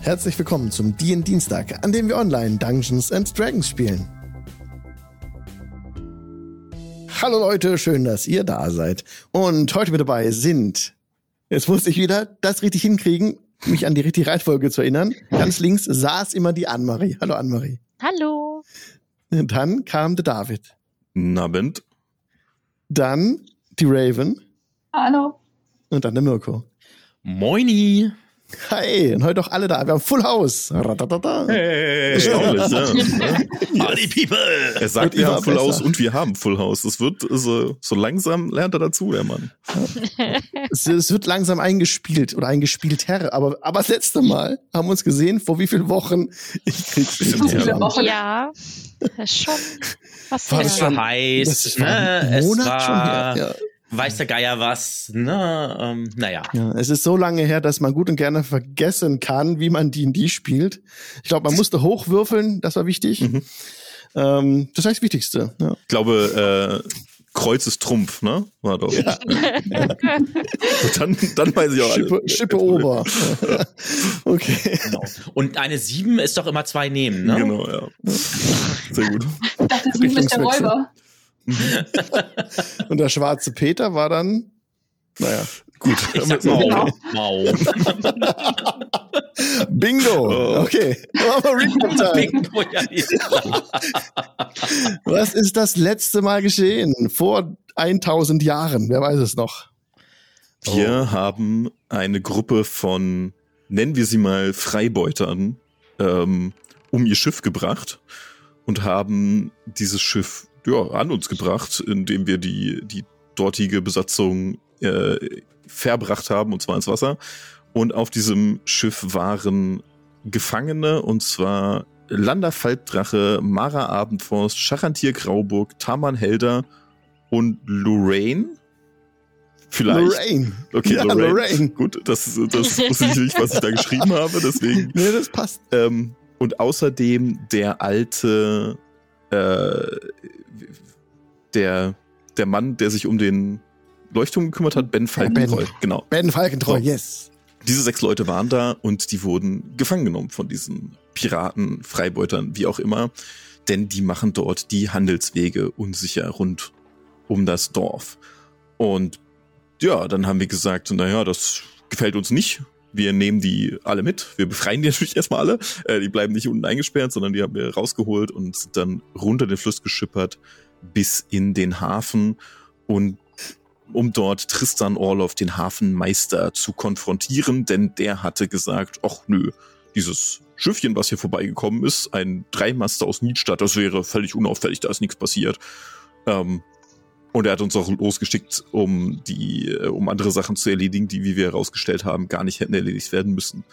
Herzlich willkommen zum DIN Dienstag, an dem wir online Dungeons and Dragons spielen. Hallo Leute, schön, dass ihr da seid. Und heute mit dabei sind, jetzt muss ich wieder das richtig hinkriegen, mich an die richtige Reihenfolge zu erinnern. Ganz links saß immer die Annemarie. Hallo Annemarie. Hallo. Dann kam der David. Nabend. Dann die Raven Hallo. und dann der Mirko. Moini. Hi, und heute auch alle da. Wir haben Full House. Ratatata. Hey. ja. Party People. Er Wird sagt, wir immer haben Full besser. House und wir haben Full House. Das wird äh, so, so langsam lernt er dazu, der Mann. Es, es wird langsam eingespielt oder eingespielt her. Aber, aber das letzte Mal haben wir uns gesehen, vor wie vielen Wochen. Ich krieg's nicht Stimmt, ja. zusammen. Wochen. Ja, das ist schon. Was War das her. es war schon- heiß, Das war ne? ein es Monat war schon her. weiß der Geier was, ne? Ähm, naja. Ja. Ja, es ist so lange her, dass man gut und gerne vergessen kann, wie man D&D spielt. Ich glaube, man musste hochwürfeln, das war wichtig. Mhm. Ähm, das war das Wichtigste. Ja. Ich glaube, äh, Kreuz ist Trumpf, ne? War doch. Ja. Dann, dann weiß ich auch Schippe, alle. Schippe Ober. okay. Genau. Und eine 7 ist doch immer zwei nehmen, ne? Genau, ja. Sehr gut. Das ist ein der Richtungswechsel. Räuber. Und der schwarze Peter war dann, naja, Gut. Ich sag Damit- Mau. Mau. Genau. Bingo. Oh. Okay. Aber Recap Time. Bingo, ja, ist klar. Was ist das letzte Mal geschehen? Vor 1000 Jahren, wer weiß es noch? Wir haben eine Gruppe von, nennen wir sie mal Freibeutern, ähm, um ihr Schiff gebracht und haben dieses Schiff ja, an uns gebracht, indem wir die, die dortige Besatzung äh, verbracht haben, und zwar ins Wasser. Und auf diesem Schiff waren Gefangene, und zwar Lander Faltdrache, Mara Abendforst, Charantir Grauburg, Taman Helder und Lorraine. Vielleicht. Lorraine. Okay, ja, Lorraine. Lorraine. Gut, das, das wusste ich nicht, was ich da geschrieben habe, deswegen. Nee, das passt. Ähm, und außerdem der alte, äh, der, der Mann, der sich um den Leuchtturm gekümmert hat, Ben Falkenroy. Genau. Ben Falkentreu, So. yes. Diese sechs Leute waren da und die wurden gefangen genommen von diesen Piraten, Freibeutern, wie auch immer. Denn die machen dort die Handelswege unsicher rund um das Dorf. Und ja, dann haben wir gesagt, naja, das gefällt uns nicht. Wir nehmen die alle mit. Wir befreien die natürlich erstmal alle. Äh, die bleiben nicht unten eingesperrt, sondern die haben wir rausgeholt und sind dann runter den Fluss geschippert bis in den Hafen und um dort Tristan Orloff, den Hafenmeister, zu konfrontieren, denn der hatte gesagt, ach nö, dieses Schiffchen, was hier vorbeigekommen ist, ein Dreimaster aus Niedstadt, das wäre völlig unauffällig, da ist nichts passiert. Ähm, und er hat uns auch losgeschickt, um die, äh, um andere Sachen zu erledigen, die, wie wir herausgestellt haben, gar nicht hätten erledigt werden müssen.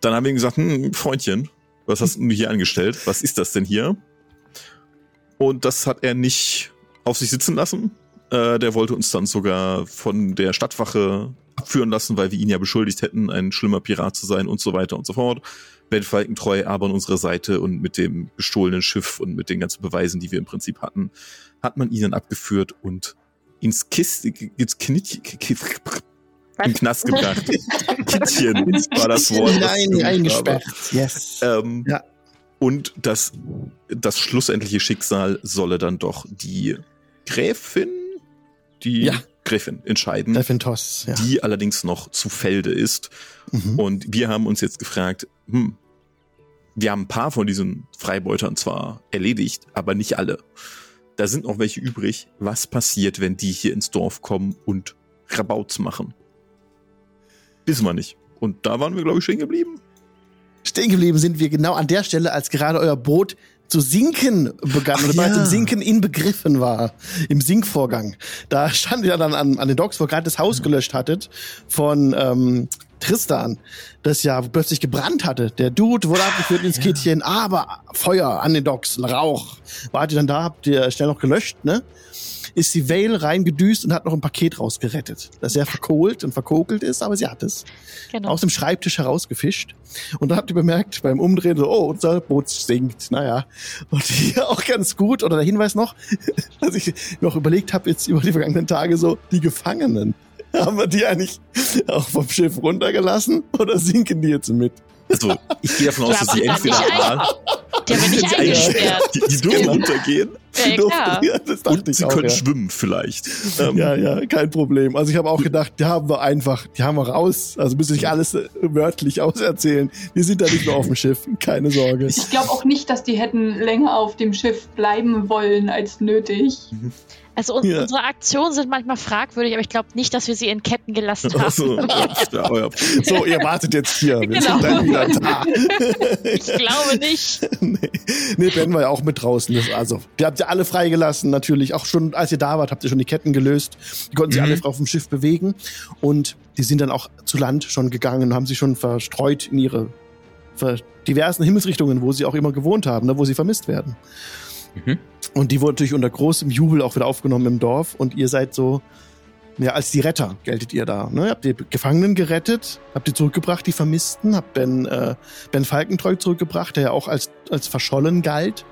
Dann haben wir ihm gesagt, hm, Freundchen, was hast du denn hier angestellt? Was ist das denn hier? Und das hat er nicht auf sich sitzen lassen. Äh, der wollte uns dann sogar von der Stadtwache abführen lassen, weil wir ihn ja beschuldigt hätten, ein schlimmer Pirat zu sein und so weiter und so fort. Ben Falkentreu aber an unserer Seite und mit dem gestohlenen Schiff und mit den ganzen Beweisen, die wir im Prinzip hatten, hat man ihn dann abgeführt und ins Kist, ins Knit, im Knast gebracht. Kittchen war das Wort. das ich Nein, gesucht habe. eingesperrt. Yes. Ähm, Ja. Und das, das schlussendliche Schicksal solle dann doch die Gräfin, die Ja. Gräfin entscheiden, Delphintos, ja. die allerdings noch zu Felde ist. Mhm. Und wir haben uns jetzt gefragt, hm, wir haben ein paar von diesen Freibeutern zwar erledigt, aber nicht alle. Da sind noch welche übrig. Was passiert, wenn die hier ins Dorf kommen und Rabauts machen? Wissen wir nicht. Und da waren wir, glaube ich, stehen geblieben. Stehen geblieben sind wir genau an der Stelle, als gerade euer Boot zu sinken begann Ach oder bereits ja. im Sinken inbegriffen war, im Sinkvorgang. Da stand ihr dann an, an den Docks, wo ihr gerade das Haus gelöscht hattet von ähm, Tristan, das ja plötzlich gebrannt hatte. Der Dude wurde abgeführt ins Kittchen, aber Feuer an den Docks, Rauch. Wart ihr dann da, habt ihr schnell noch gelöscht, ne? Ist die Vale reingedüst und hat noch ein Paket rausgerettet, das ja verkohlt und verkokelt ist, aber sie hat es Genau. aus dem Schreibtisch herausgefischt. Und dann habt ihr bemerkt, beim Umdrehen, so, oh, unser Boot sinkt. Naja. Und hier auch ganz gut, oder der Hinweis noch, dass ich noch überlegt habe, jetzt über die vergangenen Tage so, die Gefangenen. Haben wir die eigentlich auch vom Schiff runtergelassen oder sinken die jetzt mit? Also, ich gehe davon aus, Ja, dass sie aber entweder nicht A, Die haben wir nicht dass sie eingesperrt. Die, die dürfen runtergehen Ja, ja, klar. ja, das dachte und ich sie auch, können Genau. ja. schwimmen vielleicht. Ähm, Ja, ja, kein Problem. Also ich habe auch gedacht, die haben wir einfach, die haben wir raus. Also müssen nicht alles äh, wörtlich auserzählen. Die sind da nicht mehr auf dem Schiff, keine Sorge. Ich glaube auch nicht, dass die hätten länger auf dem Schiff bleiben wollen als nötig. Also un Ja. unsere Aktionen sind manchmal fragwürdig, aber ich glaube nicht, dass wir sie in Ketten gelassen haben. Also, ja, euer So, ihr wartet jetzt hier. Wir Genau. sind dann wieder da. Ich glaube nicht. nee. nee, Ben war ja auch mit draußen. Das, also, die habt ihr alle freigelassen, natürlich. Auch schon, als ihr da wart, habt ihr schon die Ketten gelöst. Die konnten sich Mhm. alle auf dem Schiff bewegen. Und die sind dann auch zu Land schon gegangen und haben sich schon verstreut in ihre ver diversen Himmelsrichtungen, wo sie auch immer gewohnt haben, ne, wo sie vermisst werden. Mhm. Und die wurden natürlich unter großem Jubel auch wieder aufgenommen im Dorf. Und ihr seid so, ja, als die Retter geltet ihr da. Ne? Habt ihr Gefangenen gerettet, habt ihr zurückgebracht, die Vermissten, habt Ben, äh, ben Falkentreu zurückgebracht, der ja auch als, als verschollen galt.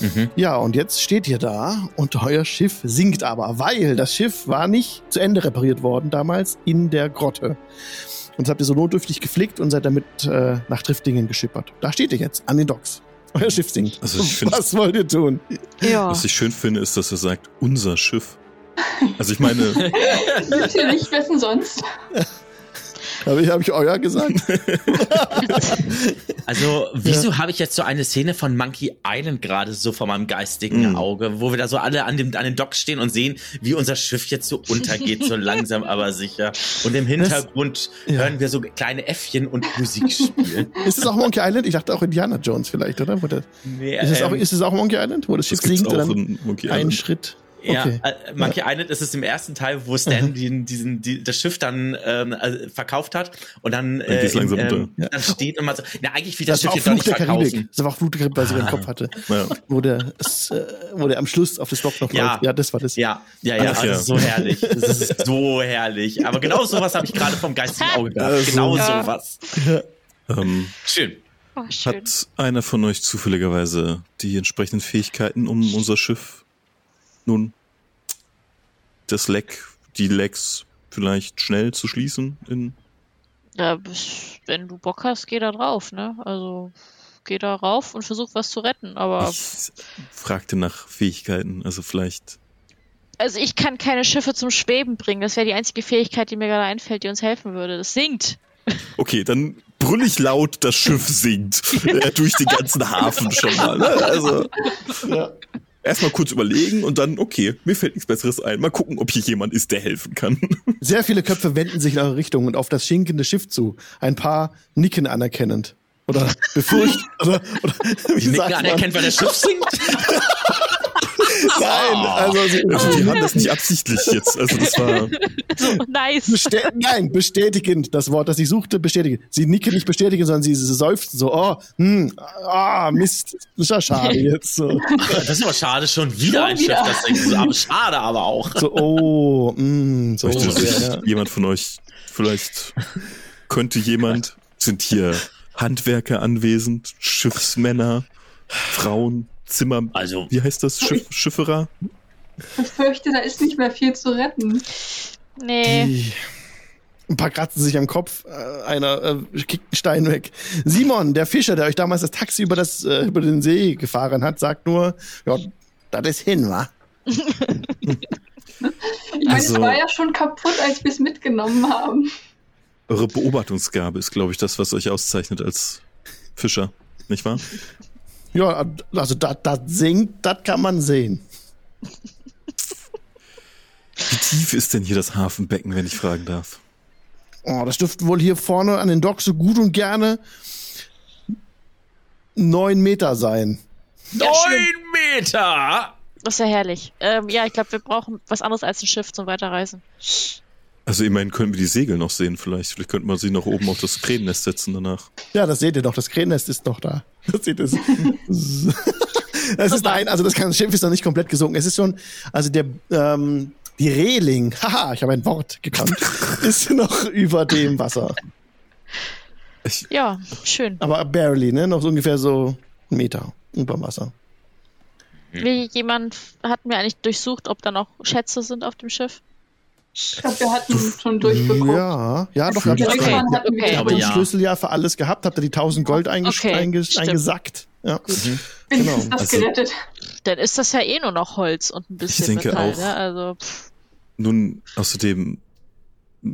Mhm. Ja, und jetzt steht ihr da und euer Schiff sinkt aber, weil das Schiff war nicht zu Ende repariert worden damals in der Grotte. Und das habt ihr so notdürftig geflickt und seid damit äh, nach Driftingen geschippert. Da steht ihr jetzt, an den Docks. Euer Schiff sinkt. Also ich find's- Was wollt ihr tun? Ja. Was ich schön finde, ist, dass er sagt, unser Schiff. Also ich meine, Natürlich, wessen sonst? Habe ich, hab ich euer gesagt? Also, wieso habe ich jetzt so eine Szene von Monkey Island gerade so vor meinem geistigen Mhm. Auge, wo wir da so alle an, dem, an den Dock stehen und sehen, wie unser Schiff jetzt so untergeht, so langsam aber sicher. Und im Hintergrund Ja. hören wir so kleine Äffchen und Musik spielen. Ist es auch Monkey Island? Ich dachte auch Indiana Jones vielleicht, oder? Wo der, Nee, ist, es auch, ähm, ist es auch Monkey Island, wo das Schiff das gibt's sinkt und auch dann in also, Monkey ein Island. Schritt? Ja, Okay. äh, Monkey Island ist es im ersten Teil, wo Stan diesen, diesen, die, das Schiff dann ähm, also verkauft hat und dann, äh, geht's langsam ähm, runter. Ja. dann steht und man so, na eigentlich will das, Das war auch Schiff jetzt doch Fluch nicht der Karibik. verkaufen. Das war auch Fluch der Karibik, weil sie den Kopf hatte. Ja. Wo der, es, äh, wo der am Schluss auf das Dock noch Ja. läuft. Ja, das war das. Ja, ja, ja, Ach, also ja. so herrlich. Das ist so herrlich. Aber genau sowas habe ich gerade vom geistigen Auge gehabt. Also- genau Ja. sowas. Ähm, Schön. Oh, schön. hat einer von euch zufälligerweise die entsprechenden Fähigkeiten, um unser Schiff nun das Leck, die Lecks vielleicht schnell zu schließen? In, Ja, bis- wenn du Bock hast, geh da drauf, ne? Also geh da rauf und versuch was zu retten. Aber ich fragte nach Fähigkeiten, also vielleicht. also ich kann keine Schiffe zum Schweben bringen. Das wäre die einzige Fähigkeit, die mir gerade einfällt, die uns helfen würde. Das sinkt. Okay, dann brüll ich laut, das Schiff sinkt. äh, durch den ganzen Hafen schon mal. Ne? Also. Ja. Erstmal kurz überlegen und dann, okay, mir fällt nichts Besseres ein. Mal gucken, ob hier jemand ist, der helfen kann. Sehr viele Köpfe wenden sich in eure Richtung und auf das schinkende Schiff zu. Ein paar nicken anerkennend. Oder befürcht. oder, oder wie Die Nicken sagt man? anerkennt, weil das Schiff singt. Nein, Oh. also sie Also die haben das nicht absichtlich jetzt. Also das war. So, Oh, nice. Bestä Nein, bestätigend, das Wort, das ich suchte, bestätigend. Sie nicken nicht bestätigen, sondern sie, sie seufzen so, oh, hm, ah, Mist, ist ja schade jetzt. So, Das ist aber schade, schon wieder Schon ein wieder. Schiff, das singt. So, Aber schade aber auch. so oh, hm, so. Möchte sich ja, ja. jemand von euch, vielleicht könnte jemand, sind hier Handwerker anwesend, Schiffsmänner, Frauen, Zimmer. Also, Wie heißt das? Schiff, Schifferer? Ich fürchte, da ist nicht mehr viel zu retten. Nee. Die- Ein paar kratzen sich am Kopf, äh, einer äh, kickt einen Stein weg. Simon, der Fischer, der euch damals das Taxi über, das, äh, über den See gefahren hat, sagt nur, ja, das ist hin, wa? Ich meine, Also- es war ja schon kaputt, als wir es mitgenommen haben. Eure Beobachtungsgabe ist, glaube ich, das, was euch auszeichnet als Fischer, nicht wahr? Ja, also das das sinkt, das kann man sehen. Wie tief ist denn hier das Hafenbecken, wenn ich fragen darf? Oh, das dürften wohl hier vorne an den Docks so gut und gerne neun Meter sein. neun Meter! Das ist ja herrlich. Ähm, ja, ich glaube, wir brauchen was anderes als ein Schiff zum Weiterreisen. Also immerhin können wir die Segel noch sehen vielleicht. Vielleicht könnte man sie noch oben auf das Krähennest setzen danach. Ja, das seht ihr doch. Das Krähennest ist noch da. Das seht ihr. Das ist nein, also das ganze Schiff ist noch nicht komplett gesunken. Es ist schon, also der, ähm, die Reling, haha, ich habe ein Wort gekannt, ist noch über dem Wasser. Ich, Ja, schön. Aber barely, ne? Noch so ungefähr so einen Meter über dem Wasser. Mhm. Will jemand hat mir eigentlich durchsucht, ob da noch Schätze sind auf dem Schiff? Ich glaube, wir hatten schon durchgeguckt. Ja, ja, doch. ihr habt Direkt ihr waren hatten Okay. wir habt Aber den ja. Schlüssel ja für alles gehabt, habt ihr die 1000 Gold einges Okay, einges stimmt. eingesackt. Ja. wenigstens genau. das Also- gerettet. Dann ist das ja eh nur noch Holz und ein bisschen denke Metall, auch. ne? Also, pff, Nun, außerdem,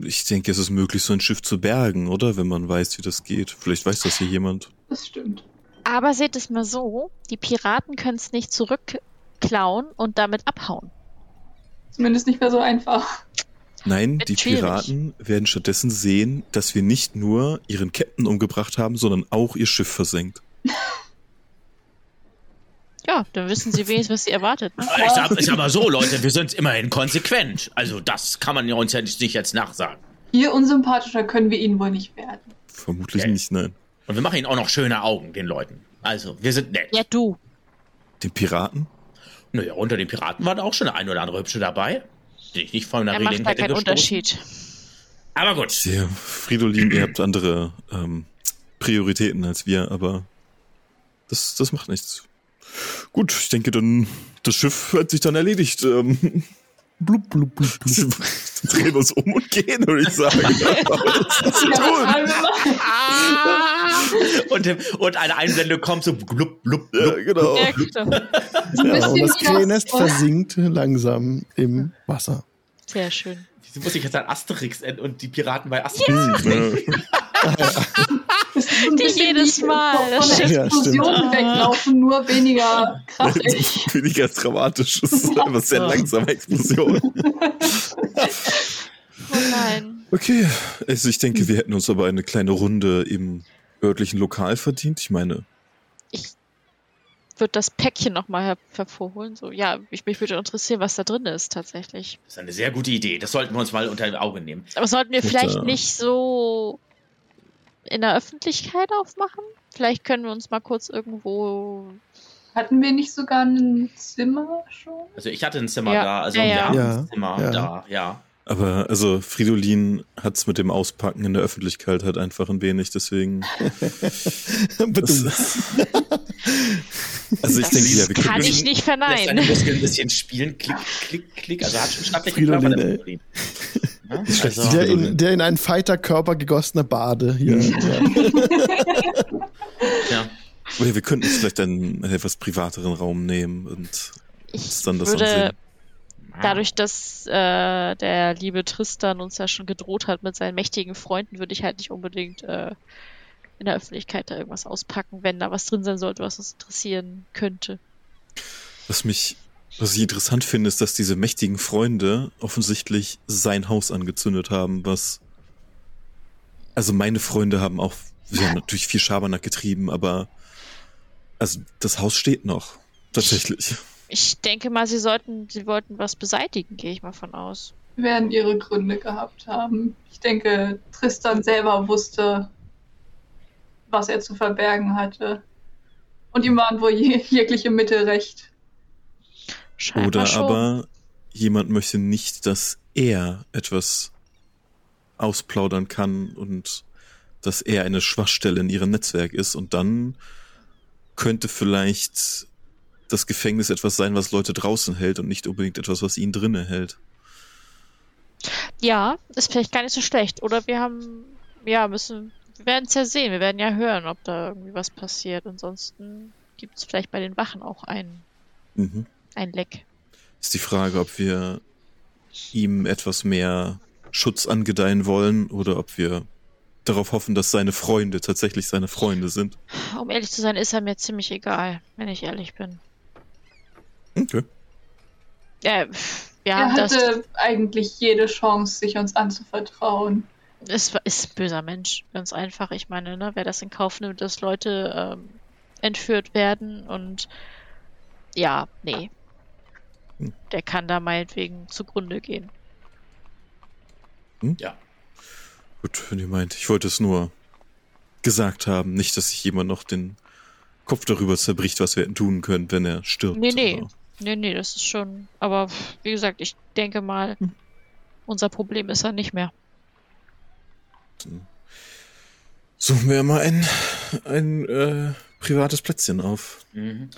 ich denke, es ist möglich, so ein Schiff zu bergen, oder? Wenn man weiß, wie das geht. Vielleicht weiß das hier jemand. Das stimmt. aber seht es mal so, die Piraten können es nicht zurückklauen und damit abhauen. Zumindest nicht mehr so einfach. Nein, Wird die schwierig. Piraten werden stattdessen sehen, dass wir nicht nur ihren Captain umgebracht haben, sondern auch ihr Schiff versenkt. Ja, dann wissen sie wenigstens, was sie erwartet. Ne? Ich sag, ich sag mal so, Leute, wir sind immerhin konsequent. Also das kann man ja uns ja nicht, nicht jetzt nachsagen. Hier unsympathischer können wir ihn wohl nicht werden. Vermutlich Okay. nicht, nein. Und wir machen ihnen auch noch schöne Augen, den Leuten. Also, wir sind nett. Ja, du. Den Piraten? Naja, unter den Piraten waren auch schon der ein oder andere Hübsche dabei. Die ich nicht von einer Er Reling macht da hätte keinen gestoßen. Unterschied. Aber gut. Sehr, Fridolin, ihr habt andere ähm, Prioritäten als wir, aber das, das macht nichts. Gut, ich denke dann, das Schiff hat sich dann erledigt. Ähm, Blub, blub, blub, blub. drehen wir uns um und gehen, würde ich sagen. Was ist zu Ja, tun? was sollen wir machen? Ah! Und, dem- und eine Einblendung kommt so blub, blub, blub. Ja, genau. Ja, genau. Ein Ja, und bisschen das wieder- Krähennest versinkt langsam im Wasser. Sehr schön. Wieso muss ich jetzt an Asterix enden und die Piraten bei Asterix? Ja. Das ist so ein Die bisschen jedes wie Mal, das Von der stimmt. Explosion Ja, stimmt. weglaufen, nur weniger kraftig. Weniger dramatisch. Es ist einfach sehr langsame Explosion. Oh nein. Okay, also ich denke, wir hätten uns aber eine kleine Runde im örtlichen Lokal verdient. Ich meine, Wird das Päckchen nochmal her hervorholen? So, ja, ich, mich würde interessieren, was da drin ist tatsächlich. Das ist eine sehr gute Idee. Das sollten wir uns mal unter die Augen nehmen. Aber sollten wir Gut, vielleicht äh. nicht so in der Öffentlichkeit aufmachen? Vielleicht können wir uns mal kurz irgendwo. Hatten wir nicht sogar ein Zimmer schon? Also ich hatte ein Zimmer Ja. da, also Ja, ja, ja. ein Ja. Zimmer Ja. da, ja. Aber also Fridolin hat's mit dem Auspacken in der Öffentlichkeit halt einfach ein wenig, deswegen. Das, also ich Das denke, ja, wir kann können. ich nicht Lässt seine verneinen. Muskeln ein bisschen spielen, klick, klick, klick. Also hat schon stattlich Fridolin, Körper, der ey. Fridolin. Ja, also, Der in, der in einen Fighterkörper gegossene Bade hier. Ja. ja. Oder wir könnten uns vielleicht einen etwas privateren Raum nehmen und Ich uns dann das würde ansehen. dadurch, dass äh, der liebe Tristan uns ja schon gedroht hat mit seinen mächtigen Freunden, würde ich halt nicht unbedingt äh, in der Öffentlichkeit da irgendwas auspacken, wenn da was drin sein sollte, was uns interessieren könnte. Was mich, was ich interessant finde, ist, dass diese mächtigen Freunde offensichtlich sein Haus angezündet haben, was. Also meine Freunde haben auch, wir haben natürlich viel Schabernack getrieben, aber also das Haus steht noch. Tatsächlich. Ich denke mal, sie sollten, sie wollten was beseitigen, gehe ich mal von aus. Werden ihre Gründe gehabt haben. Ich denke, Tristan selber wusste, was er zu verbergen hatte. Und ihm waren wohl je jegliche Mittel recht. Scheinbar Oder schon. aber jemand möchte nicht, dass er etwas ausplaudern kann und dass er eine Schwachstelle in ihrem Netzwerk ist und dann könnte vielleicht das Gefängnis etwas sein, was Leute draußen hält und nicht unbedingt etwas, was ihn drinnen hält. Ja, ist vielleicht gar nicht so schlecht. Oder wir haben, ja, müssen, wir werden es ja sehen, wir werden ja hören, ob da irgendwie was passiert. Ansonsten gibt es vielleicht bei den Wachen auch ein, Mhm. ein Leck. Ist die Frage, ob wir ihm etwas mehr Schutz angedeihen wollen oder ob wir darauf hoffen, dass seine Freunde tatsächlich seine Freunde sind. Um ehrlich zu sein, ist er mir ziemlich egal, wenn ich ehrlich bin. Okay. Ja, pff, wir er haben das. hatte eigentlich jede Chance, sich uns anzuvertrauen. Es war- ist ein böser Mensch, ganz einfach. Ich meine, ne, wer das in Kauf nimmt, dass Leute ähm, entführt werden und ja, nee. Hm. Der kann da meinetwegen zugrunde gehen. ja. Gut, wenn ihr meint. Ich wollte es nur gesagt haben. Nicht, dass sich jemand noch den Kopf darüber zerbricht, was wir hätten tun können, wenn er stirbt. Nee, nee. Aber Nee, nee, das ist schon. Aber pff, wie gesagt, ich denke mal, Hm. unser Problem ist er nicht mehr. dann Suchen wir mal ein, ein äh, privates Plätzchen auf. Mhm.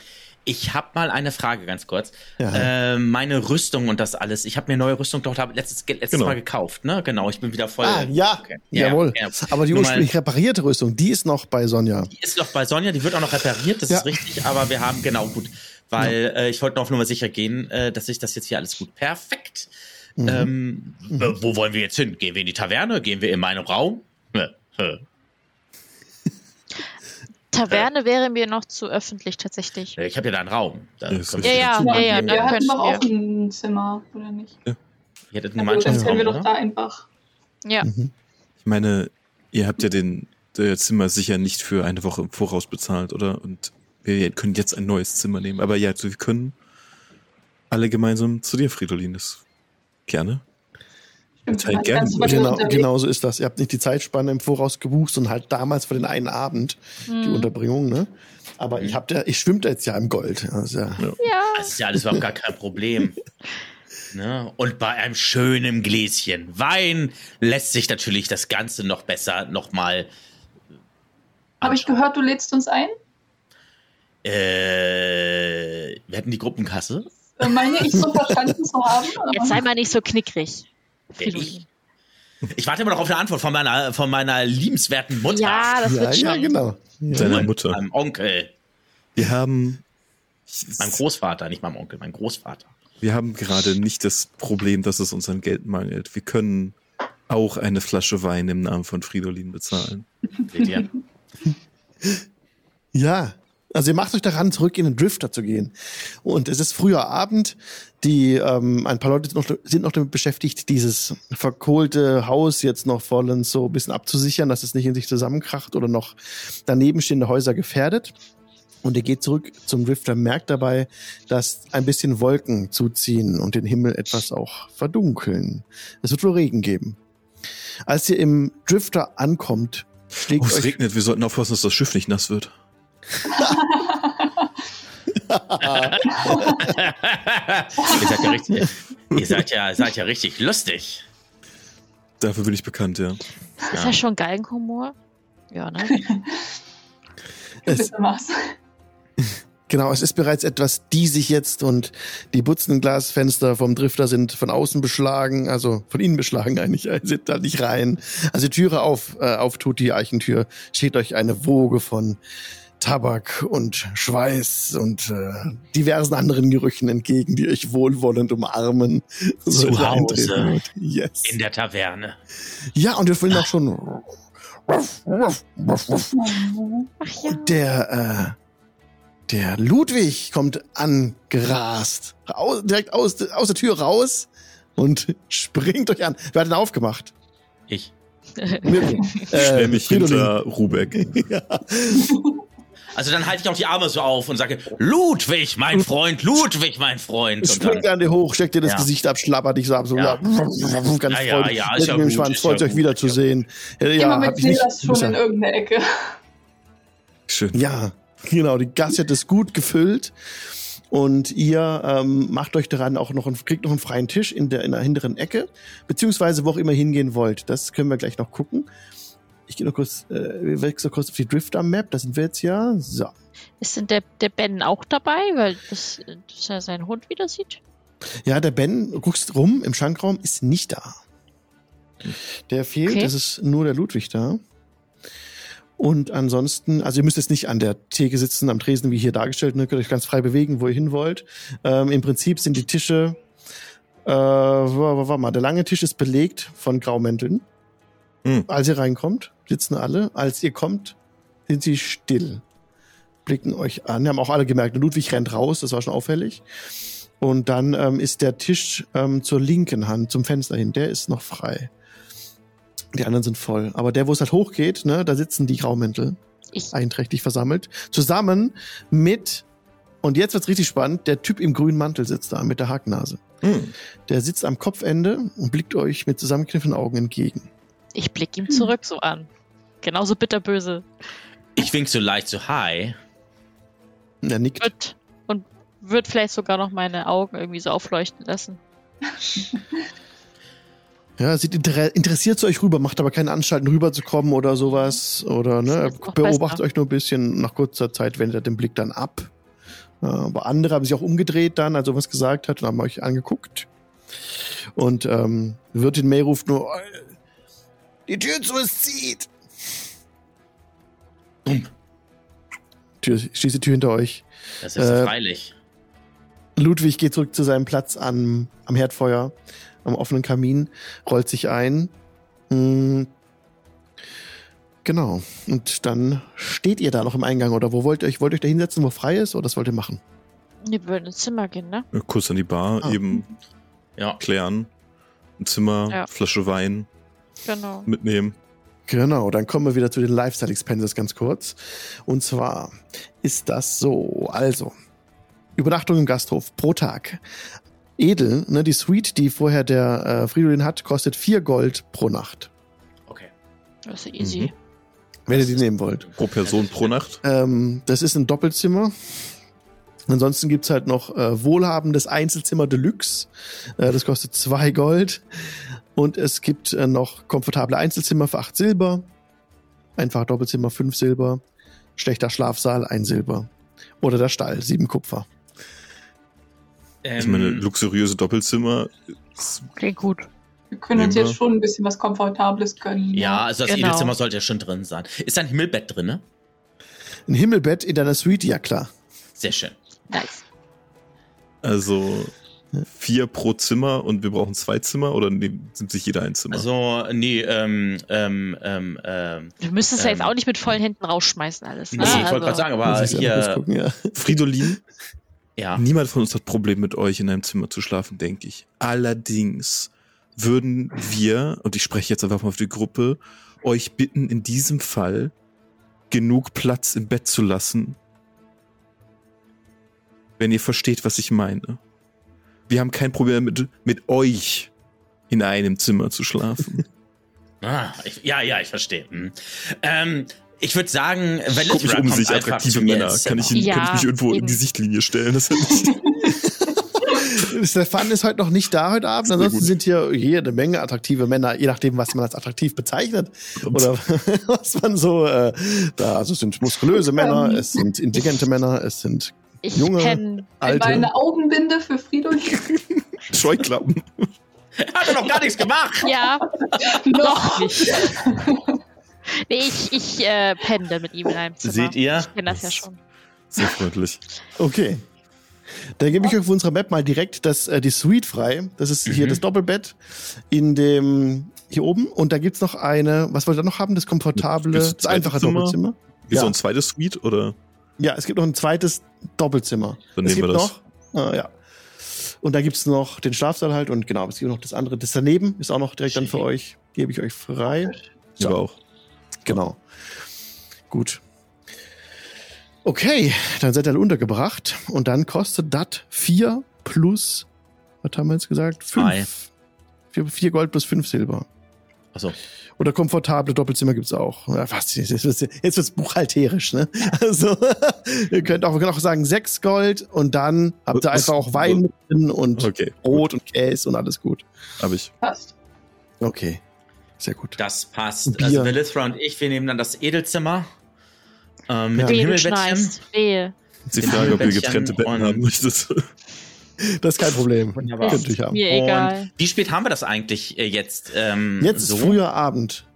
Ich habe mal eine Frage ganz kurz. Ja. Äh, meine Rüstung und das alles. Ich habe mir neue Rüstung doch hab letztes, ge- letztes Genau. Mal gekauft, ne? Genau, ich bin wieder voll. Ah, ja, Okay. jawohl. ja. Aber die Nur mal- ursprünglich reparierte Rüstung, die ist noch bei Sonja. Die ist noch bei Sonja, die wird auch noch repariert, das Ja. ist richtig, aber wir haben, genau, gut. Weil äh, ich wollte noch auf Nummer sicher gehen, äh, dass ich das jetzt hier alles gut. Perfekt. Mhm. Ähm, äh, Wo wollen wir jetzt hin? Gehen wir in die Taverne? Gehen wir in meinen Raum? Ne, äh, Taverne wäre mir noch zu öffentlich tatsächlich. Ich habe ja da einen Raum. Da Ja, ist können Ja, wir- ja, ja, ja, wir da hatten können doch wir. auch ein Zimmer, oder nicht? Ihr hättet einen Na gut, dann können Gemeinschaftsraum, wir doch oder? da einfach. Ja, Hm. Mhm. Ich meine, ihr habt ja den äh, Zimmer sicher nicht für eine Woche im Voraus bezahlt, oder? Und wir können jetzt ein neues Zimmer nehmen. Aber ja, also wir können alle gemeinsam zu dir, Fridolin. Das gerne. Stimmt, Total wir waren gerne. ganz weit Genau, unterwegs. genau so ist das. Ihr habt nicht die Zeitspanne im Voraus gebucht, sondern halt damals für den einen Abend die Mhm. Unterbringung, ne? Mhm. Aber ich hab ja, ich schwimmt jetzt ja im Gold. Ja, ist ja, ja. Das ist ja alles überhaupt gar kein Problem. Ne? Und bei einem schönen Gläschen Wein lässt sich natürlich das Ganze noch besser nochmal. Habe ich gehört, du lädst uns ein? Äh, wir hatten die Gruppenkasse. Äh, Meine ich so verstanden zu haben. Jetzt sei mal nicht so knickrig. Wer, Fridolin. Ich warte immer noch auf eine Antwort von meiner, von meiner liebenswerten Mutter. Ja, das ja, wird ja schon. genau. Ja. Deiner Mein- Mutter. Meinem Onkel. Wir haben. Meinem Großvater, nicht meinem Onkel, meinem Großvater. Wir haben gerade nicht das Problem, dass es uns an Geld mangelt. Wir können auch eine Flasche Wein im Namen von Fridolin bezahlen. Seht ihr? ja. Also ihr macht euch daran, zurück in den Drifter zu gehen. Und es ist früher Abend. Die, ähm, ein paar Leute sind noch, sind noch damit beschäftigt, dieses verkohlte Haus jetzt noch vollends so ein bisschen abzusichern, dass es nicht in sich zusammenkracht oder noch daneben stehende Häuser gefährdet. Und er geht zurück zum Drifter, merkt dabei, dass ein bisschen Wolken zuziehen und den Himmel etwas auch verdunkeln. Es wird wohl Regen geben. Als ihr im Drifter ankommt, schlägt Oh, es euch regnet. Wir sollten aufpassen, dass das Schiff nicht nass wird. ihr, seid ja richtig, ihr seid ja, seid ja richtig lustig. Dafür bin ich bekannt, ja. Ist Ja. das schon Galgenhumor? Ja, ne? es, Bitte mach's. Genau, es ist bereits etwas diesig jetzt und die butzenden Glasfenster vom Drifter sind von außen beschlagen, also von innen beschlagen eigentlich, äh, sind da nicht rein. Als die Türe auf, äh, auftut, die Eichentür, steht euch eine Woge von Tabak und Schweiß und äh, diversen anderen Gerüchen entgegen, die euch wohlwollend umarmen. So Zu Hause. wird. Yes. In der Ah. Taverne. Ja, und wir finden auch schon Ach ja. Der, äh, der Ludwig kommt angerast. Au, direkt aus, aus der Tür raus und springt euch an. Wer hat denn aufgemacht? Ich. Mirko. Stell Äh, mich Fridolin. hinter Rubeck. Also dann halte ich auch die Arme so auf und sage, Ludwig, mein Freund, Ludwig, mein Freund. Und dann, Springt an dir hoch, steckt dir das Ja. Gesicht ab, schlappert dich so ab, so Ja. ganz Ja, ja, freudig. ja, Leck ist ja mir den gut, Schwanz, ist freut ja euch gut. wiederzusehen. Ja, ja, Immer hab mit ich nicht Silas schon in besser. irgendeiner Ecke. Schön. Ja, genau. Die Gaststätte ist gut gefüllt. Und ihr ähm, macht euch daran auch noch einen, kriegt noch einen freien Tisch in der, in der hinteren Ecke, beziehungsweise wo auch immer hingehen wollt. Das können wir gleich noch gucken. Ich gehe noch kurz, äh, wir wechseln kurz auf die Drifter-Map, da sind wir jetzt ja. So. Ist denn der, der Ben auch dabei, weil das, dass er seinen Hund wieder sieht? Ja, der Ben, du guckst rum im Schankraum, ist nicht da. Der fehlt, Okay. es ist nur der Ludwig da. Und ansonsten, also ihr müsst jetzt nicht an der Theke sitzen, am Tresen, wie hier dargestellt, ne? könnt euch ganz frei bewegen, wo ihr hin wollt. Ähm, Im Prinzip sind die Tische, äh, warte mal, der lange Tisch ist belegt von Graumänteln. Hm. Als ihr reinkommt, sitzen alle. Als ihr kommt, sind sie still. Blicken euch an. Haben auch alle gemerkt, Ludwig rennt raus, das war schon auffällig. Und dann ähm, ist der Tisch ähm, zur linken Hand, zum Fenster hin, der ist noch frei. Die anderen sind voll. Aber der, wo es halt hochgeht, ne, da sitzen die Graumäntel Ich. Ah. einträchtig versammelt. Zusammen mit, und jetzt wird's richtig spannend, der Typ im grünen Mantel sitzt da mit der Hakennase. Hm. Der sitzt am Kopfende und blickt euch mit zusammengekniffenen Augen entgegen. Ich blick ihm zurück so an. Genauso bitterböse. ich wink so leicht so, hi. Er nickt. Wird, und wird vielleicht sogar noch meine Augen irgendwie so aufleuchten lassen. Ja, sieht inter interessiert zu euch rüber, macht aber keine Anstalten rüberzukommen oder sowas. Oder ne, Das ist noch beobachtet besser. euch nur ein bisschen. Nach kurzer Zeit wendet er den Blick dann ab Äh, aber andere haben sich auch umgedreht dann, als er was gesagt hat und haben euch angeguckt. Und ähm, Wirtin May ruft nur, "Äh, die Tür zu, es zieht. Tür, schließt die Tür hinter euch. Das ist ja Äh, freilich. Ludwig geht zurück zu seinem Platz am, am Herdfeuer, am offenen Kamin, rollt sich ein. Hm. Genau. Und dann steht ihr da noch im Eingang oder wo wollt ihr euch? Wollt ihr euch da hinsetzen, wo frei ist oder was wollt ihr machen? Wir würden ins Zimmer gehen, ne? Äh, Kuss an die Bar, Ah. eben Ja. klären. Ein Zimmer, Ja. Flasche Wein Genau. mitnehmen. Genau, dann kommen wir wieder zu den Lifestyle Expenses ganz kurz. Und zwar ist das so, also Übernachtung im Gasthof pro Tag. Edel, ne, die Suite, die vorher der äh, Fridolin hat, kostet 4 Gold pro Nacht, Okay. Das ist easy. wenn ihr die nehmen wollt. Pro Person, pro Nacht. Ähm, das ist ein Doppelzimmer. Ansonsten gibt's halt noch äh, wohlhabendes Einzelzimmer Deluxe. Äh, das kostet zwei Gold. Und es gibt äh, noch komfortable Einzelzimmer für acht Silber. Einfach Doppelzimmer fünf Silber. Schlechter Schlafsaal ein Silber. Oder der Stall sieben Kupfer. Ähm, Ich meine, Ähm. luxuriöse Doppelzimmer. ist- Mhm. Klingt gut. Wir können uns Nehmen wir. jetzt schon ein bisschen was Komfortables gönnen. ja, also das Genau. Edelzimmer sollte ja schon drin sein. Ist da ein Himmelbett drin, ne? Ein Himmelbett in deiner Suite, ja klar. Sehr schön. Nice. Also vier pro Zimmer und wir brauchen zwei Zimmer oder nehmen, nimmt sich jeder ein Zimmer? Also, nee, ähm, ähm, ähm, ähm. Wir müssen es ja jetzt Ähm. auch nicht mit vollen Händen rausschmeißen alles. Nee, Ne? ich wollte gerade sagen, aber Muss ich selber kurz hier, gucken, ja. Fridolin, ja. niemand von uns hat Problem mit euch in einem Zimmer zu schlafen, denke ich. Allerdings würden wir, und ich spreche jetzt einfach mal auf die Gruppe, euch bitten, in diesem Fall genug Platz im Bett zu lassen. Wenn ihr versteht, was ich meine. Wir haben kein Problem mit, mit euch in einem Zimmer zu schlafen. Ah, ich, ja, ja, ich verstehe. Hm. Ähm, ich würde sagen, wenn Guck mich um sich, einfach attraktive zu mir Männer. ins Kann ich, Zimmer. ihn, kann ich Ja, mich irgendwo in eben. die Sichtlinie stellen? Das ist nicht Stefan ist heute noch nicht da heute Abend. Sehr Ansonsten gut. sind hier jede Menge attraktive Männer, je nachdem, was man als attraktiv bezeichnet. Oder was man so äh, da. Also es sind muskulöse Männer, es sind intelligente Männer, es sind Ich Junge. kenne alte. Meine Augenbinde für Fridolin. Scheuklappen. Hat er noch gar nichts gemacht. ja Noch. nicht. nee, ich, ich äh, pendel mit ihm in einem Zimmer. Seht ihr? Ich kenne das ja schon. Sehr freundlich. Okay. Dann gebe ich euch auf unserer Map mal direkt das, äh, die Suite frei. Das ist hier Mhm. das Doppelbett in dem hier oben. Und da gibt's noch eine, was wollt ihr noch haben? Das komfortable, Bis zum das einfache zweiten Zimmer. Doppelzimmer. Ist Ja. auch ein zweites Suite oder? Ja, es gibt noch ein zweites Doppelzimmer. Dann es nehmen gibt wir das. noch, äh, ja. Und da gibt's noch den Schlafsaal halt und genau, es gibt noch das andere. Das daneben ist auch noch direkt dann für Schick. euch. Gebe ich euch frei. Ja. So. Aber auch. Genau. Gut. Okay, dann seid ihr alle untergebracht und dann kostet das 4 plus, was haben wir jetzt gesagt? Drei. 5. 4 Gold plus 5 Silber. Achso. Oder komfortable Doppelzimmer gibt's auch. Ja, fast, jetzt wird's, jetzt wird's buchhalterisch, ne? Also, ihr könnt auch, wir können auch sagen 6 Gold und dann habt ihr Was- einfach auch Wein mit drin und Okay. Brot und Käse und alles gut. Habe ich. Passt. Okay, sehr gut. Das passt. Bier. Also Melithra und ich, wir nehmen dann das Edelzimmer. Ähm, mit Ja. Wehe, dem du Himmelbettchen. schneist. Wehe. Ist Die Den Frage, ob ihr Himmelbettchen getrennte und- Betten haben möchtet. Das ist kein Problem. Wunderbar. Könnt ihr haben. Mir egal. Und wie spät haben wir das eigentlich äh, jetzt? Ähm, Jetzt so? ist früher Abend.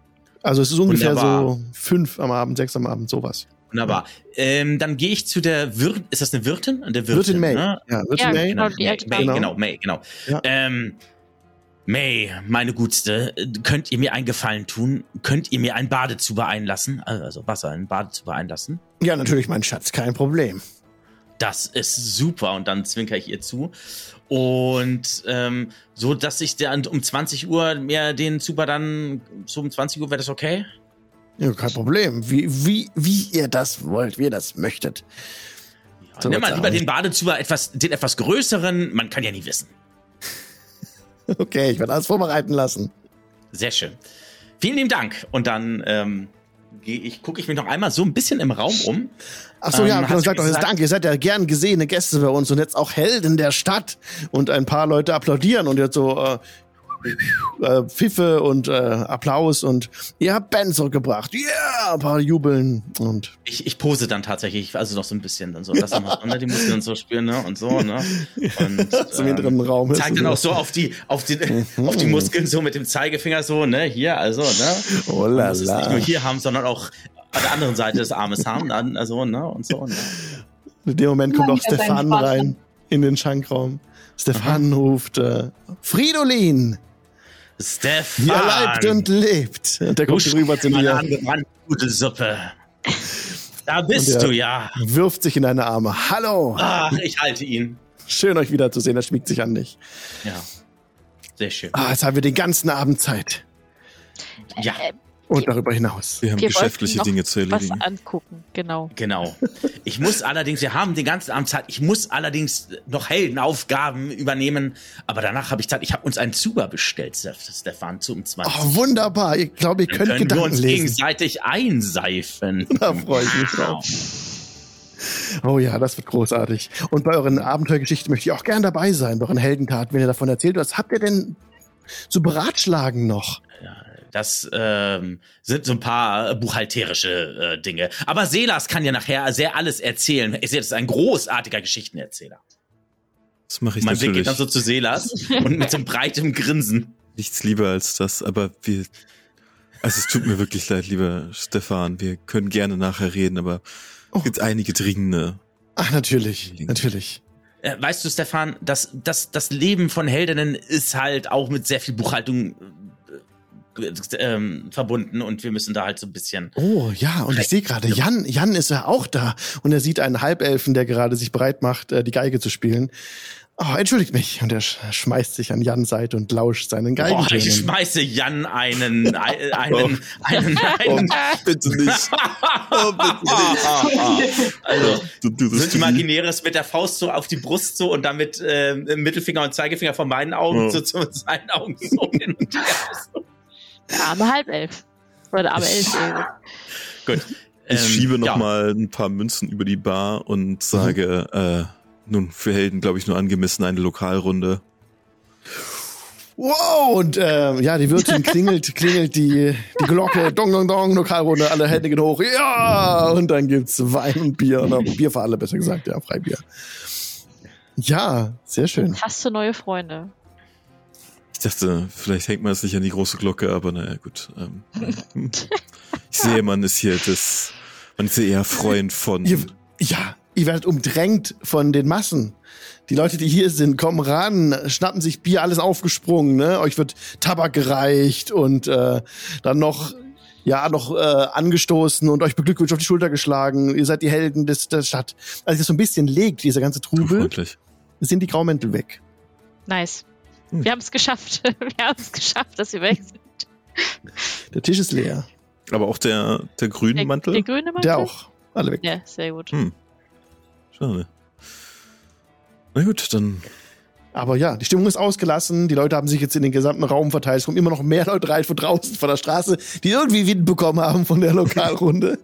Also es ist ungefähr Wunderbar. so fünf am Abend, sechs am Abend, sowas. Wunderbar. Ähm, dann gehe ich zu der Wirtin. Ist das eine Wirtin? Der Wirtin May. ne? Ja, Wirtin Ja, May. Genau, die May, alte May, Dame. genau, May, genau. Ja. Ähm, May, meine Gutste, könnt ihr mir einen Gefallen tun? Könnt ihr mir ein Badezuber einlassen? Also Wasser, ein Badezuber einlassen? Ja, natürlich, mein Schatz, kein Problem. Das ist super. Und dann zwinker ich ihr zu. Und ähm, so, dass ich dann um 20 Uhr mir den Zuber dann, so um 20 Uhr wäre das okay? Ja, kein Problem. Wie, wie, wie ihr das wollt, wie ihr das möchtet. So Ja, Nimm wird's mal lieber auch. den Badezuber, etwas, den etwas größeren. Man kann ja nie wissen. Okay, ich werde alles vorbereiten lassen. Sehr schön. Vielen lieben Dank. Und dann ähm, gehe ich, gucke ich mich noch einmal so ein bisschen im Raum um. Ach so, Ähm, ja, hast genau, du sagt doch, gesagt- danke, ihr seid ja gern gesehene Gäste bei uns und jetzt auch Helden der Stadt. Und ein paar Leute applaudieren und jetzt so, äh, äh, Pfiffe und äh, Applaus und ihr habt Ben zurückgebracht. Yeah! Ein paar jubeln und Ich, ich pose dann tatsächlich, also noch so ein bisschen dann so, lass doch mal runter, die Muskeln und so spüren, ne? Und so, ne? Und, zum hinteren Mhm. Raum. ist es Zeig Ähm, dann auch noch. so auf die, auf, den, auf die Muskeln, so mit dem Zeigefinger, so, ne, hier, also, ne? Oh Man la muss es nicht la. nur hier haben, sondern auch an der anderen Seite des Armes haben, an, also, ne? Und so, ne? In dem Moment kommt Ja, auch ich hab einen Stefan Spaß. rein in den Schankraum. Stefan ruft äh, Fridolin, Stefan! ihr leibt und lebt. Und der du kommt rüber zu dir, angebrannte gute Suppe. Da bist Und er- du ja. wirft sich in deine Arme. Hallo, Ach, ich halte ihn. schön euch wiederzusehen. Er schmiegt sich an dich. Ja. Sehr schön. Ah, jetzt haben wir den ganzen Abend Zeit Ja, und darüber hinaus. Wir haben Wir Äh, wollten geschäftliche noch Dinge zu Was erledigen. angucken, genau. genau. Ich muss allerdings, wir haben den ganzen Abend Zeit, ich muss allerdings noch Heldenaufgaben übernehmen, aber danach habe ich Zeit, ich habe uns einen Zuber bestellt, Stefan, zu um 20. Oh, wunderbar. Ich glaube, ihr Dann könnt können wir Gedanken uns lesen. gegenseitig einseifen. Genau. Da freue ich mich drauf. Oh ja, das wird großartig. Und bei euren Abenteuergeschichten möchte ich auch gern dabei sein, bei euren Heldentaten, wenn ihr davon erzählt. Was habt ihr denn zu beratschlagen noch? Das ähm, sind so ein paar buchhalterische äh, Dinge. Aber Selas kann ja nachher sehr alles erzählen. Er ist jetzt ein großartiger Geschichtenerzähler. Das mache ich mein Blick geht natürlich. dann so zu Selas und mit so einem breitem Grinsen. Nichts lieber als das, aber wir. Also es tut mir wirklich leid, lieber Stefan. Wir können gerne nachher reden, aber Oh. es gibt einige dringende. Ach, natürlich, natürlich. Äh, weißt du, Stefan, das, das, das Leben von Heldinnen ist halt auch mit sehr viel Buchhaltung äh, ähm, verbunden und wir müssen da halt so ein bisschen. Oh ja, und ich sehe gerade, Jan, Jan ist ja auch da und er sieht einen Halbelfen, der gerade sich bereit macht, äh, die Geige zu spielen. Oh, entschuldigt mich. Und er sch schmeißt sich an Jans Seite und lauscht seinen Geigen. Boah, ich schmeiße Jan einen, einen, einen, einen, einen bitte nicht. Oh, Ah, also, Du, du, so ein imaginäres mit der Faust so auf die Brust so und dann mit äh, Mittelfinger und Zeigefinger von meinen Augen Ja. so zu seinen Augen so hin und her. Der arme Halbelf. um Oder der arme Elf. ey. Gut. ich Ähm, schiebe ja. nochmal mal ein paar Münzen über die Bar und sage, äh, nun, für Helden, glaube ich, nur angemessen eine Lokalrunde. Wow, und ähm, ja, die Wirtin klingelt, klingelt die, die Glocke, dong, dong, dong, Lokalrunde, alle Hände gehen hoch, ja, und dann gibt's Wein und Bier, oder Bier für alle, besser gesagt, ja, Freibier. Ja, sehr schön. Hast du äh, neue Freunde? Ich dachte, vielleicht hängt man es nicht an die große Glocke, aber naja, gut. Ähm, ich sehe, man ist hier das, man ist hier eher Freund von. Ihr, ja, ihr werdet umdrängt von den Massen. Die Leute, die hier sind, kommen ran, schnappen sich Bier, alles aufgesprungen, ne? Euch wird Tabak gereicht und äh, dann noch, ja, noch äh, angestoßen und euch beglückwünscht auf die Schulter geschlagen. Ihr seid die Helden des, der Stadt. Als ihr das so ein bisschen legt, dieser ganze Trubel, unfreundlich. sind die Graumäntel weg. Nice. Hm. Wir haben es geschafft. Wir haben es geschafft, dass wir weg sind. Der Tisch ist leer. Aber auch der, der Der, grüne der Mantel? grüne Mantel? Der auch. Alle weg. Ja, sehr gut. Hm. Schade. Na gut, dann Aber ja, die Stimmung ist ausgelassen. Die Leute haben sich jetzt in den gesamten Raum verteilt. Es kommen immer noch mehr Leute rein von draußen, von der Straße, die irgendwie Wind bekommen haben von der Lokalrunde.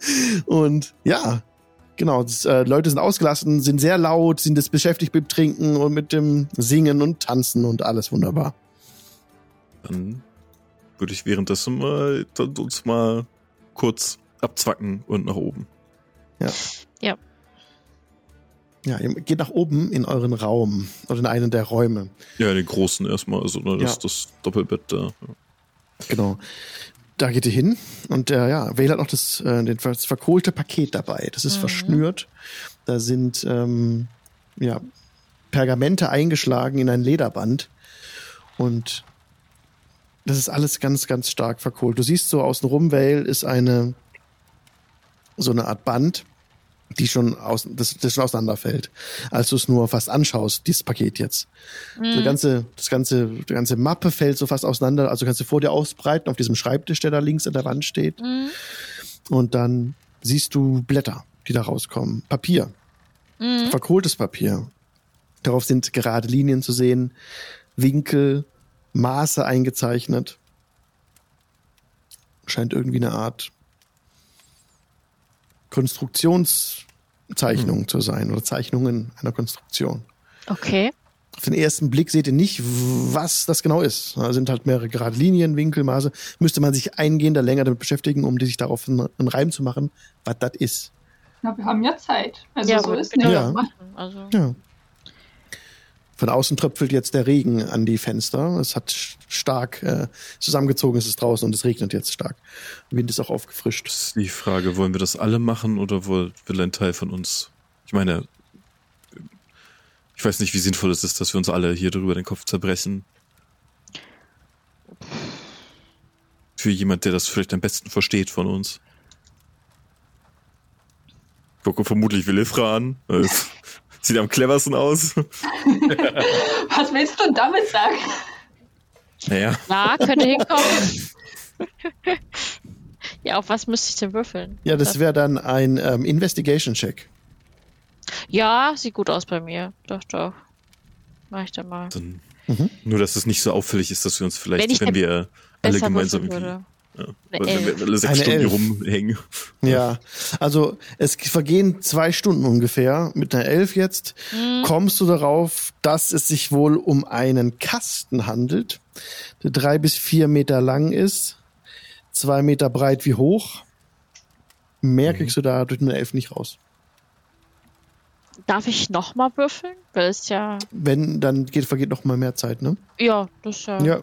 Und ja, genau. Das, äh, Leute sind ausgelassen, sind sehr laut, sind jetzt beschäftigt mit Trinken und mit dem Singen und Tanzen und alles wunderbar. Dann würde ich währenddessen mal dann uns mal kurz abzwacken und nach oben. Ja, ihr geht nach oben in euren Raum oder in einen der Räume. Ja, den großen erstmal, also ne, das, Ja. das Doppelbett da. Genau. Da geht ihr hin und äh, ja, Vale hat noch das, äh, den, das verkohlte Paket dabei. Das ist Mhm. verschnürt. Da sind ähm, ja, Pergamente eingeschlagen in ein Lederband. Und das ist alles ganz, ganz stark verkohlt. Du siehst so außenrum, Vale ist eine so eine Art Band, die schon aus, das, das schon auseinanderfällt, als du es nur fast anschaust, dieses Paket jetzt. Mhm. Mm, Die ganze, das ganze, die ganze Mappe fällt so fast auseinander. Also kannst du vor dir ausbreiten auf diesem Schreibtisch, der da links an der Wand steht. Mhm. Und dann siehst du Blätter, die da rauskommen. Papier, Mhm. verkohltes Papier. Darauf sind gerade Linien zu sehen, Winkel, Maße eingezeichnet. Scheint irgendwie eine Art Konstruktionszeichnung zu sein oder Zeichnungen einer Konstruktion. Okay. Auf den ersten Blick seht ihr nicht, w- was das genau ist. Da sind halt mehrere gerade Linien, Winkelmaße. Müsste man sich eingehender länger damit beschäftigen, um die sich darauf einen, einen Reim zu machen, was das ist. Na, wir haben ja Zeit. Also so ist genau. nicht. Ja. Also, Ja. Von außen tröpfelt jetzt der Regen an die Fenster. Es hat sch- stark äh, zusammengezogen, es ist draußen und es regnet jetzt stark. Wind ist auch aufgefrischt. Das ist die Frage, wollen wir das alle machen oder wohl- will ein Teil von uns? Ich meine, ich weiß nicht, wie sinnvoll es ist, dass wir uns alle hier drüber den Kopf zerbrechen. Für jemand, der das vielleicht am besten versteht von uns. Gucke vermutlich Willifra an. Äh, Sieht am cleversten aus. Was willst du damit sagen? Naja, na, könnte hinkommen. ja, auf was müsste ich denn würfeln? Äh, Ja, das wäre dann ein ähm, Investigation-Check. Ja, sieht gut aus bei mir. Doch, doch. Mach ich dann mal. dann, Mhm. nur dass es nicht so auffällig ist, dass wir uns vielleicht, Wenn ich wenn, denn wir alle Besser gemeinsam würfeln irgendwie, würde. ja, Eine wenn wir Elf. alle sechs Eine Stunden Elf. rumhängen. Ja, also es vergehen zwei Stunden ungefähr. Mit einer Elf jetzt kommst du darauf, dass es sich wohl um einen Kasten handelt, der drei bis vier Meter lang ist, zwei Meter breit wie hoch. Mhm. Mehr kriegst du da durch eine Elf nicht raus. Darf ich nochmal würfeln? Weil es ja. Wenn, dann geht, vergeht noch mal mehr Zeit, ne? Ja, das äh, ist ja.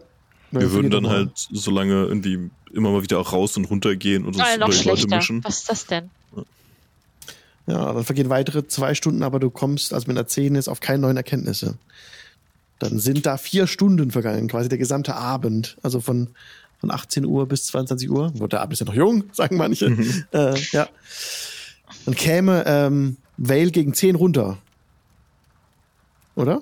Wir würden vergeht dann noch mal. halt so lange irgendwie immer mal wieder auch raus und runter gehen und uns Ah, noch über die Leute schlechter. mischen. Was ist das denn? Ja, dann vergehen weitere zwei Stunden, aber du kommst, also mit einer 10 ist, auf keine neuen Erkenntnisse. Dann sind da vier Stunden vergangen, quasi der gesamte Abend. Also von, von 18 Uhr bis 22 Uhr. Gut, der Abend ist ja noch jung, sagen manche. Äh, ja. Dann käme ähm, Vale gegen 10 runter. Oder?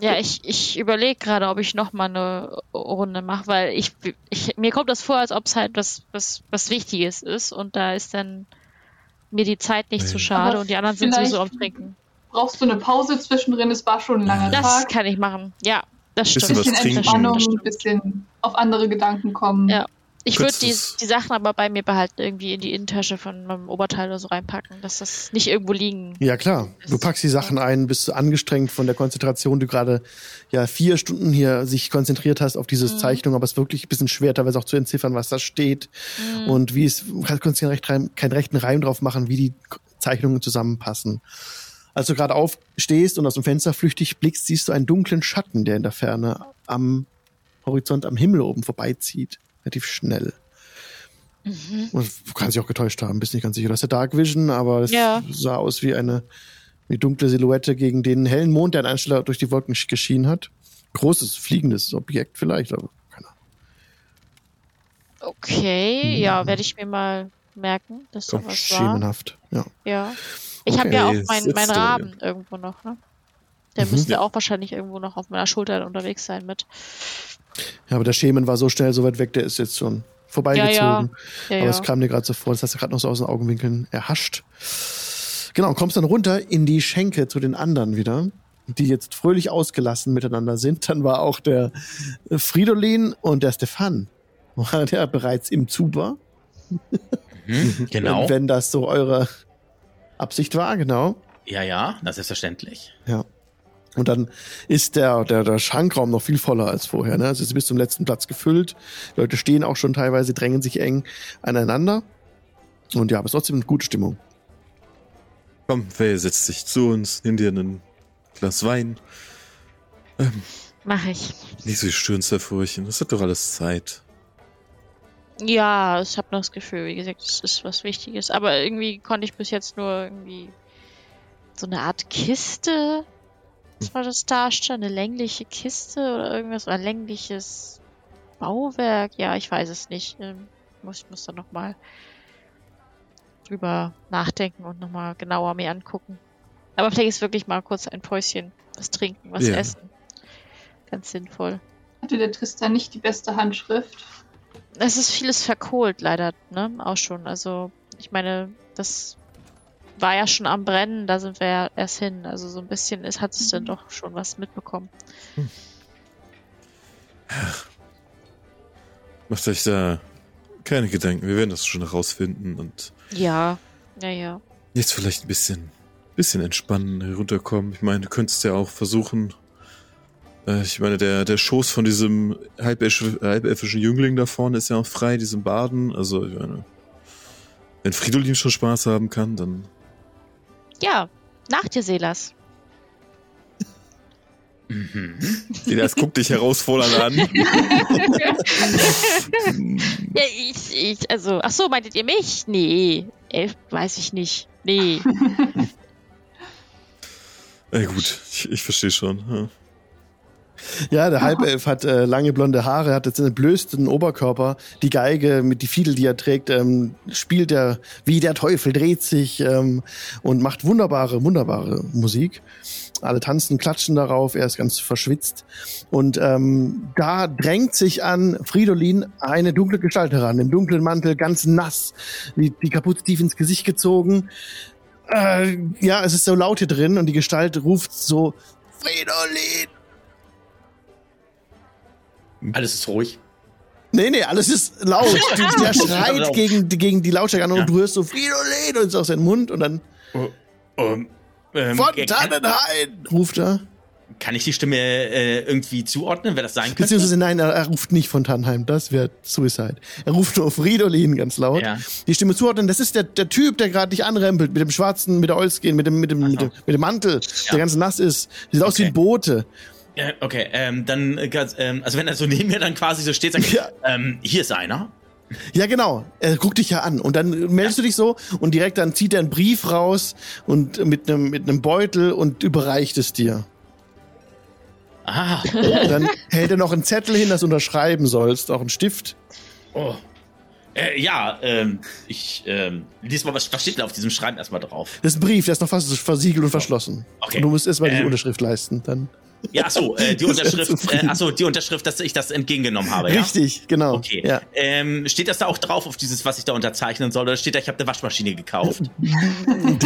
Ja, ich, ich überlege gerade, ob ich nochmal eine Runde mache, weil ich, ich mir kommt das vor, als ob es halt was, was, was Wichtiges ist und da ist dann mir die Zeit nicht zu Ja. schade Aber und die anderen sind vielleicht- sowieso am Trinken. Brauchst du eine Pause zwischendrin? Es war schon ein langer Das Tag. kann ich machen. Ja, das Bisschen stimmt. Ein was bisschen trinken. Entspannung, Das ein stimmt. bisschen auf andere Gedanken kommen. Ja. Ich würde Könntest die, du's- die Sachen aber bei mir behalten, irgendwie in die Innentasche von meinem Oberteil oder so reinpacken, dass das nicht irgendwo liegen. Ja, klar. Du packst die Sachen ein, bist so angestrengt von der Konzentration, du gerade ja vier Stunden hier sich konzentriert hast auf diese Zeichnung, aber es ist wirklich ein bisschen schwer, teilweise auch zu entziffern, was da steht und wie es, du kannst keinen, recht, Reim- keinen rechten Reim drauf machen, wie die K- Zeichnungen zusammenpassen. Als du gerade aufstehst und aus dem Fenster flüchtig blickst, siehst du einen dunklen Schatten, der in der Ferne am Horizont, am Himmel oben vorbeizieht. Relativ schnell. Mhm. Und du kannst dich auch getäuscht haben, bist nicht ganz sicher. Das ist der Dark Vision, aber es Ja. sah aus wie eine, eine dunkle Silhouette gegen den hellen Mond, der an einer Stelle durch die Wolken sch- geschienen hat. Großes, fliegendes Objekt vielleicht, aber keine Ahnung. Okay, Hm. ja, werde ich mir mal merken, dass da was war. Schemenhaft. Ja. Ja. Ich habe Okay. ja auch Hey, meinen sitzt mein du hier? Raben irgendwo noch, ne? Der Mhm. müsste Ja. auch wahrscheinlich irgendwo noch auf meiner Schulter unterwegs sein mit. ja, aber der Schemen war so schnell, so weit weg, der ist jetzt schon vorbeigezogen. Ja, Ja, Aber ja. es kam dir gerade so vor, das hast du gerade noch so aus den Augenwinkeln erhascht. Genau, kommst dann runter in die Schenke zu den anderen wieder, die jetzt fröhlich ausgelassen miteinander sind. Dann war auch der Fridolin und der Stefan, war der bereits im Zug war. Hm? Genau. Wenn das so eure Absicht war, genau. Ja, ja, na selbstverständlich. Ja. Und dann ist der, der, der Schankraum noch viel voller als vorher. Ne? Also es ist bis zum letzten Platz gefüllt. Die Leute stehen auch schon teilweise, drängen sich eng aneinander. Und ja, aber es ist trotzdem eine gute Stimmung. Komm, Vale, setz dich zu uns, nimm dir ein Glas Wein, Mach ich. nicht so die Stirn zerfurchen, das hat doch alles Zeit. Ja, ich habe noch das Gefühl, wie gesagt, es ist was Wichtiges. Aber irgendwie konnte ich bis jetzt nur irgendwie so eine Art Kiste, was war das darstellen? Eine längliche Kiste oder irgendwas? Oder ein längliches Bauwerk? Ja, ich weiß es nicht. Ähm, muss, muss da nochmal drüber nachdenken und nochmal genauer mir angucken. Aber vielleicht ist wirklich mal kurz ein Päuschen, was trinken, was Ja. essen. Ganz sinnvoll. Hatte der Tristan nicht die beste Handschrift? Es ist vieles verkohlt, leider, ne? Auch schon. Also, ich meine, das war ja schon am Brennen, da sind wir ja erst hin. Also, so ein bisschen ist, hat es dann doch schon was mitbekommen. Macht euch da keine Gedanken, wir werden das schon herausfinden und Ja, naja. jetzt vielleicht ein bisschen, bisschen entspannen, herunterkommen. Ich meine, du könntest ja auch versuchen, Äh, Ich meine, der, der Schoß von diesem halbelf- halbelfischen Jüngling da vorne ist ja auch frei, diesem Baden. Also, ich meine, wenn Fridolin schon Spaß haben kann, dann Ja, nach dir, Selas. Mhm. Silas guckt dich herausfordernd an. Ja, ich, ich, also, ach so, meintet ihr mich? Nee, elf, weiß ich nicht. Nee, Ja, gut, ich, ich verstehe schon. Ja. Ja, der Halbelf hat äh, lange blonde Haare, hat jetzt einen blösten Oberkörper. Die Geige mit die Fiedel, die er trägt, ähm, spielt er wie der Teufel, dreht sich ähm, und macht wunderbare, wunderbare Musik. Alle tanzen, klatschen darauf, er ist ganz verschwitzt. Und ähm, da drängt sich an Fridolin eine dunkle Gestalt heran, im dunklen Mantel, ganz nass, die, die Kapuze tief ins Gesicht gezogen. Äh, ja, es ist so laut hier drin und die Gestalt ruft so, Fridolin! Mhm. Alles ist ruhig. Nee, nee, alles ist laut. Du- Der schreit Laut. gegen, gegen die Lautstärke an und Ja. du hörst so Fridolin und aus seinem Mund und dann Oh, von ähm, kann, Tannenhain ruft er. kann ich die Stimme äh, irgendwie zuordnen, wer das sein könnte? Beziehungsweise nein, er, er ruft nicht von Tannenheim, das wäre Suicide. Er ruft nur Fridolin ganz laut. Ja. Die Stimme zuordnen, das ist der, der Typ, der gerade dich anrempelt, mit dem schwarzen, mit der Olskin, mit dem, mit dem, mit dem, mit dem Mantel, der ganz nass ist. Sieht aus wie ein Okay. Bote. Äh, okay, ähm, dann, äh, ganz, ähm, also wenn er so neben mir dann quasi so steht, sagt Ja. er, ähm, hier ist einer. Ja, genau. Er guckt dich ja an und dann meldest du dich so und direkt dann zieht er einen Brief raus und mit einem, mit einem Beutel und überreicht es dir. Ah, Dann hält er noch einen Zettel hin, das du unterschreiben sollst, auch einen Stift. oh. Äh, ja, ähm, ich, ähm, lies mal, was, was steht da auf diesem Schreiben erstmal drauf? Das ist ein Brief, der ist noch fast versiegelt und verschlossen. Okay. Und du musst erstmal die Ähm. Unterschrift leisten. Dann. Ja, achso, äh, die Ist er Unterschrift, äh, zufrieden? achso, die Unterschrift, dass ich das entgegengenommen habe, ja? Richtig, genau. Okay. Ja. Ähm, steht das da auch drauf, auf dieses, was ich da unterzeichnen soll? Oder steht da, ich habe eine Waschmaschine gekauft?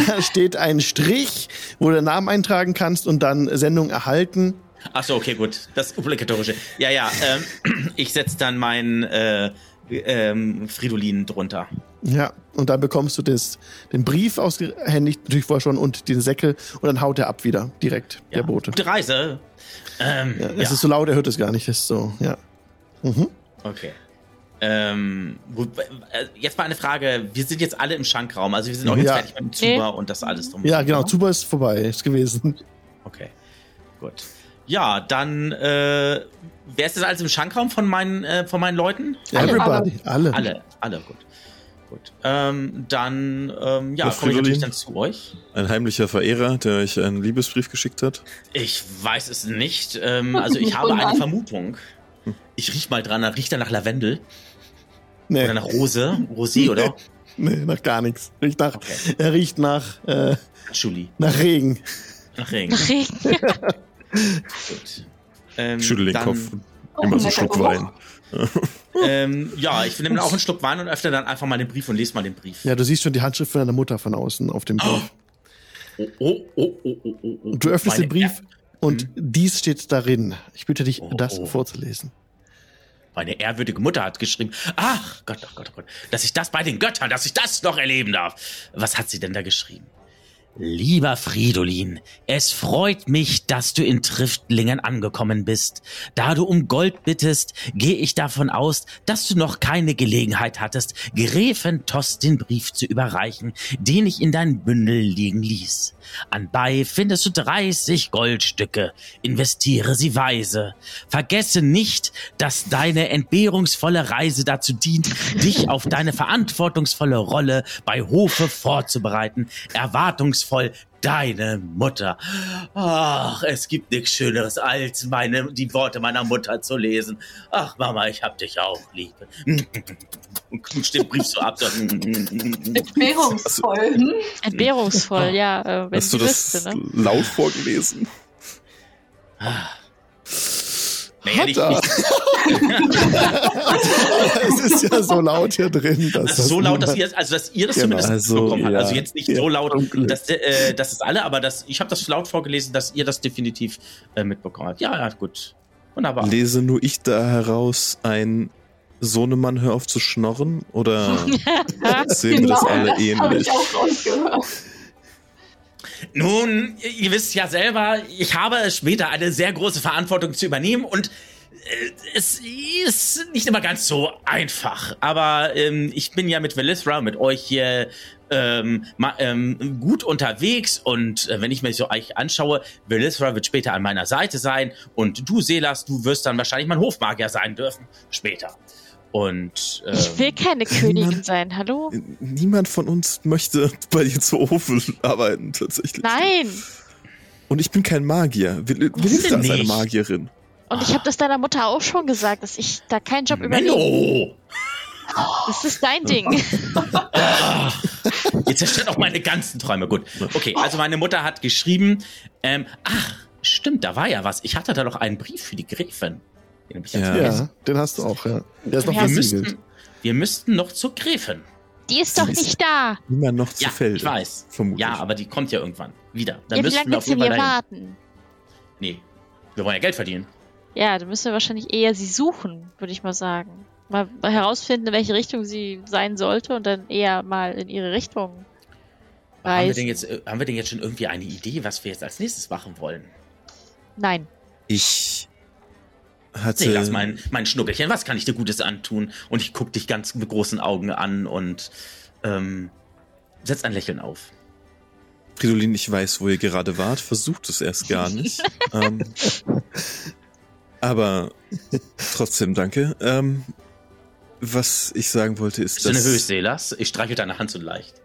Da steht ein Strich, wo du den Namen eintragen kannst und dann Sendung erhalten. Achso, okay, gut. Das Obligatorische. Ja, ja, ähm, ich setze dann meinen äh, ähm, Fridolin drunter. Ja. Und dann bekommst du das, den Brief ausgehändigt, natürlich vorher schon, und den Säckel. Und dann haut er ab wieder, direkt, Ja. der Bote. Gute Reise. Ähm, ja, Ja, Es ist so laut, er hört es gar nicht. Das ist so, ja. Okay. Ähm, wo- äh, jetzt mal eine Frage. Wir sind jetzt alle im Schankraum, also wir sind auch jetzt Ja. fertig mit dem Zuber und das alles drum. Ja, genau. Zuba ist vorbei, ist gewesen. Okay. Gut. Ja, dann äh, wer ist das alles im Schankraum von meinen, äh, von meinen Leuten? Alle. Everybody, alle. Alle, alle, gut. Gut. Ähm, dann, ähm, ja, Ja, komme ich natürlich Fridolin. dann zu euch. Ein heimlicher Verehrer, der euch einen Liebesbrief geschickt hat. Ich weiß es nicht. Ähm, also ich habe eine Vermutung. Ich riech mal dran, dann riecht er nach Lavendel Nee. oder nach Rose, Rosé oder Nee, nach gar nichts. Riecht nach, Okay. Er riecht nach, äh, Julie. nach Regen. Nach Regen. nach Regen. Gut. Ähm, Ich schüttel den dann, Kopf. Oh, Oh, Immer so einen Schluck Wein. Ähm, ja, ich nehme dann auch einen Schluck Wein und öffne dann einfach mal den Brief und lese mal den Brief. Ja, du siehst schon die Handschrift von deiner Mutter von außen auf dem Brief. Oh, oh, oh, oh, oh, oh, oh. Und du öffnest meine, den Brief und dies steht darin. Ich bitte dich, Oh, das oh. vorzulesen. Meine ehrwürdige Mutter hat geschrieben, ach Gott, ach Gott, ach Gott, dass ich das bei den Göttern, dass ich das noch erleben darf. Was hat sie denn da geschrieben? Lieber Fridolin, es freut mich, dass du in Triftlingen angekommen bist. Da du um Gold bittest, gehe ich davon aus, dass du noch keine Gelegenheit hattest, Gräfin Tost den Brief zu überreichen, den ich in dein Bündel liegen ließ. Anbei findest du 30 Goldstücke. Investiere sie weise. Vergesse nicht, dass deine entbehrungsvolle Reise dazu dient, dich auf deine verantwortungsvolle Rolle bei Hofe vorzubereiten. Erwartungsvoll deine Mutter. Ach, es gibt nichts Schöneres, als meine, die Worte meiner Mutter zu lesen. Ach, Mama, ich hab dich auch lieb. Und knutscht den Brief so ab. So. Entbehrungsvoll. Also, Hm? Entbehrungsvoll, ja. Äh, wenn Hast du sie das wüsste, ne? laut vorgelesen? Naja, nicht, nicht, es ist ja so laut hier drin. Dass Das ist so laut, dass ihr das, also dass ihr das Genau. zumindest Also, mitbekommen habt. ja. Also jetzt nicht Ja, so laut, zum Glück. dass, äh, dass es alle, aber das, ich habe das laut vorgelesen, dass ihr das definitiv äh, mitbekommen habt. Ja, ja, gut. Wunderbar. Lese nur ich da heraus ein Sohnemann, hör auf zu schnorren? Genau. Oder sehen wir das alle Habe ähnlich? ich auch rausgehört. Nun, ihr wisst ja selber, ich habe später eine sehr große Verantwortung zu übernehmen und äh, es ist nicht immer ganz so einfach. Aber ähm, ich bin ja mit Velithra, mit euch hier ähm, ma, ähm, gut unterwegs und äh, wenn ich mir so euch anschaue, Velithra wird später an meiner Seite sein und du, Selas, du wirst dann wahrscheinlich mein Hofmagier sein dürfen. Später. Und äh, ähm, Ich will keine Königin sein, hallo? Niemand von uns möchte bei dir zu Hofe arbeiten, tatsächlich. Nein! Und ich bin kein Magier. Will, will ist denn das eine nicht? Magierin? Und Ah. ich habe das deiner Mutter auch schon gesagt, dass ich da keinen Job übernehme. Oh. Menno! Das ist dein Ding. Jetzt zerstört auch meine ganzen Träume. Gut. Okay, also meine Mutter hat geschrieben, ähm, ach, stimmt, da war ja was. Ich hatte da doch einen Brief für die Gräfin. Den hab ich jetzt Ja. vergessen. Ja, den hast du auch, ja. Der ist noch Wir Wir, versiegelt. müssten, wir müssten noch zur Gräfin. Die ist doch nicht da. Niemand noch zu Ja, Felde. ich weiß. Vermutlich. Ja, aber die kommt ja irgendwann wieder. Dann Ja, wie müssten lange wir willst auf du jeden Fall hier dahin. warten? Nee, wir wollen ja Geld verdienen. Ja, dann müssen wir wahrscheinlich eher sie suchen, würde ich mal sagen. Mal mal herausfinden, in welche Richtung sie sein sollte und dann eher mal in ihre Richtung Haben wir, reisen. denn jetzt, äh, haben wir denn jetzt schon irgendwie eine Idee, was wir jetzt als nächstes machen wollen? Nein. Ich hatte. Seh das, mein, mein Schnuckelchen, was kann ich dir Gutes antun? Und ich guck dich ganz mit großen Augen an und ähm, setz ein Lächeln auf. Fridolin, ich weiß, wo ihr gerade wart. Versucht es erst gar nicht. ähm, aber trotzdem danke. Ähm, was ich sagen wollte ist, Bist du dass. nervös, Selas? Ich streichel deine Hand so leicht.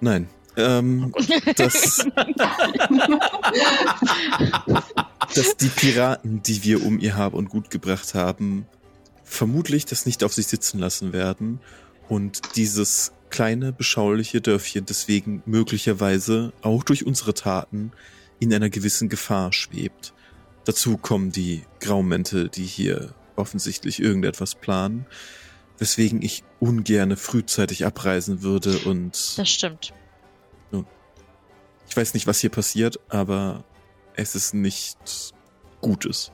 Nein. Ähm, dass, dass die Piraten, die wir um ihr Hab und Gut gebracht haben, vermutlich das nicht auf sich sitzen lassen werden und dieses kleine, beschauliche Dörfchen deswegen möglicherweise auch durch unsere Taten in einer gewissen Gefahr schwebt. Dazu kommen die Graumäntel, die hier offensichtlich irgendetwas planen, weswegen ich ungerne frühzeitig abreisen würde und Das stimmt. ich weiß nicht, was hier passiert, aber es ist nichts Gutes.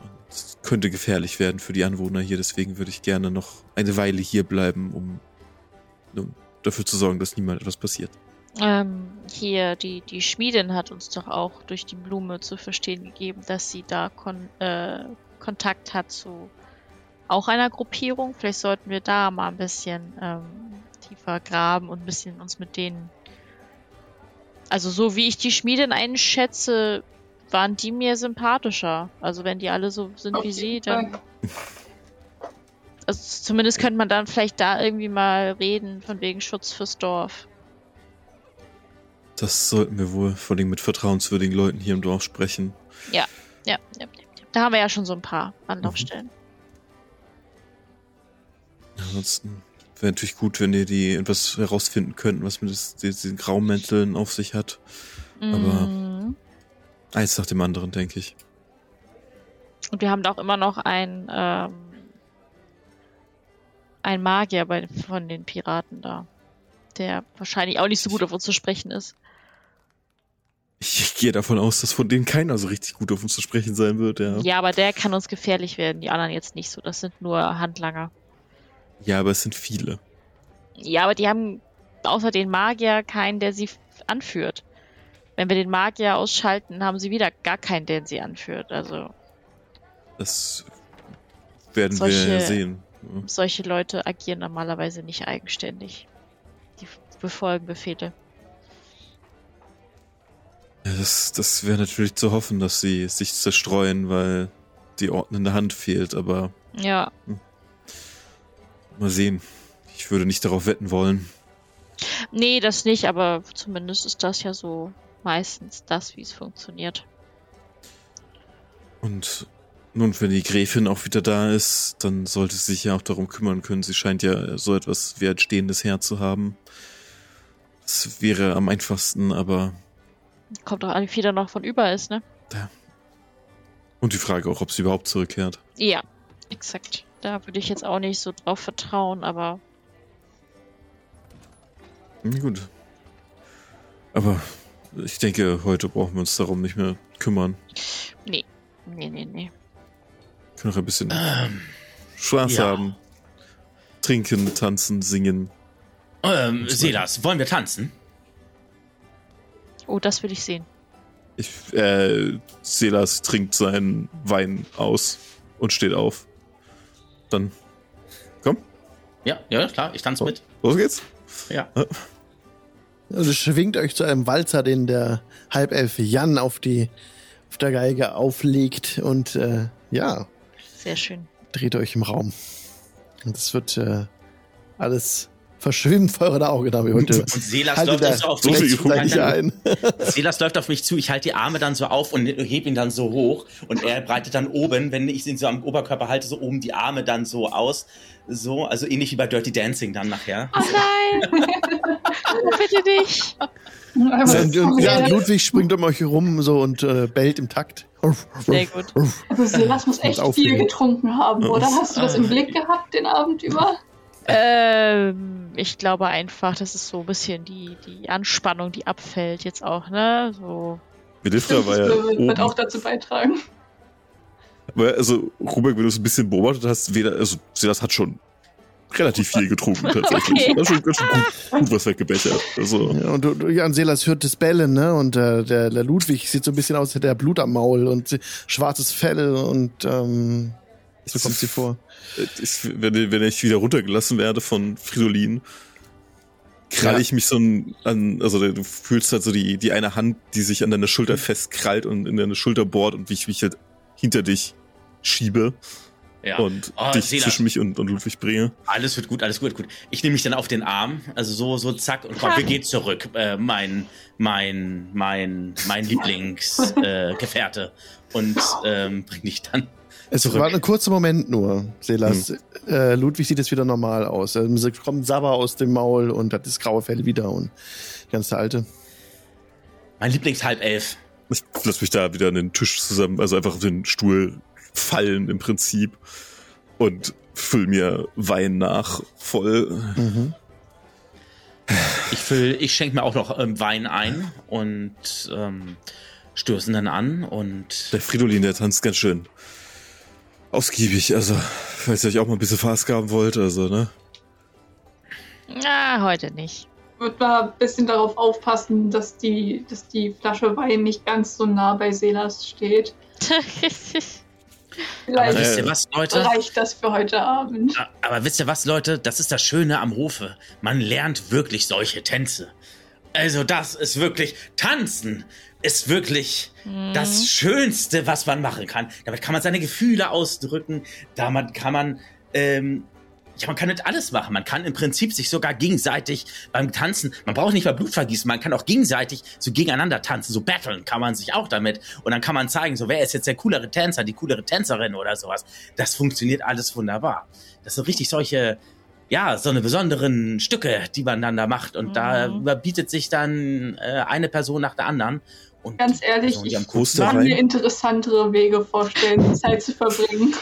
Und Es könnte gefährlich werden für die Anwohner hier, deswegen würde ich gerne noch eine Weile hier bleiben, um, um dafür zu sorgen, dass niemand etwas passiert. Ähm, hier, die, die Schmiedin hat uns doch auch durch die Blume zu verstehen gegeben, dass sie da kon äh, Kontakt hat zu auch einer Gruppierung. Vielleicht sollten wir da mal ein bisschen ähm, tiefer graben und ein bisschen uns mit denen. Also, so wie ich die Schmiedin einschätze, waren die mir sympathischer. Also, wenn die alle so sind Auf wie sie, jeden dann. Fall. Also, zumindest könnte man dann vielleicht da irgendwie mal reden, von wegen Schutz fürs Dorf. Das sollten wir wohl vor allem mit vertrauenswürdigen Leuten hier im Dorf sprechen. Ja, ja, ja, ja. da haben wir ja schon so ein paar Anlaufstellen. Ansonsten wäre natürlich gut, wenn ihr die etwas herausfinden könnten, was mit des- diesen Graumänteln auf sich hat. Aber- Mhm. Eins nach dem anderen, denke ich. Und wir haben da auch immer noch ein, ähm, ein Magier bei, von den Piraten da, der wahrscheinlich auch nicht so gut auf uns zu sprechen ist. Ich gehe davon aus, dass von denen keiner so richtig gut auf uns zu sprechen sein wird, ja. Ja. aber der kann uns gefährlich werden, die anderen jetzt nicht so. Das sind nur Handlanger. Ja, aber es sind viele. Ja, aber die haben außer den Magier keinen, der sie f- anführt. Wenn wir den Magier ausschalten, haben sie wieder gar keinen, der sie anführt. Also Das werden Solche- wir ja sehen. Ja. solche Leute agieren normalerweise nicht eigenständig. Die f- befolgen Befehle. Ja, das das wäre natürlich zu hoffen, dass sie sich zerstreuen, weil die ordnende Hand fehlt, aber Ja. mal sehen. Ich würde nicht darauf wetten wollen. Nee, das nicht, aber zumindest ist das ja so meistens das, wie es funktioniert. Und nun, wenn die Gräfin auch wieder da ist, dann sollte sie sich ja auch darum kümmern können. Sie scheint ja so etwas wie ein stehendes Herz zu haben. Das wäre am einfachsten, aber. Kommt doch an, wie viel da noch von über ist, ne? Und die Frage auch, ob sie überhaupt zurückkehrt. Ja, exakt. Da würde ich jetzt auch nicht so drauf vertrauen, aber Na gut. Aber ich denke, heute brauchen wir uns darum nicht mehr kümmern. nee, nee, nee. Wir können noch ein bisschen Spaß ja. haben. Trinken, tanzen, singen. Ähm, Selas, wollen wir tanzen? Oh, das will ich sehen. Ich, äh, Silas trinkt seinen Wein aus und steht auf. Dann, komm, Ja, ja, klar, ich tanze mit. los geht's. Ja. Also schwingt euch zu einem Walzer, den der Halbelf Jan auf, die, auf der Geige auflegt und äh, ja, Sehr schön. dreht euch im Raum. Und es wird äh, alles verschwimmt vor eurer Auge damit heute. Und Selas Haltet läuft äh, da dann so auf so mich viel zu. Übung nicht ein. Silas läuft auf mich zu, ich halte die Arme dann so auf und hebe ihn dann so hoch und er breitet dann oben, wenn ich ihn so am Oberkörper halte, so oben die Arme dann so aus. So, also ähnlich wie bei Dirty Dancing dann nachher. Oh nein! Bitte nicht! Ja, Also, und, und, ja, Ludwig springt um euch herum so und äh, bellt im Takt. Sehr gut. Also, Silas muss echt viel aufheben. getrunken haben, oder? Hast du das im Blick gehabt den Abend über? Ähm, ich glaube einfach, das ist so ein bisschen die, die Anspannung, die abfällt jetzt auch, ne? So. Belifra war ja das äh, oben. wird auch dazu beitragen. Aber also, Rubeck, wenn du es ein bisschen beobachtet hast, weder, also, Silas hat schon relativ viel getrunken, tatsächlich. Okay. Er hat schon, ganz schön gut, gut was weggebechert. Also, Ja, und, und ja, und Selas hört das Bellen, ne? Und äh, der, der Ludwig sieht so ein bisschen aus, hätte er Blut am Maul und schwarzes Fell und ähm, so kommt sie vor. ich, wenn, wenn ich wieder runtergelassen werde von Fridolin, krall Ja. ich mich so ein, an, also du fühlst halt so die, die eine Hand, die sich an deine Schulter festkrallt und in deine Schulter bohrt und wie ich mich halt hinter dich schiebe Ja. und Oh, dich Silas. zwischen mich und, und Ludwig bringe. Alles wird gut, alles gut, gut. Ich nehme mich dann auf den Arm, also so, so, zack, und komm, wir gehen zurück. Äh, mein, mein, mein, mein Lieblingsgefährte. Äh, Gefährte. und ähm, bring dich dann. Es Zurück. war ein kurzer Moment nur, Selas. Äh, Ludwig sieht jetzt wieder normal aus. Ähm, sie kommt Sabber aus dem Maul und hat das graue Fell wieder und ganz der alte. Mein Lieblingshalbelf. Ich lass mich da wieder an den Tisch zusammen, also einfach auf den Stuhl fallen im Prinzip und füll mir Wein nach voll. Mhm. Ich füll, ich schenke mir auch noch ähm, Wein ein und ähm, stößen dann an und Der Fridolin, der tanzt ganz schön ausgiebig, also falls ihr euch auch mal ein bisschen verausgaben wollt, also ne. Na, heute nicht. Wird mal ein bisschen darauf aufpassen, dass die, dass die Flasche Wein nicht ganz so nah bei Selas steht. aber Vielleicht wisst ihr was, Leute? reicht das für heute Abend. A- Aber wisst ihr was, Leute? Das ist das Schöne am Hofe. Man lernt wirklich solche Tänze. Also das ist wirklich Tanzen ist wirklich Mhm. das Schönste, was man machen kann. Damit kann man seine Gefühle ausdrücken. Damit kann man ähm, ja, man kann nicht alles machen. Man kann im Prinzip sich sogar gegenseitig beim Tanzen, man braucht nicht mal Blut vergießen, man kann auch gegenseitig so gegeneinander tanzen, so battlen kann man sich auch damit. Und dann kann man zeigen, so wer ist jetzt der coolere Tänzer, die coolere Tänzerin oder sowas. Das funktioniert alles wunderbar. Das sind richtig solche, ja, so eine besonderen Stücke, die man dann da macht. Und da Mhm. überbietet sich dann äh, eine Person nach der anderen. Und Ganz ehrlich, Person, die ich am Groß coolsten Kann der mir Wein. interessantere Wege vorstellen, die Zeit zu verbringen.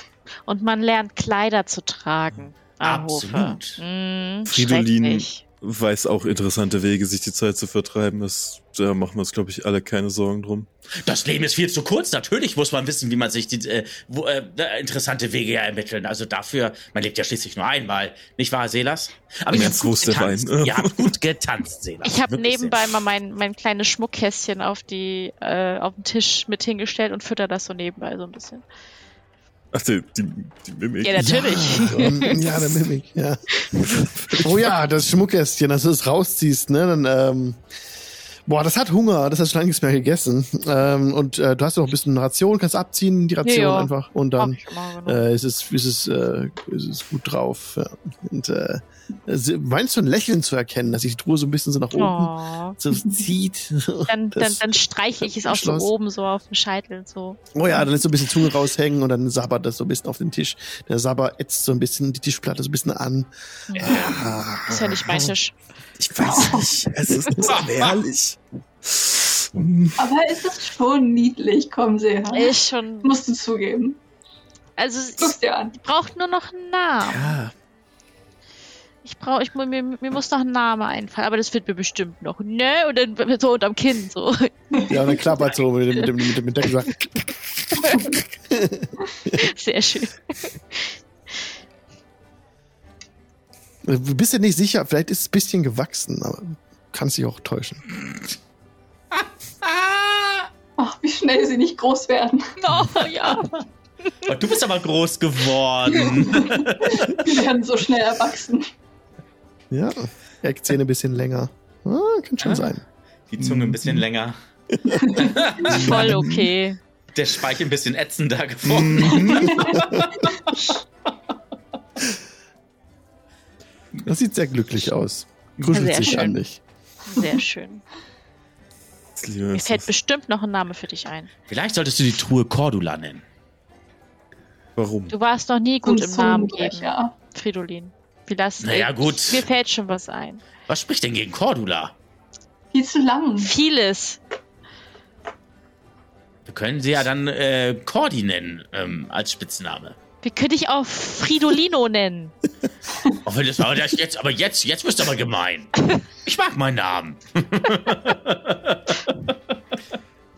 Und man lernt Kleider zu tragen. am Hofe. Absolut. Mhm, Fridolin- schrecklich. Weiß auch interessante Wege, sich die Zeit zu vertreiben. Das, da machen wir uns, glaube ich, alle keine Sorgen drum. Das Leben ist viel zu kurz. Natürlich muss man wissen, wie man sich die, äh, wo, äh, interessante Wege ermitteln. Also dafür, man lebt ja schließlich nur einmal. Nicht wahr, Selas? Aber ihr Ganz habt groß gut der getanzt. Wein. Ihr habt gut getanzt, Selas. Ich habe Wirklich nebenbei sehr. mal mein, mein kleines Schmuckkästchen auf, die, äh, auf den Tisch mit hingestellt und fütter das so nebenbei so ein bisschen. Ach, die, die, die Mimik. Ja, natürlich. Ähm, ja, der Mimik, ja. Oh ja, das Schmuckkästchen, dass du es rausziehst, ne? Dann, ähm, boah, das hat Hunger, das hat schon lange nichts mehr gegessen. Ähm, und äh, du hast ja noch ein bisschen Ration, kannst abziehen, die Ration Ja, ja. einfach. Und Hab dann ich schon mal genommen. äh, ist, es, ist, es, äh, ist es gut drauf. Ja. Und äh, sie- meinst du ein Lächeln zu erkennen, dass sich die Truhe so ein bisschen so nach oben oh. so zieht? Dann, dann, Das- dann streiche ich es auch so Schloss. oben so auf dem Scheitel und so. Oh ja, dann lässt so ein bisschen Zunge raushängen und dann sabbert das so ein bisschen auf den Tisch. Der Sabber ätzt so ein bisschen die Tischplatte so ein bisschen an. Ah. Ist ja nicht mein Tisch. Ich weiß nicht. Es ist herrlich. Aber es ist schon niedlich, komm, Seela. Ich Ist schon. musste zugeben. Also es Guck's dir an. es braucht nur noch einen Namen. Ja. Ich brauche, ich mu- mir, mir muss noch ein Name einfallen, aber das wird mir bestimmt noch. Ne? Und dann so unterm Kinn so. ja, und dann klappert so mit dem, mit dem, mit dem, mit dem Deckel. Sehr schön. Du bist ja nicht sicher, vielleicht ist es ein bisschen gewachsen, aber kannst dich auch täuschen. Ach, wie schnell sie nicht groß werden. Oh ja. Oh, Du bist aber groß geworden. Die werden so schnell erwachsen. Ja. Eckzähne ein bisschen länger. Ah, kann schon Ah. sein. Die Zunge ein bisschen länger. Voll okay. Der Speichel ein bisschen ätzender geworden. Das sieht sehr glücklich aus. Kuschelt Sehr sich schön. an dich. Sehr schön. Liebe Mir fällt bestimmt noch ein Name für dich ein. Vielleicht solltest du die Truhe Cordula nennen. Warum? Du warst noch nie gut Und im Namen geben, Zungenbrecher. Fridolin. Wie das Naja, gut. Mir fällt schon was ein. Was spricht denn gegen Cordula? Viel zu lang. Vieles. Wir können sie ja dann äh, Cordi nennen ähm, als Spitzname. Wir können dich auch Fridolino nennen. Auch wenn Oh, das aber das jetzt, aber jetzt, jetzt wirst du aber gemein. Ich mag meinen Namen.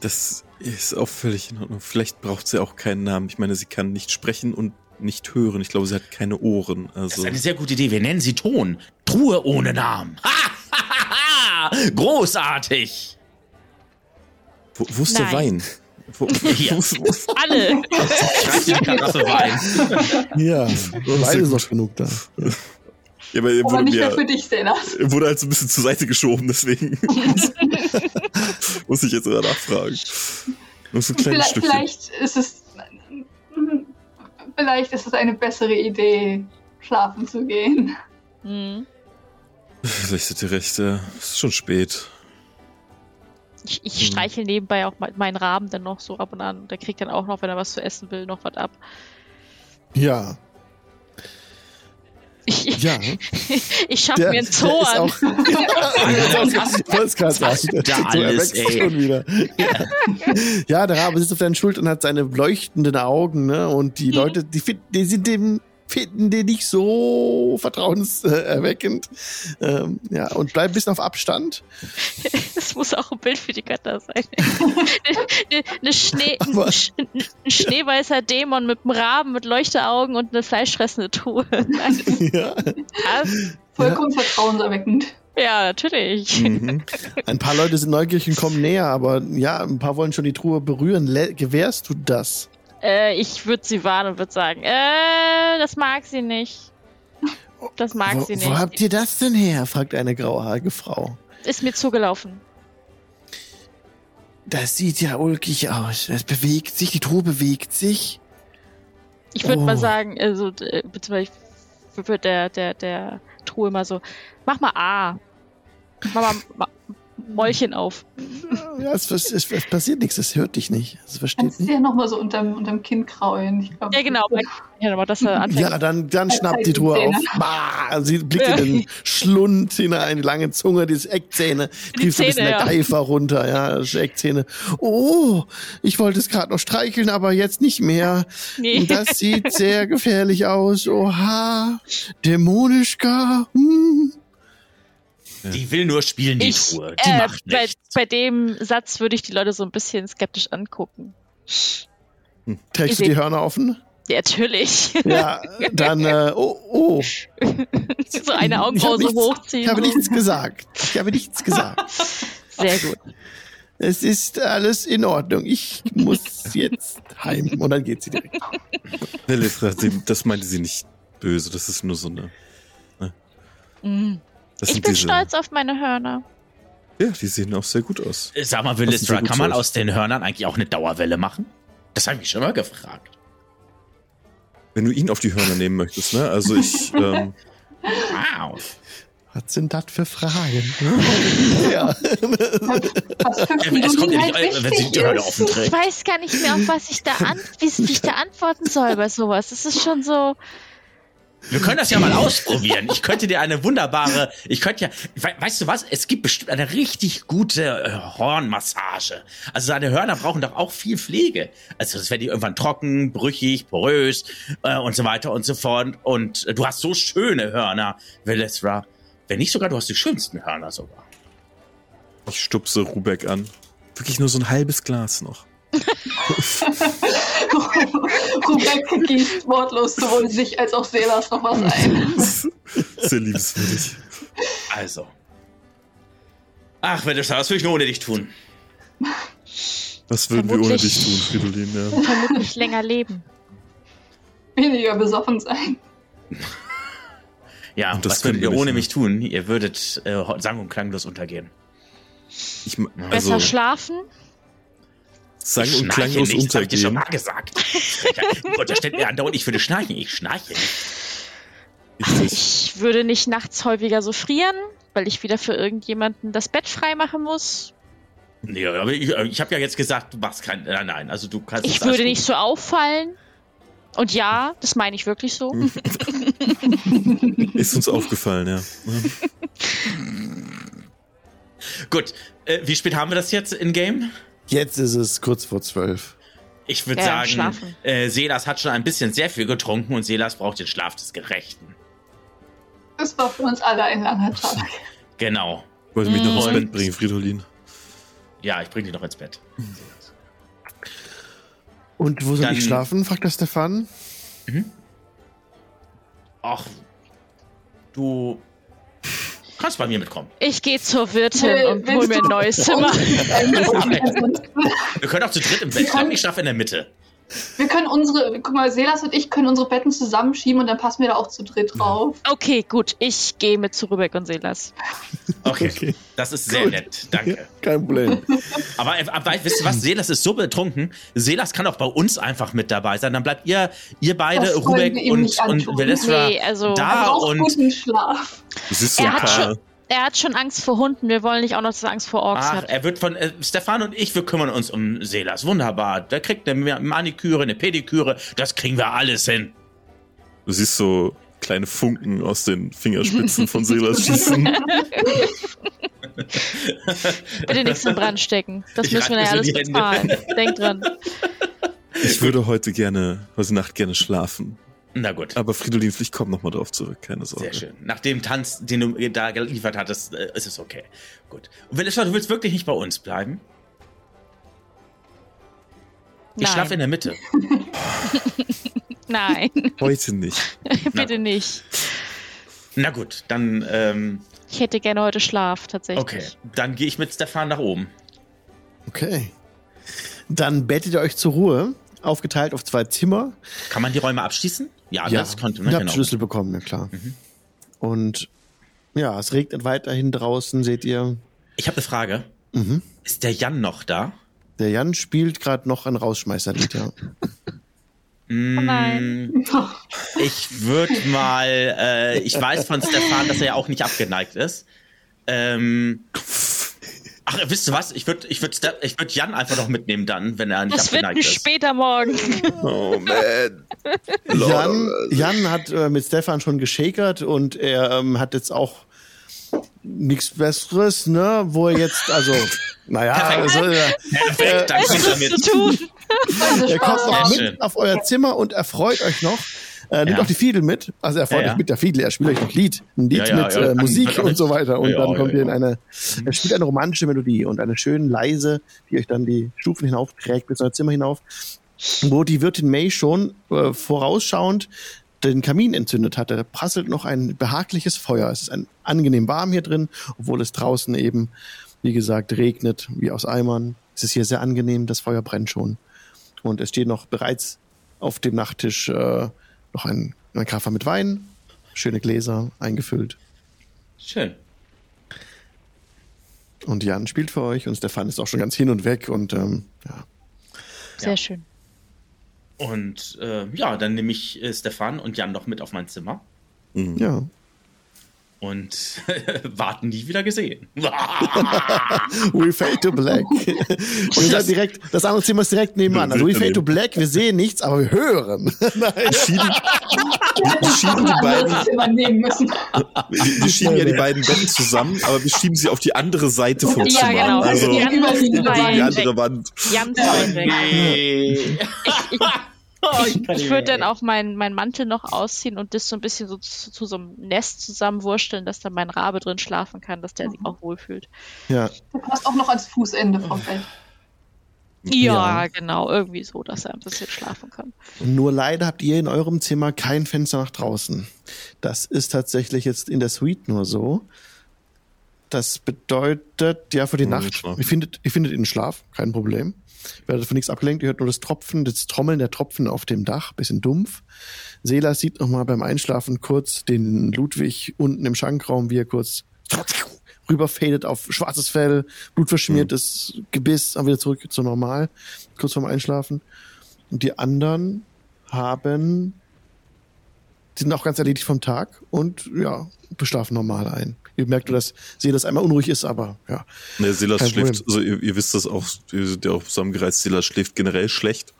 Das ist auch völlig in Ordnung. Vielleicht braucht sie auch keinen Namen. Ich meine, sie kann nicht sprechen und nicht hören. Ich glaube, sie hat keine Ohren. Das Also, ist eine sehr gute Idee. Wir nennen sie Ton. Truhe ohne Namen. Ha! Großartig. wo, wo ist der Nein. Wein? Wo, Hier. wo, ist- wo, ist- Alle. Schreibt dir eine Tasse Wein. Ja, Wein ist gut. noch genug da. Ja. ja, aber er Aber wurde, nicht mehr mir, für dich, Also Senat. er wurde halt so ein bisschen zur Seite geschoben, deswegen muss ich jetzt immer nachfragen. Nur so ein kleines Vielleicht, Stückchen. vielleicht ist es. Vielleicht ist es eine bessere Idee, schlafen zu gehen. Hm. Vielleicht hat ihr recht. ja. Es ist schon spät. Ich, Hm. ich streichel nebenbei auch me- meinen Raben dann noch so ab und an. Der kriegt dann auch noch, wenn er was zu essen will, noch was ab. ja. Ich, Ja. ich schaffe mir einen Zoo ist an. auch. Das ist auch- Wollte es gerade Was sagen. da So, er alles, wächst ey. schon wieder. Ja, der Rabe sitzt auf deinen Schultern, hat seine leuchtenden Augen, ne? Und die Leute, die, finden, die sind dem finden den nicht so vertrauenserweckend. Ähm, ja, und bleiben ein bisschen auf Abstand. Es muss auch ein Bild für die Götter sein. ne, ne Schnee, Aber- ein, Sch- ein schneeweißer Dämon mit einem Raben mit Leuchteaugen und eine fleischfressende Truhe. Nein, Ja. das, Vollkommen vertrauenserweckend. ja, natürlich. Hm. Mhm. Ein paar Leute sind neugierig und kommen näher, aber ja, ein paar wollen schon die Truhe berühren. Le gewährst du das? Äh, ich würde sie warnen und würde sagen, äh, das mag sie nicht. Das mag wo, sie Wo nicht. habt ihr das denn her? fragt eine grauhaarige Frau. Ist mir zugelaufen. Das sieht ja ulkig aus. Es bewegt sich, die Truhe bewegt sich. Ich würde Oh. mal sagen, also, d- äh, beziehungsweise ich würde der, der, der Truhe mal so, mach mal A. Mach mal Ma Mäulchen auf. Ja, es, es, es, es passiert nichts, es hört dich nicht. Es versteht Kannst du nicht. dir nochmal so unterm, unterm Kinn kraulen? Ich glaub, Ja, genau. Ja, aber dass er anfängt. Ja, dann, dann schnappt die Truhe auf. Bah, sie blickt in den Schlund hinein, die lange Zunge, diese Eckzähne, Die trieft ein bisschen Zähne, der ja. Geifer runter, ja, das ist Eckzähne. Oh, ich wollte es gerade noch streicheln, aber jetzt nicht mehr. Nee. Das sieht sehr gefährlich aus. Oha, dämonisch gar. Hm. Die will nur spielen, die Ich, Truhe. Die äh, macht bei, nichts. bei dem Satz würde ich die Leute so ein bisschen skeptisch angucken. Trägst du Ihr die Hörner offen? Ja, natürlich. Ja, dann, äh, oh, oh. so eine habe Augenbraue so nichts- Ich habe hochziehen. nichts gesagt. Ich habe nichts gesagt. Sehr gut. Es ist alles in Ordnung. Ich muss jetzt heim. Und dann geht sie direkt. Lilithra, sie- das meinte sie nicht böse. Das ist nur so eine. Mm. Das Ich sind bin diese, stolz auf meine Hörner. Ja, die sehen auch sehr gut aus. Äh, Sag mal, Das ist sehr Willistra, gut kann man so. aus den Hörnern eigentlich auch eine Dauerwelle machen? Das habe ich schon mal gefragt. Wenn du ihn auf die Hörner nehmen möchtest, ne? Also ich, ähm, Wow. Was sind das für Fragen? ja. Was für Äh, Es kommt Fridolin ja halt nicht, äh, wenn sie wichtig die Hörner ist. offen Ich trägt. weiß gar nicht mehr, auf was ich da an wie ich da antworten soll bei sowas. Es ist schon so. Wir können das ja mal ausprobieren. Ich könnte dir eine wunderbare, ich könnte ja, we, weißt du was? Es gibt bestimmt eine richtig gute äh, Hornmassage. Also seine Hörner brauchen doch auch viel Pflege. Also das werden die irgendwann trocken, brüchig, porös äh, und so weiter und so fort. Und äh, du hast so schöne Hörner, Velesra. Wenn nicht sogar, du hast die schönsten Hörner sogar. ich stupse Rubeck an. Wirklich nur so ein halbes Glas noch. Rubek gießt wortlos sowohl sich als auch Selas noch was ein. Sehr liebenswürdig. Also. Ach, Velesra, das will ich nur ohne dich tun. Was würden wir ohne Vermutlich. dich tun, Fridolin? Ja. Vermutlich länger leben. Weniger besoffen sein. Ja, Und das was würdet ihr können wir ohne mich nicht, tun? Ihr würdet äh, sang- und klanglos untergehen. Ich, m- Besser also, schlafen? sang und schnarche klanglos nicht, das hab ich dir schon untergehen. mal gesagt. Ja, Gott, da stellt mir andauernd, ich würde schnarchen. Ich schnarche nicht. Richtig. Ich würde nicht nachts häufiger so frieren, weil ich wieder für irgendjemanden das Bett freimachen muss. Nee, aber ich, äh, ich habe ja jetzt gesagt, du machst kein. Nein, nein, also du kannst. Ich jetzt alles würde gut. nicht so auffallen. Und ja, das meine ich wirklich so. Mhm. Ist uns aufgefallen, ja. Gut, äh, wie spät haben wir das jetzt in Game? Jetzt ist es kurz vor zwölf. Ich würde Ja, sagen, schlafen. äh, Selas hat schon ein bisschen sehr viel getrunken und Selas braucht den Schlaf des Gerechten. Das war für uns alle ein langer Tag. Genau. Wollte mich noch ins Und- Bett bringen, Fridolin. Ja, ich bringe dich noch ins Bett. Und wo soll Dann- ich schlafen? fragt der Stefan. Ach, du kannst bei mir mitkommen. Ich gehe zur Wirtin Nee, und hol Äh, willst mir ein du- neues Zimmer. Wir können auch zu dritt im Bett schlafen. Ich schlafe in der Mitte. Wir können unsere, guck mal, Selas und ich können unsere Betten zusammenschieben und dann passen wir da auch zu dritt drauf. Okay, gut. Ich gehe mit zu Rübeck und Selas. Okay, Okay. das ist sehr Gut. nett. Danke. Kein Problem. Aber, äh, aber wisst ihr was? Selas ist so betrunken. Selas kann auch bei uns einfach mit dabei sein. Dann bleibt ihr, ihr beide, Das wollen wir Rubek ihm und, nicht antun. und Velesra, Nee, also- Er da braucht und guten Schlaf. Es ist so Er ein hat paar. Er hat schon Angst vor Hunden. Wir wollen nicht auch noch, dass er Angst vor Orks Ach, hat. er wird von äh, Stefan und ich, wir kümmern uns um Selas. Wunderbar. Der kriegt eine Maniküre, eine Pediküre. Das kriegen wir alles hin. Du siehst so kleine Funken aus den Fingerspitzen von Selas schießen. Bitte nichts in Brand stecken. Das Ich müssen wir reibe ja so alles die Hände. bezahlen. Denk dran. Ich würde heute gerne, heute Nacht gerne schlafen. Na gut. Oh, Aber Fridolin, vielleicht komm nochmal drauf zurück, keine Sorge. Sehr schön. Nach dem Tanz, den du äh, da geliefert hattest, äh, ist es okay. Gut. Und Velesra, du willst wirklich nicht bei uns bleiben? Ich Nein. schlafe in der Mitte. Nein, Heute nicht. bitte nicht. Na gut, dann, ähm, Ich hätte gerne heute Schlaf, tatsächlich. okay. Dann gehe ich mit Stefan nach oben. Okay. Dann bettet ihr euch zur Ruhe, aufgeteilt auf zwei Zimmer. Kann man die Räume abschließen? Ja, das konnte Ihr man, habt genau. Mhm. Schlüssel bekommen, ja klar. Und ja, es regnet weiterhin draußen, seht ihr. Ich habe eine Frage. Mhm. Ist der Jan noch da? Der Jan spielt gerade noch ein Rausschmeißerlied, ja. Mm, Oh nein. Ich würde mal, äh, ich weiß von Stefan, dass er ja auch nicht abgeneigt ist. Ähm, ach, wisst ihr was? Ich würde ich würd, Ste- ich würd Jan einfach noch mitnehmen dann, wenn er nicht Das wird ein abgeneigt ist. später Morgen. Oh man. Jan, Jan hat äh, mit Stefan schon geschakert und er ähm, hat jetzt auch nichts Besseres, ne? Wo er jetzt, also, naja, Perfekt. also, er, Perfekt, dann kommt er Was zu mit. tun? Also er kommt Spaß. auch Sehr schön. mit auf euer Zimmer und erfreut euch noch. Äh, nimmt Ja. auch die Fiedel mit. Also er freut Ja, ja. euch mit der Fiedel, er spielt euch ein Lied, ein Lied Ja, ja, mit ja. Äh, Musik Ja, und so weiter. Und ja, dann ja, kommt ja. ihr in eine, er spielt eine romantische Melodie und eine schön leise, die euch dann die Stufen hinaufträgt bis in euer Zimmer hinauf, wo die Wirtin May schon äh, vorausschauend den Kamin entzündet hatte. Da prasselt noch ein behagliches Feuer. Es ist ein angenehm warm hier drin, obwohl es draußen eben, wie gesagt, regnet wie aus Eimern. Es ist hier sehr angenehm, das Feuer brennt schon. Und es steht noch bereits auf dem Nachttisch äh, noch ein, ein Kaffer mit Wein, schöne Gläser eingefüllt. Schön. Und Jan spielt für euch und Stefan ist auch schon ganz hin und weg und ähm, ja. Sehr schön. Und äh, ja, dann nehme ich äh, Stefan und Jan noch mit auf mein Zimmer ja. und warten nie wieder gesehen. We fade to black. und ihr seid direkt, das andere Zimmer ist direkt nebenan. Also we fade to black, wir sehen nichts, aber wir hören. Nein. Schieben, wir, schieben die Wir beiden, das immer nehmen müssen. wir, wir schieben ja die beiden Betten zusammen, aber wir schieben sie auf die andere Seite vom Ja, Zimmer. genau. Also die gegen über anderen die- sind gegen die weit weg. andere Wand. Jan ist weit weg. Nee. Ich, Oh, ich, kann ich, nicht würde mehr. dann auch meinen meinen Mantel noch ausziehen und das so ein bisschen so zu, zu so einem Nest zusammenwursteln, dass dann mein Rabe drin schlafen kann, dass der sich auch wohlfühlt. Ja. Du passt auch noch ans Fußende vom Bett. Ja, genau, irgendwie so, dass er ein bisschen schlafen kann. Nur leider habt ihr in eurem Zimmer kein Fenster nach draußen. Das ist tatsächlich jetzt in der Suite nur so. Das bedeutet, ja, für die Hm, Nacht. schlafen. Ihr findet, ihr findet ihn Schlaf, kein Problem. Ihr werdet von nichts abgelenkt, ihr hört nur das Tropfen, das Trommeln der Tropfen auf dem Dach, bisschen dumpf. Sela sieht nochmal beim Einschlafen kurz den Ludwig unten im Schankraum, wie er kurz rüberfadet auf schwarzes Fell, blutverschmiertes Gebiss, dann wieder zurück zu normal, kurz vorm Einschlafen. Und die anderen haben, sind auch ganz erledigt vom Tag und ja, beschlafen normal ein. Ihr merkt, nur, dass Seele das einmal unruhig ist, aber ja. Ne, Silas Kein schläft, also ihr, ihr wisst das auch, ihr seid ja auch zusammengereizt, Silas schläft generell schlecht.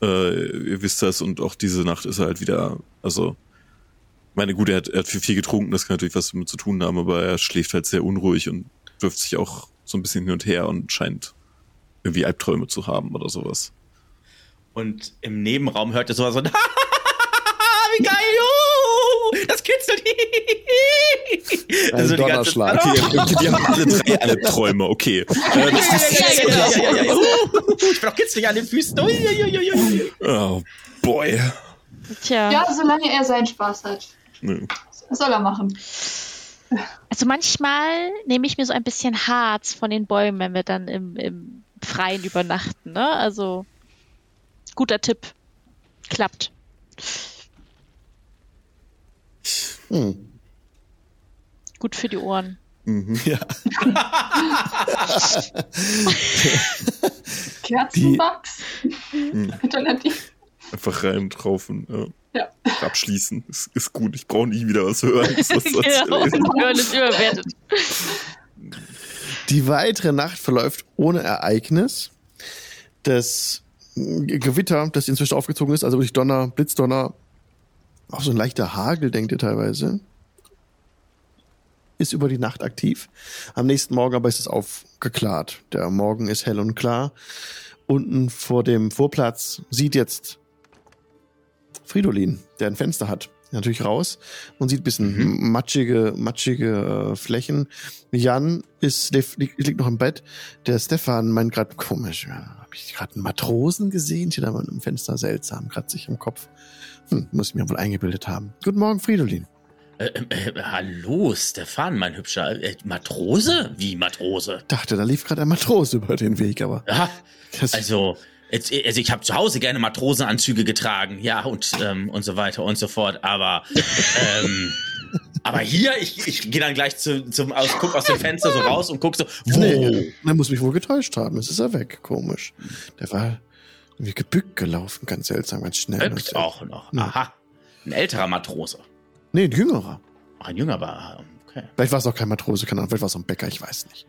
äh, ihr wisst das und auch diese Nacht ist er halt wieder, also meine Güte, er hat, er hat viel, viel getrunken, das kann natürlich was damit zu tun haben, aber er schläft halt sehr unruhig und wirft sich auch so ein bisschen hin und her und scheint irgendwie Albträume zu haben oder sowas. Und im Nebenraum hört ihr sowas und wie geil, juhu, das kitzelt. Ein Donnerschlag. Hallo. Okay, okay, die haben alle drei Albträume, okay. Äh, das ist, Ja, ja, ja, ja, ja, ja, ja. Uh, Ich bin auch kitzelig an den Füßen. Ui, ui, ui, ui, ui. oh boy. Tja. Ja, solange er seinen Spaß hat. Ne. Soll er machen. Also manchmal nehme ich mir so ein bisschen Harz von den Bäumen, wenn wir dann im, im Freien übernachten. Ne? Also guter Tipp. Klappt. Hm. Gut für die Ohren. Mhm. Ja. Kerzenwachs? Mhm. Alternativ. Einfach rein drauf und äh, Ja. abschließen. Ist, ist gut. Ich brauche nie wieder was hören. Das ist das Hören ist überwertet. Die weitere Nacht verläuft ohne Ereignis. Das G- Gewitter, das inzwischen aufgezogen ist, also wirklich Donner, Blitzdonner, auch so ein leichter Hagel, denkt ihr teilweise, ist über die Nacht aktiv. Am nächsten Morgen aber ist es aufgeklärt. Der Morgen ist hell und klar. Unten vor dem Vorplatz sieht jetzt Fridolin, der ein Fenster hat, natürlich raus und sieht ein bisschen matschige, matschige äh, Flächen. Jan ist, liegt, liegt noch im Bett. Der Stefan meint gerade, komisch, ja, habe ich gerade einen Matrosen gesehen? Steht da mal im Fenster seltsam, kratzt sich im Kopf. Hm, muss ich mir wohl eingebildet haben. Guten Morgen, Fridolin. Äh, äh, hallo, Stefan, mein hübscher äh, Matrose? Wie Matrose? Ah, Dachte, da lief gerade ein Matros über den Weg, aber Ja, das, also, jetzt, also ich habe zu Hause gerne Matrosenanzüge getragen, ja, und, ähm, und so weiter und so fort, aber, ähm, aber hier, ich, ich gehe dann gleich zu, zum, aus, guck aus dem Fenster so raus und guck so, wo? nee, er muss mich wohl getäuscht haben. Es ist er weg, komisch. Der war wie gebückt gelaufen, ganz seltsam, ganz schnell. äh, Gibt's auch noch. Ja. Aha, ein älterer Matrose. Nee, ein jüngerer. Ach, ein jüngerer, war- okay. Vielleicht war es auch kein Matrose, keine Ahnung, vielleicht war es auch ein Bäcker, ich weiß nicht.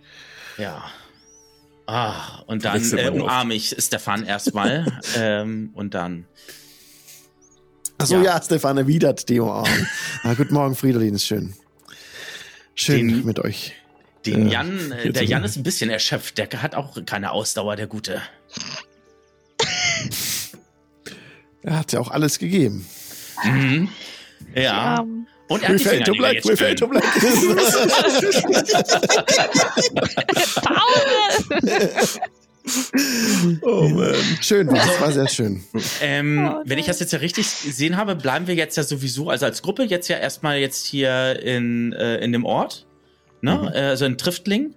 Ja. Ah, und dann Wechselt äh, man oft. umarme ich Stefan erstmal. ähm, und dann. Achso, ja. Ja. ja, Stefan erwidert die Ohren. ah, guten Morgen, Fridolin, ist schön. Schön Den- mit euch. Den Ja, Jan, äh, jetzt der sind Jan wir- ist ein bisschen erschöpft, der hat auch keine Ausdauer, der Gute. Er hat ja auch alles gegeben. Mhm. Ah. Ja. Ähm, Und er hat die Fingernägel jetzt schön. black. Paul! Oh man. schön war es, war sehr schön. ähm, Oh, Wenn ich das jetzt ja richtig gesehen habe, bleiben wir jetzt ja sowieso, also als Gruppe, jetzt ja erstmal jetzt hier in, äh, in dem Ort. Ne? Mhm. Äh, Also in Triftling.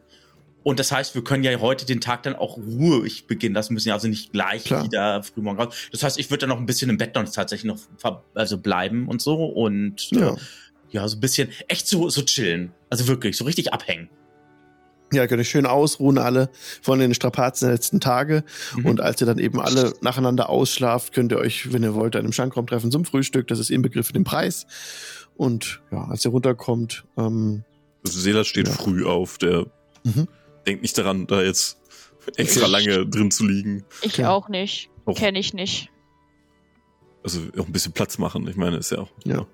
Und das heißt, wir können ja heute den Tag dann auch ruhig beginnen. Das müssen ja also nicht gleich Klar. wieder frühmorgen raus. Das heißt, ich würde dann noch ein bisschen im Bett dann tatsächlich noch ver- also bleiben und so. Und ja, Ja. äh, ja so ein bisschen echt so, so chillen. Also wirklich, so richtig abhängen. Ja, könnt ihr schön ausruhen, alle von den Strapazen der letzten Tage. Mhm. Und als ihr dann eben alle nacheinander ausschlaft, könnt ihr euch, wenn ihr wollt, an einem Schankraum treffen zum Frühstück. Das ist inbegriffen im Preis. Und ja, als ihr runterkommt, ähm, Also Selas steht Ja. früh auf, der Mhm. denkt nicht daran, da jetzt extra lange drin zu liegen. Ich Ja. auch nicht. Auch- Kenne ich nicht. Also auch ein bisschen Platz machen. Ich meine, ist ja auch. Ja.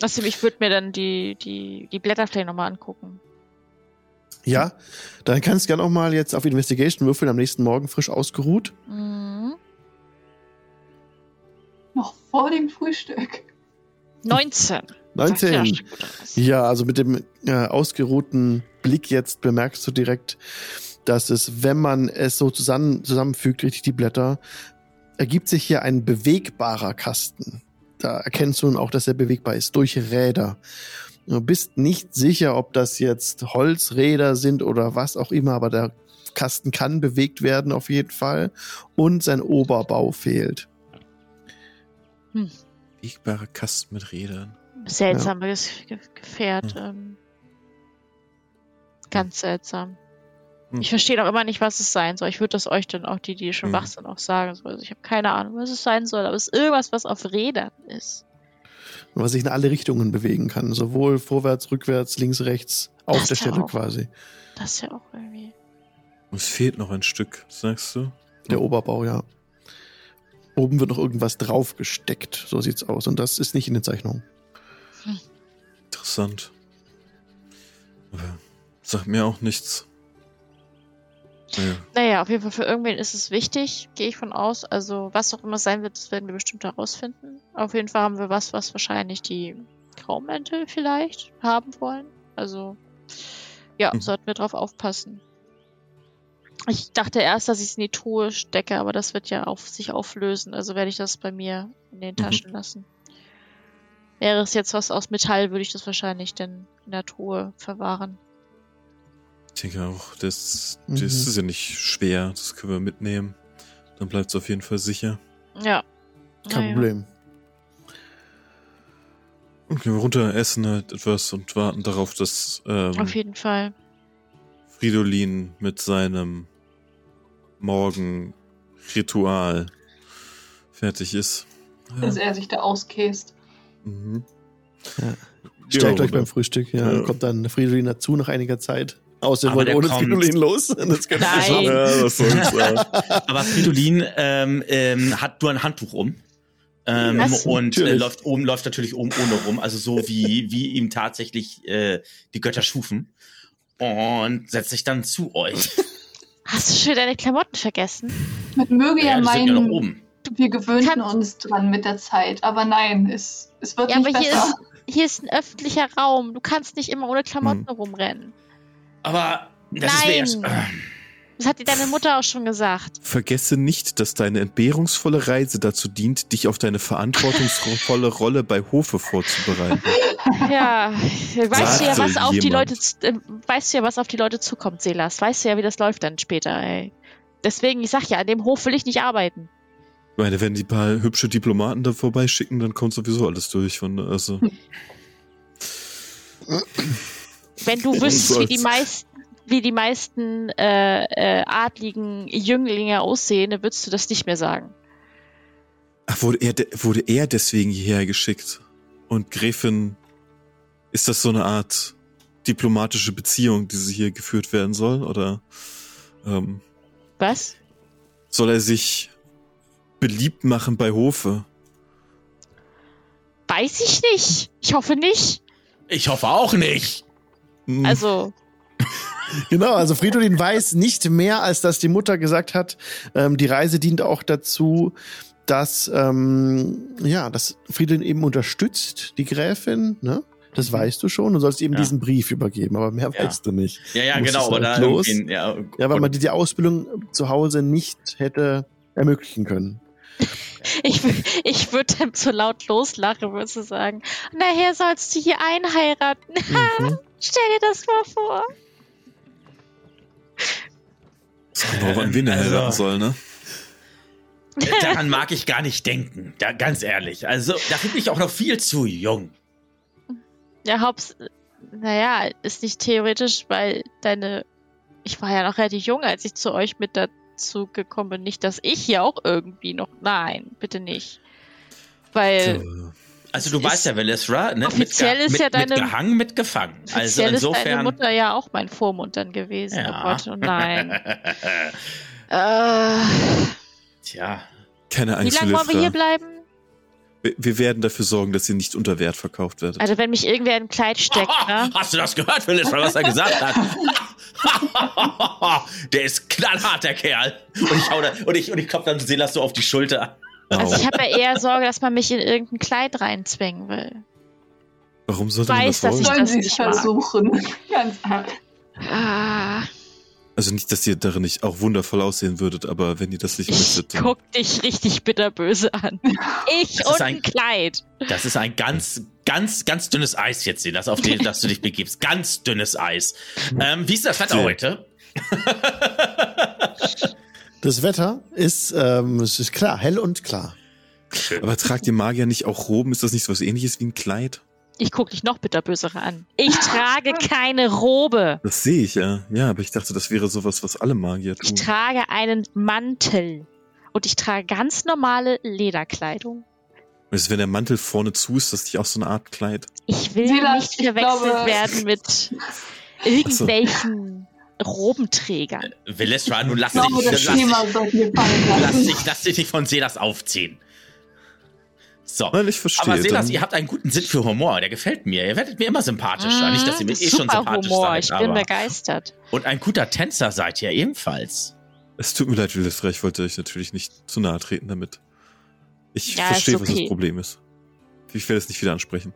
Also ich würde mir dann die, die, die Blätter vielleicht nochmal angucken. ja, dann kannst du gerne auch mal jetzt auf Investigation würfeln, am nächsten Morgen frisch ausgeruht. Mhm. Noch vor dem Frühstück. 19. Sagt 19. ja schon gut aus. Ja, also mit dem äh, ausgeruhten Blick jetzt bemerkst du direkt, dass es, wenn man es so zusammen, zusammenfügt, richtig die Blätter, ergibt sich hier ein bewegbarer Kasten. Da erkennst du nun auch, dass er bewegbar ist durch Räder. Du bist nicht sicher, ob das jetzt Holzräder sind oder was auch immer, aber der Kasten kann bewegt werden auf jeden Fall. Und sein Oberbau fehlt. Wegbare Kasten mit Rädern. Seltsames Ge- Hm. Gefährt. Ähm, ganz seltsam. Hm. Ich verstehe auch immer nicht, was es sein soll. Ich würde das euch dann auch, die, die schon Hm. wach sind, auch sagen. So, Also ich habe keine Ahnung, was es sein soll, aber es ist irgendwas, was auf Rädern ist. Was sich in alle Richtungen bewegen kann. Sowohl vorwärts, rückwärts, links, rechts. Auf Das der ja Stelle auch. quasi. Das ist ja auch irgendwie. Es fehlt noch ein Stück, sagst du? Der Oberbau, ja. Oben wird noch irgendwas draufgesteckt. So sieht's aus. Und das ist nicht in den Zeichnungen. Interessant. Aber sagt mir auch nichts. Naja, Naja, auf jeden Fall für irgendwen ist es wichtig, gehe ich von aus. Also, was auch immer es sein wird, das werden wir bestimmt herausfinden. Auf jeden Fall haben wir was, was wahrscheinlich die Graumente vielleicht haben wollen. Also, ja, Mhm. sollten wir drauf aufpassen. Ich dachte erst, dass ich es in die Truhe stecke, aber das wird ja auf sich auflösen. Also werde ich das bei mir in den Mhm. Taschen lassen. Wäre es jetzt was aus Metall, würde ich das wahrscheinlich dann in der Truhe verwahren. ich denke auch, das, Mhm. das ist ja nicht schwer. Das können wir mitnehmen. Dann bleibt es auf jeden Fall sicher. Ja. Kein Naja. Problem. Und gehen wir runter, essen halt etwas und warten darauf, dass ähm, Auf jeden Fall. Fridolin mit seinem Morgenritual fertig ist. dass er sich da auskäst. Mhm. Ja. Gehen Stärkt wir euch beim runter. Frühstück, ja. Ja. Kommt dann Fridolin dazu nach einiger Zeit. Außer ihr Aber wollt der ohne kommt. Fridolin los. Das könnt ihr Nein. schaffen. Ja, das soll's, ja. Aber Fridolin ähm, ähm, hat nur ein Handtuch um. Ähm, Was? und äh, Natürlich. läuft oben, läuft natürlich oben ohne rum, also so wie, wie ihm tatsächlich äh, die Götter schufen. Und setzt sich dann zu euch. Hast du schon deine Klamotten vergessen? Man möge ja, die sind ja noch meinen, oben. wir gewöhnten Kann- uns dran mit der Zeit, aber nein, es, es wird Ja, nicht aber hier besser. Hier ist ein öffentlicher Raum. Du kannst nicht immer ohne Klamotten Hm. rumrennen. Aber das ist mir Nein. erst. Das hat dir deine Mutter auch schon gesagt. Vergesse nicht, dass deine entbehrungsvolle Reise dazu dient, dich auf deine verantwortungsvolle Rolle bei Hofe vorzubereiten. Ja, weißt du ja, Sagte was auf die jemand. Leute, z- äh, weißt du ja, was auf die Leute zukommt, Selas. Weißt du ja, wie das läuft dann später. Ey. Deswegen, ich sag ja, an dem Hof will ich nicht arbeiten. Ich meine, wenn die paar hübsche Diplomaten da vorbeischicken, dann kommt sowieso alles durch. Von, also, Hm. Wenn du Warum wüsstest, wie soll's? die meisten, wie die meisten äh, äh, adligen Jünglinge aussehen, dann würdest du das nicht mehr sagen. Ach, wurde, er de wurde er deswegen hierher geschickt? Und Gräfin, ist das so eine Art diplomatische Beziehung, die sie hier geführt werden soll? Oder ähm, Was? soll er sich beliebt machen bei Hofe? Weiß ich nicht. Ich hoffe nicht. Ich hoffe auch nicht. Hm. Also, Genau, also Fridolin weiß nicht mehr, als dass die Mutter gesagt hat, ähm, die Reise dient auch dazu, dass, ähm, ja, dass Fridolin eben unterstützt, die Gräfin, ne? Das weißt du schon und sollst eben Mhm. Ja. diesen Brief übergeben, aber mehr Ja. weißt du nicht. Ja, ja, Muss genau. es Aber halt da los? irgendwie- ja, Ja, weil man dir die Ausbildung zu Hause nicht hätte ermöglichen können. Ich, wü- ich würde dann so laut loslachen, würde so sagen, nachher sollst du hier einheiraten. Mhm. Stell dir das mal vor. Es kommt drauf an, wen er Also- heiraten soll, ne? Daran mag ich gar nicht denken. Da, ganz ehrlich. Also, da bin ich auch noch viel zu jung. Ja, Haupts, naja, ist nicht theoretisch, weil deine, ich war ja noch relativ jung, als ich zu euch mit dazu gekommen bin. Nicht, dass ich hier auch irgendwie noch, nein, bitte nicht. Weil, So, Also, du Es weißt ist- ja, Velesra, ne? offiziell mit, ge- ist mit, ja deine- Mit gehangen, mit gefangen. Also, offiziell ist deine insofern. Mutter ja auch mein Vormund dann gewesen. Ja. Oh Gott, oh nein. äh, Tja. Keine wie Angst, lange wollen wir hier Lilithra. bleiben? Wir, wir werden dafür sorgen, dass ihr nicht unter Wert verkauft werdet. Also wenn mich irgendwer in ein Kleid steckt, ne? Hast du das gehört, Velesra, was er gesagt hat? der ist knallhart, der Kerl. Und ich, hau da, und ich, und ich klopf dann Selas so auf die Schulter. Also Au. Genau. ich habe ja eher Sorge, dass man mich in irgendein Kleid reinzwängen will. Warum sollte man weiß, dass das wollen? ich- Sollen das sie es nicht mag. versuchen? Ganz Ah, Also nicht, dass ihr darin nicht auch wundervoll aussehen würdet, aber wenn ihr das nicht ich möchtet, dann guck dich richtig bitterböse an. Ich Das ist und ein- ein Kleid. Das Oh, ist ein ganz ganz, ganz dünnes Eis jetzt sehen, das auf den, dass du dich begibst. Ganz dünnes Eis. Ähm, wie ist das Wetter Sehr. heute? Das Wetter ist, ähm, es ist klar, hell und klar. Aber tragt ihr Magier nicht auch Roben? Ist das nicht so was ähnliches wie ein Kleid? Ich gucke dich noch bitterbösere an. Ich trage keine Robe. Das sehe ich, ja. Ja, aber ich dachte, das wäre sowas, was alle Magier Ich tun. trage einen Mantel. Und ich trage ganz normale Lederkleidung. Also wenn der Mantel vorne zu ist, das ist nicht auch so eine Art Kleid. Ich will Silas, nicht ich verwechselt glaube- werden mit irgendwelchen Robenträgern. Velestra, nun lass Ich Genau, glaube, Genau, das Thema dich, lass dich, sollten wir fallen lass lassen. dich, lass dich nicht von Selas aufziehen. So. Nein, ich verstehe. Aber Selas, dann- ihr habt einen guten Sinn für Humor, der gefällt mir. Ihr werdet mir immer sympathischer. Nicht, dass ihr mir eh schon Super sympathisch Humor, seid, ich bin aber. begeistert. Und ein guter Tänzer seid ihr ebenfalls. es tut mir leid, Wilhelm, ich wollte euch natürlich nicht zu nahe treten damit. Ich Ja, ist verstehe, was okay. das Problem ist. Ich werde es nicht wieder ansprechen.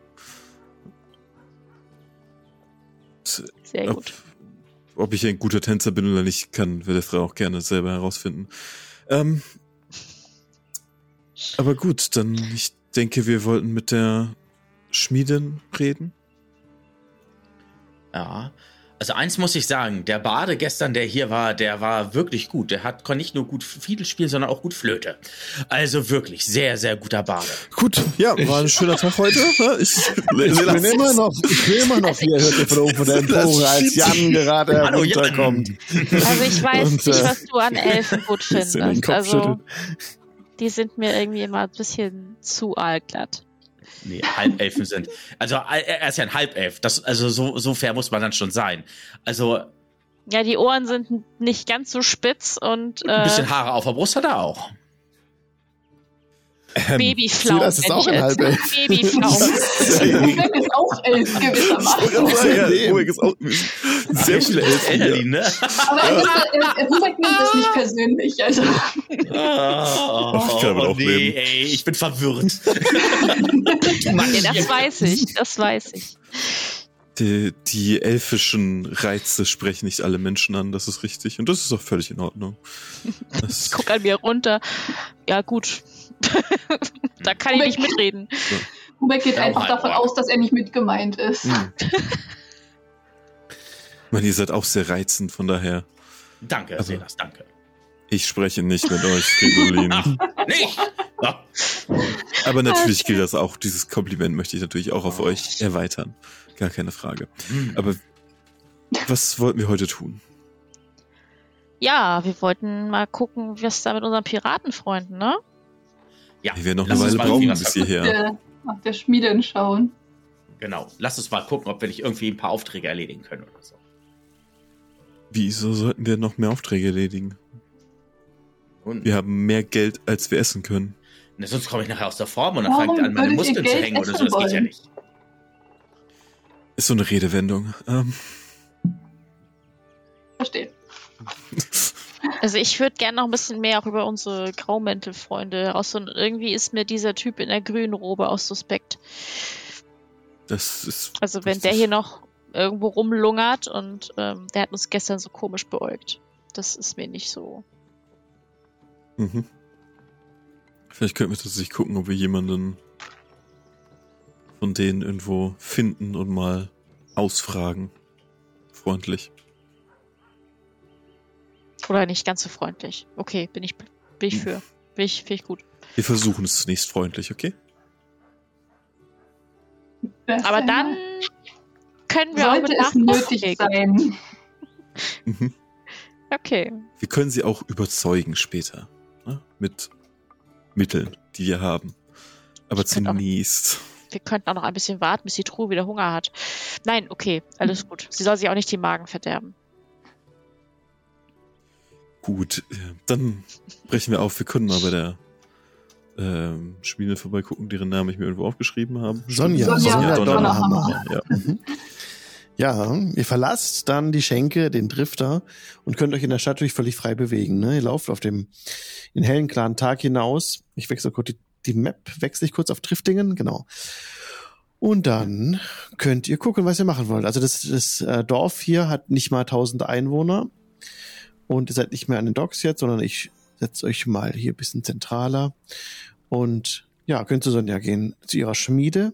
Sehr Ob, gut. ob ich ein guter Tänzer bin oder nicht, kann Wilhelm auch gerne selber herausfinden. Ähm, aber gut, dann ich denke, wir wollten mit der Schmiedin reden. Ja. Also eins muss ich sagen, der Bade gestern, der hier war, der war wirklich gut. Der hat konnte nicht nur gut Fiedel spielen, sondern auch gut Flöte. Also wirklich, sehr, sehr guter Bade. Gut, ja, war ein schöner Tag heute. ne? Ich, Ich Selas- bin immer noch, ich bin immer noch hier, hört ihr von oben von der Empore, als Jan gerade Hallo, Jan. herunterkommt. Also ich weiß Und, nicht, äh, was du an Elfen gut in den findest. Kopf Also die sind mir irgendwie immer ein bisschen zu aalglatt. Nee, Halbelfen sind. Also er er ist ja ein Halbelf. Das, also so, so fair muss man dann schon sein. Also ein Ja, die Ohren sind nicht ganz so spitz und bisschen äh, Haare auf der Brust hat er auch. Babyflaum. Silas ist auch ein Halbelf. Babyflaum. Ulrich ist auch elf gewissermaßen. Ja, Leben. Ulrich ist auch sehr viele Elfen. hier. Elderlin, ne? Aber er, er, er sagt mir das nicht persönlich. Also, Oh, Ich kann damit auch nee, leben. ey, ich bin verwirrt. Ja, das weiß ich, das weiß ich. Die, die elfischen Reize sprechen nicht alle Menschen an, das ist richtig. Und das ist auch völlig in Ordnung. Das, Guck an mir runter. Ja, gut. da kann ich nicht mitreden. Hubert geht Ja, einfach mein davon Ohr. aus, dass er nicht mit gemeint ist. Hm. Mann, ihr seid auch sehr reizend, von daher. Danke, Also- Selas, danke. Ich spreche nicht mit euch, Fridolin. Nicht! Ah, Aber natürlich gilt das auch. Dieses Kompliment möchte ich natürlich auch Oh, auf euch erweitern. Gar keine Frage. hm. Aber was wollten wir heute tun? Ja, wir wollten mal gucken, was da mit unseren Piratenfreunden, ne? ja, Wir werden noch lass eine uns Weile mal brauchen irgendwie was bis hierher. Der, nach der Schmiedin schauen. Genau. Lass uns mal gucken, ob wir nicht irgendwie ein paar Aufträge erledigen können oder so. Wieso sollten wir noch mehr Aufträge erledigen? Und Wir haben mehr Geld, als wir essen können. Na, sonst komme ich nachher aus der Form und dann Warum fange ich an, meine würdet ihr Muskeln zu Geld hängen oder so. essen Das geht ja wollen? nicht. Ist so eine Redewendung. Ähm, Verstehe. Also ich würde gerne noch ein bisschen mehr auch über unsere Graumäntelfreunde heraus. Und irgendwie ist mir dieser Typ in der grünen Robe auch suspekt. das ist. Also wenn das der ist- hier noch irgendwo rumlungert und ähm, der hat uns gestern so komisch beäugt. Das ist mir nicht so. Mhm. Vielleicht könnten wir tatsächlich gucken, ob wir jemanden von denen irgendwo finden und mal ausfragen. Freundlich. Oder nicht ganz so freundlich. Okay, bin ich, bin ich für. Bin ich, finde ich gut. Wir versuchen es zunächst freundlich, okay? Das Aber äh, dann können wir sollte auch es mit nötig nachdenken. sein. Mhm. Okay. Wir können sie auch überzeugen später. Ne? Mit Mitteln, die wir haben. Aber Ich könnte auch- zunächst. Wir könnten auch noch ein bisschen warten, bis die Truhe wieder Hunger hat. Nein, okay, alles gut. Sie soll sich auch nicht den Magen verderben. Gut, äh, dann brechen wir auf. Wir können mal bei der ähm, Schmiede vorbeigucken, deren Namen ich mir irgendwo aufgeschrieben habe. Sonja, Sonja Donnerhammer. Ja, Mhm. Ja, ihr verlasst dann die Schenke, den Drifter und könnt euch in der Stadt natürlich völlig frei bewegen. Ne? Ihr lauft auf dem in hellen, klaren Tag hinaus. Ich wechsle kurz die, die Map, wechsle ich kurz auf Driftingen, genau. Und dann könnt ihr gucken, was ihr machen wollt. Also das, das äh, Dorf hier hat nicht mal 1000 Einwohner und ihr seid nicht mehr an den Docks jetzt, sondern ich setze euch mal hier ein bisschen zentraler und ja, könnt zu Sonja gehen, zu ihrer Schmiede.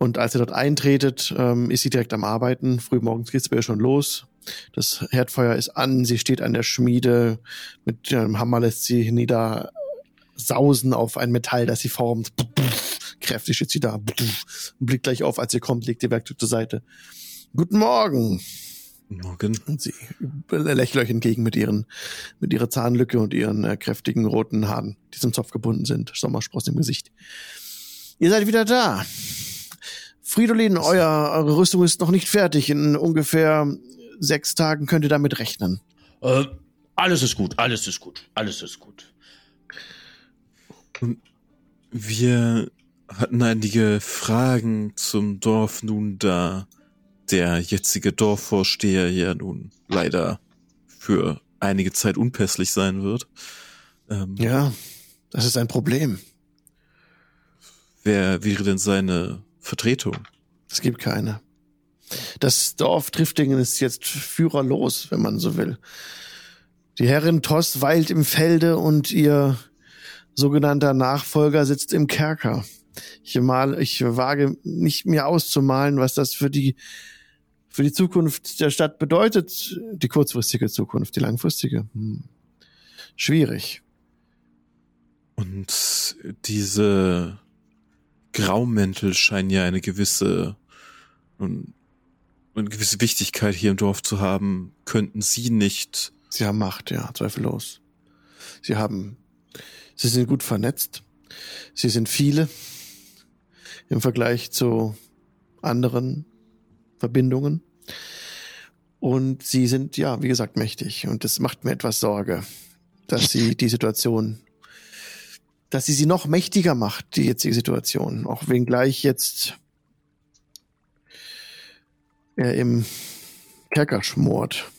Und als ihr dort eintretet, ähm, ist sie direkt am Arbeiten. Frühmorgens geht's bei ihr schon los. Das Herdfeuer ist an, sie steht an der Schmiede. Mit ihrem Hammer lässt sie nieder sausen auf ein Metall, das sie formt. Kräftig steht sie da. Und blickt gleich auf, als sie kommt, legt ihr Werkzeug zur Seite. Guten Morgen. Morgen. Und sie lächelt euch entgegen mit ihren, mit ihrer Zahnlücke und ihren äh, kräftigen roten Haaren, die zum Zopf gebunden sind. Sommersprossen im Gesicht. Ihr seid wieder da. Fridolin, euer, eure Rüstung ist noch nicht fertig. In ungefähr sechs Tagen könnt ihr damit rechnen. Äh, alles ist gut, alles ist gut, alles ist gut. Wir hatten einige Fragen zum Dorf nun, da der jetzige Dorfvorsteher ja nun leider für einige Zeit unpässlich sein wird. Ähm, Ja, das ist ein Problem. Wer wäre denn seine Vertretung? Es gibt keine. Das Dorf Driftingen ist jetzt führerlos, wenn man so will. Die Herrin Toss weilt im Felde und ihr sogenannter Nachfolger sitzt im Kerker. Ich, mal, ich wage nicht mir auszumalen, was das für die, für die Zukunft der Stadt bedeutet. Die kurzfristige Zukunft, die langfristige. Hm. Schwierig. Und diese Graumäntel scheinen ja eine gewisse, nun, eine gewisse Wichtigkeit hier im Dorf zu haben. Könnten sie nicht Sie haben Macht, ja, zweifellos. Sie haben, sie sind gut vernetzt. Sie sind viele im Vergleich zu anderen Verbindungen. Und sie sind, ja, wie gesagt, mächtig. Und das macht mir etwas Sorge, dass sie die Situation, dass sie sie noch mächtiger macht, die jetzige Situation. Auch wenn gleich jetzt er im Kerker schmort.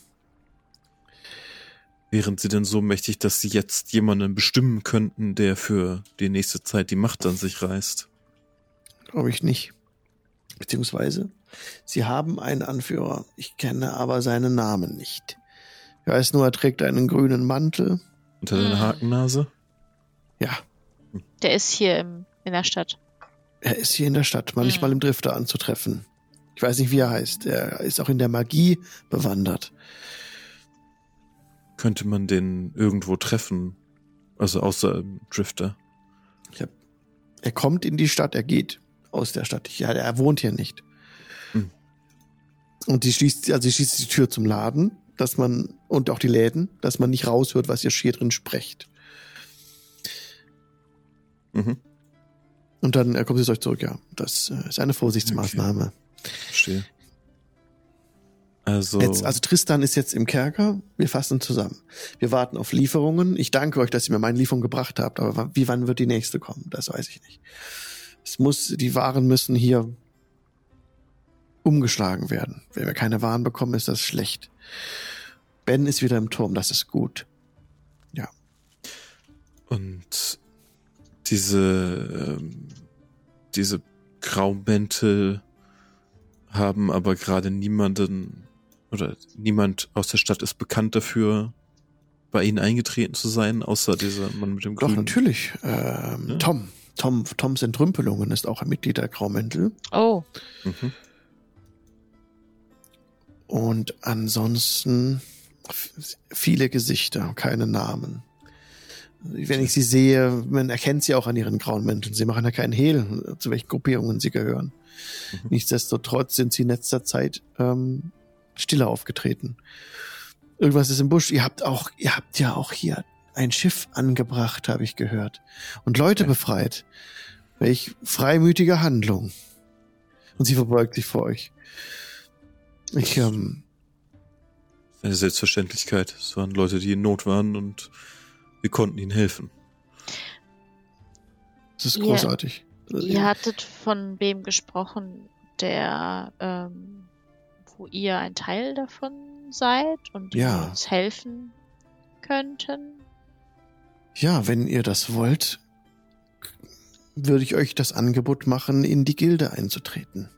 Wären sie denn so mächtig, dass sie jetzt jemanden bestimmen könnten, der für die nächste Zeit die Macht an sich reißt? Glaube ich nicht. Beziehungsweise, sie haben einen Anführer. Ich kenne aber seinen Namen nicht. Ich weiß nur, er trägt einen grünen Mantel. Unter deiner Hm. Hakennase? Ja, Der ist hier im, in der Stadt. er ist hier in der Stadt, manchmal im Drifter anzutreffen. Ich weiß nicht, wie er heißt. Er ist auch in der Magie bewandert. Könnte man den irgendwo treffen? Also außer im Drifter. Ich hab, er kommt in die Stadt, er geht aus der Stadt. Ich, ja, er wohnt hier nicht. Hm. Und die schließt, also sie schließt die Tür zum Laden, dass man, und auch die Läden, dass man nicht raushört, was ihr hier drin sprecht. Mhm. Und dann äh, kommt sie zu euch zurück, ja. Das äh, ist eine Vorsichtsmaßnahme. Verstehe. Also, Jetzt, also Tristan ist jetzt im Kerker, wir fassen zusammen. Wir warten auf Lieferungen. Ich danke euch, dass ihr mir meine Lieferung gebracht habt, aber wa- wie wann wird die nächste kommen? Das weiß ich nicht. Es muss, die Waren müssen hier umgeschlagen werden. Wenn wir keine Waren bekommen, ist das schlecht. Ben ist wieder im Turm, das ist gut. und diese, ähm, diese Graumäntel haben aber gerade niemanden oder niemand aus der Stadt ist bekannt dafür, bei ihnen eingetreten zu sein, außer dieser Mann mit dem Doch, grünen natürlich. Ähm, Ja. Tom. Tom, Toms Entrümpelungen ist auch ein Mitglied der Graumäntel. Oh, Mhm. Und ansonsten f- viele Gesichter, keine Namen. Wenn ich sie sehe, man erkennt sie auch an ihren grauen Mänteln. Sie machen ja keinen Hehl, zu welchen Gruppierungen sie gehören. Mhm. Nichtsdestotrotz sind sie in letzter Zeit ähm, stiller aufgetreten. Irgendwas ist im Busch. Ihr habt auch, ihr habt ja auch hier ein Schiff angebracht, habe ich gehört. Und Leute befreit. Welch freimütige Handlung. Und sie verbeugt sich vor euch. Ich, ähm, Eine Selbstverständlichkeit. Es waren Leute, die in Not waren und wir konnten ihnen helfen. Das ist Ja. großartig. ihr hattet von wem gesprochen, der, ähm, wo ihr ein Teil davon seid und die Ja. uns helfen könnten. Ja, wenn ihr das wollt, würde ich euch das Angebot machen, in die Gilde einzutreten.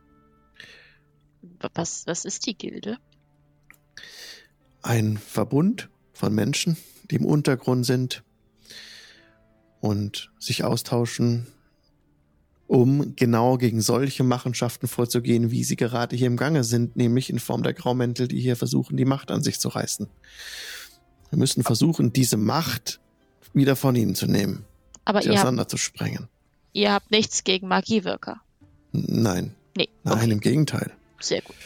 W- Was, was ist die Gilde? Ein Verbund von Menschen, die im Untergrund sind und sich austauschen um genau gegen solche Machenschaften vorzugehen, wie sie gerade hier im Gange sind, nämlich in Form der Graumäntel, die hier versuchen, die Macht an sich zu reißen. Wir müssen versuchen, diese Macht wieder von ihnen zu nehmen, Aber sie ihr habt, auseinanderzusprengen. ihr habt nichts gegen Magiewirker. Nein, Nee, nein, im Gegenteil. sehr gut.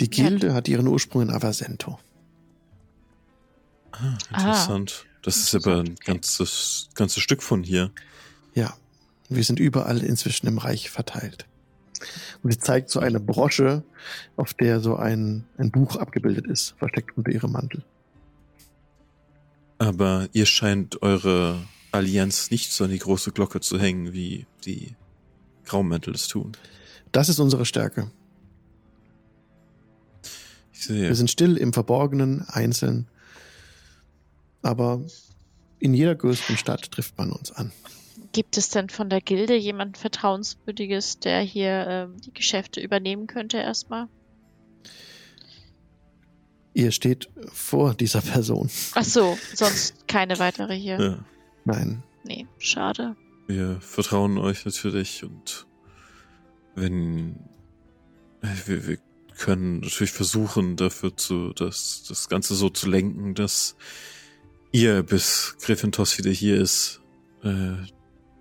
Die Gilde hat ihren Ursprung in Avasento. Ah, interessant. Das ist aber ein ganzes, ganzes Stück von hier. Ja, wir sind überall inzwischen im Reich verteilt. Und sie zeigt so eine Brosche, auf der so ein, ein Buch abgebildet ist, versteckt unter ihrem Mantel. Aber ihr scheint eure Allianz nicht so an die große Glocke zu hängen, wie die Graumäntel es tun. Das ist unsere Stärke. Ich sehe. Wir sind still im Verborgenen, einzeln. Aber in jeder größeren Stadt trifft man uns an. Gibt es denn von der Gilde jemand Vertrauenswürdiges, der hier ähm, die Geschäfte übernehmen könnte erstmal? Ihr steht vor dieser Person. Ach so, sonst keine weitere hier. ja. Nein. Nee, schade. Wir vertrauen euch natürlich und wenn wir, wir können natürlich versuchen, dafür zu, dass das Ganze so zu lenken, dass ihr, bis Gryffindors wieder hier ist, äh,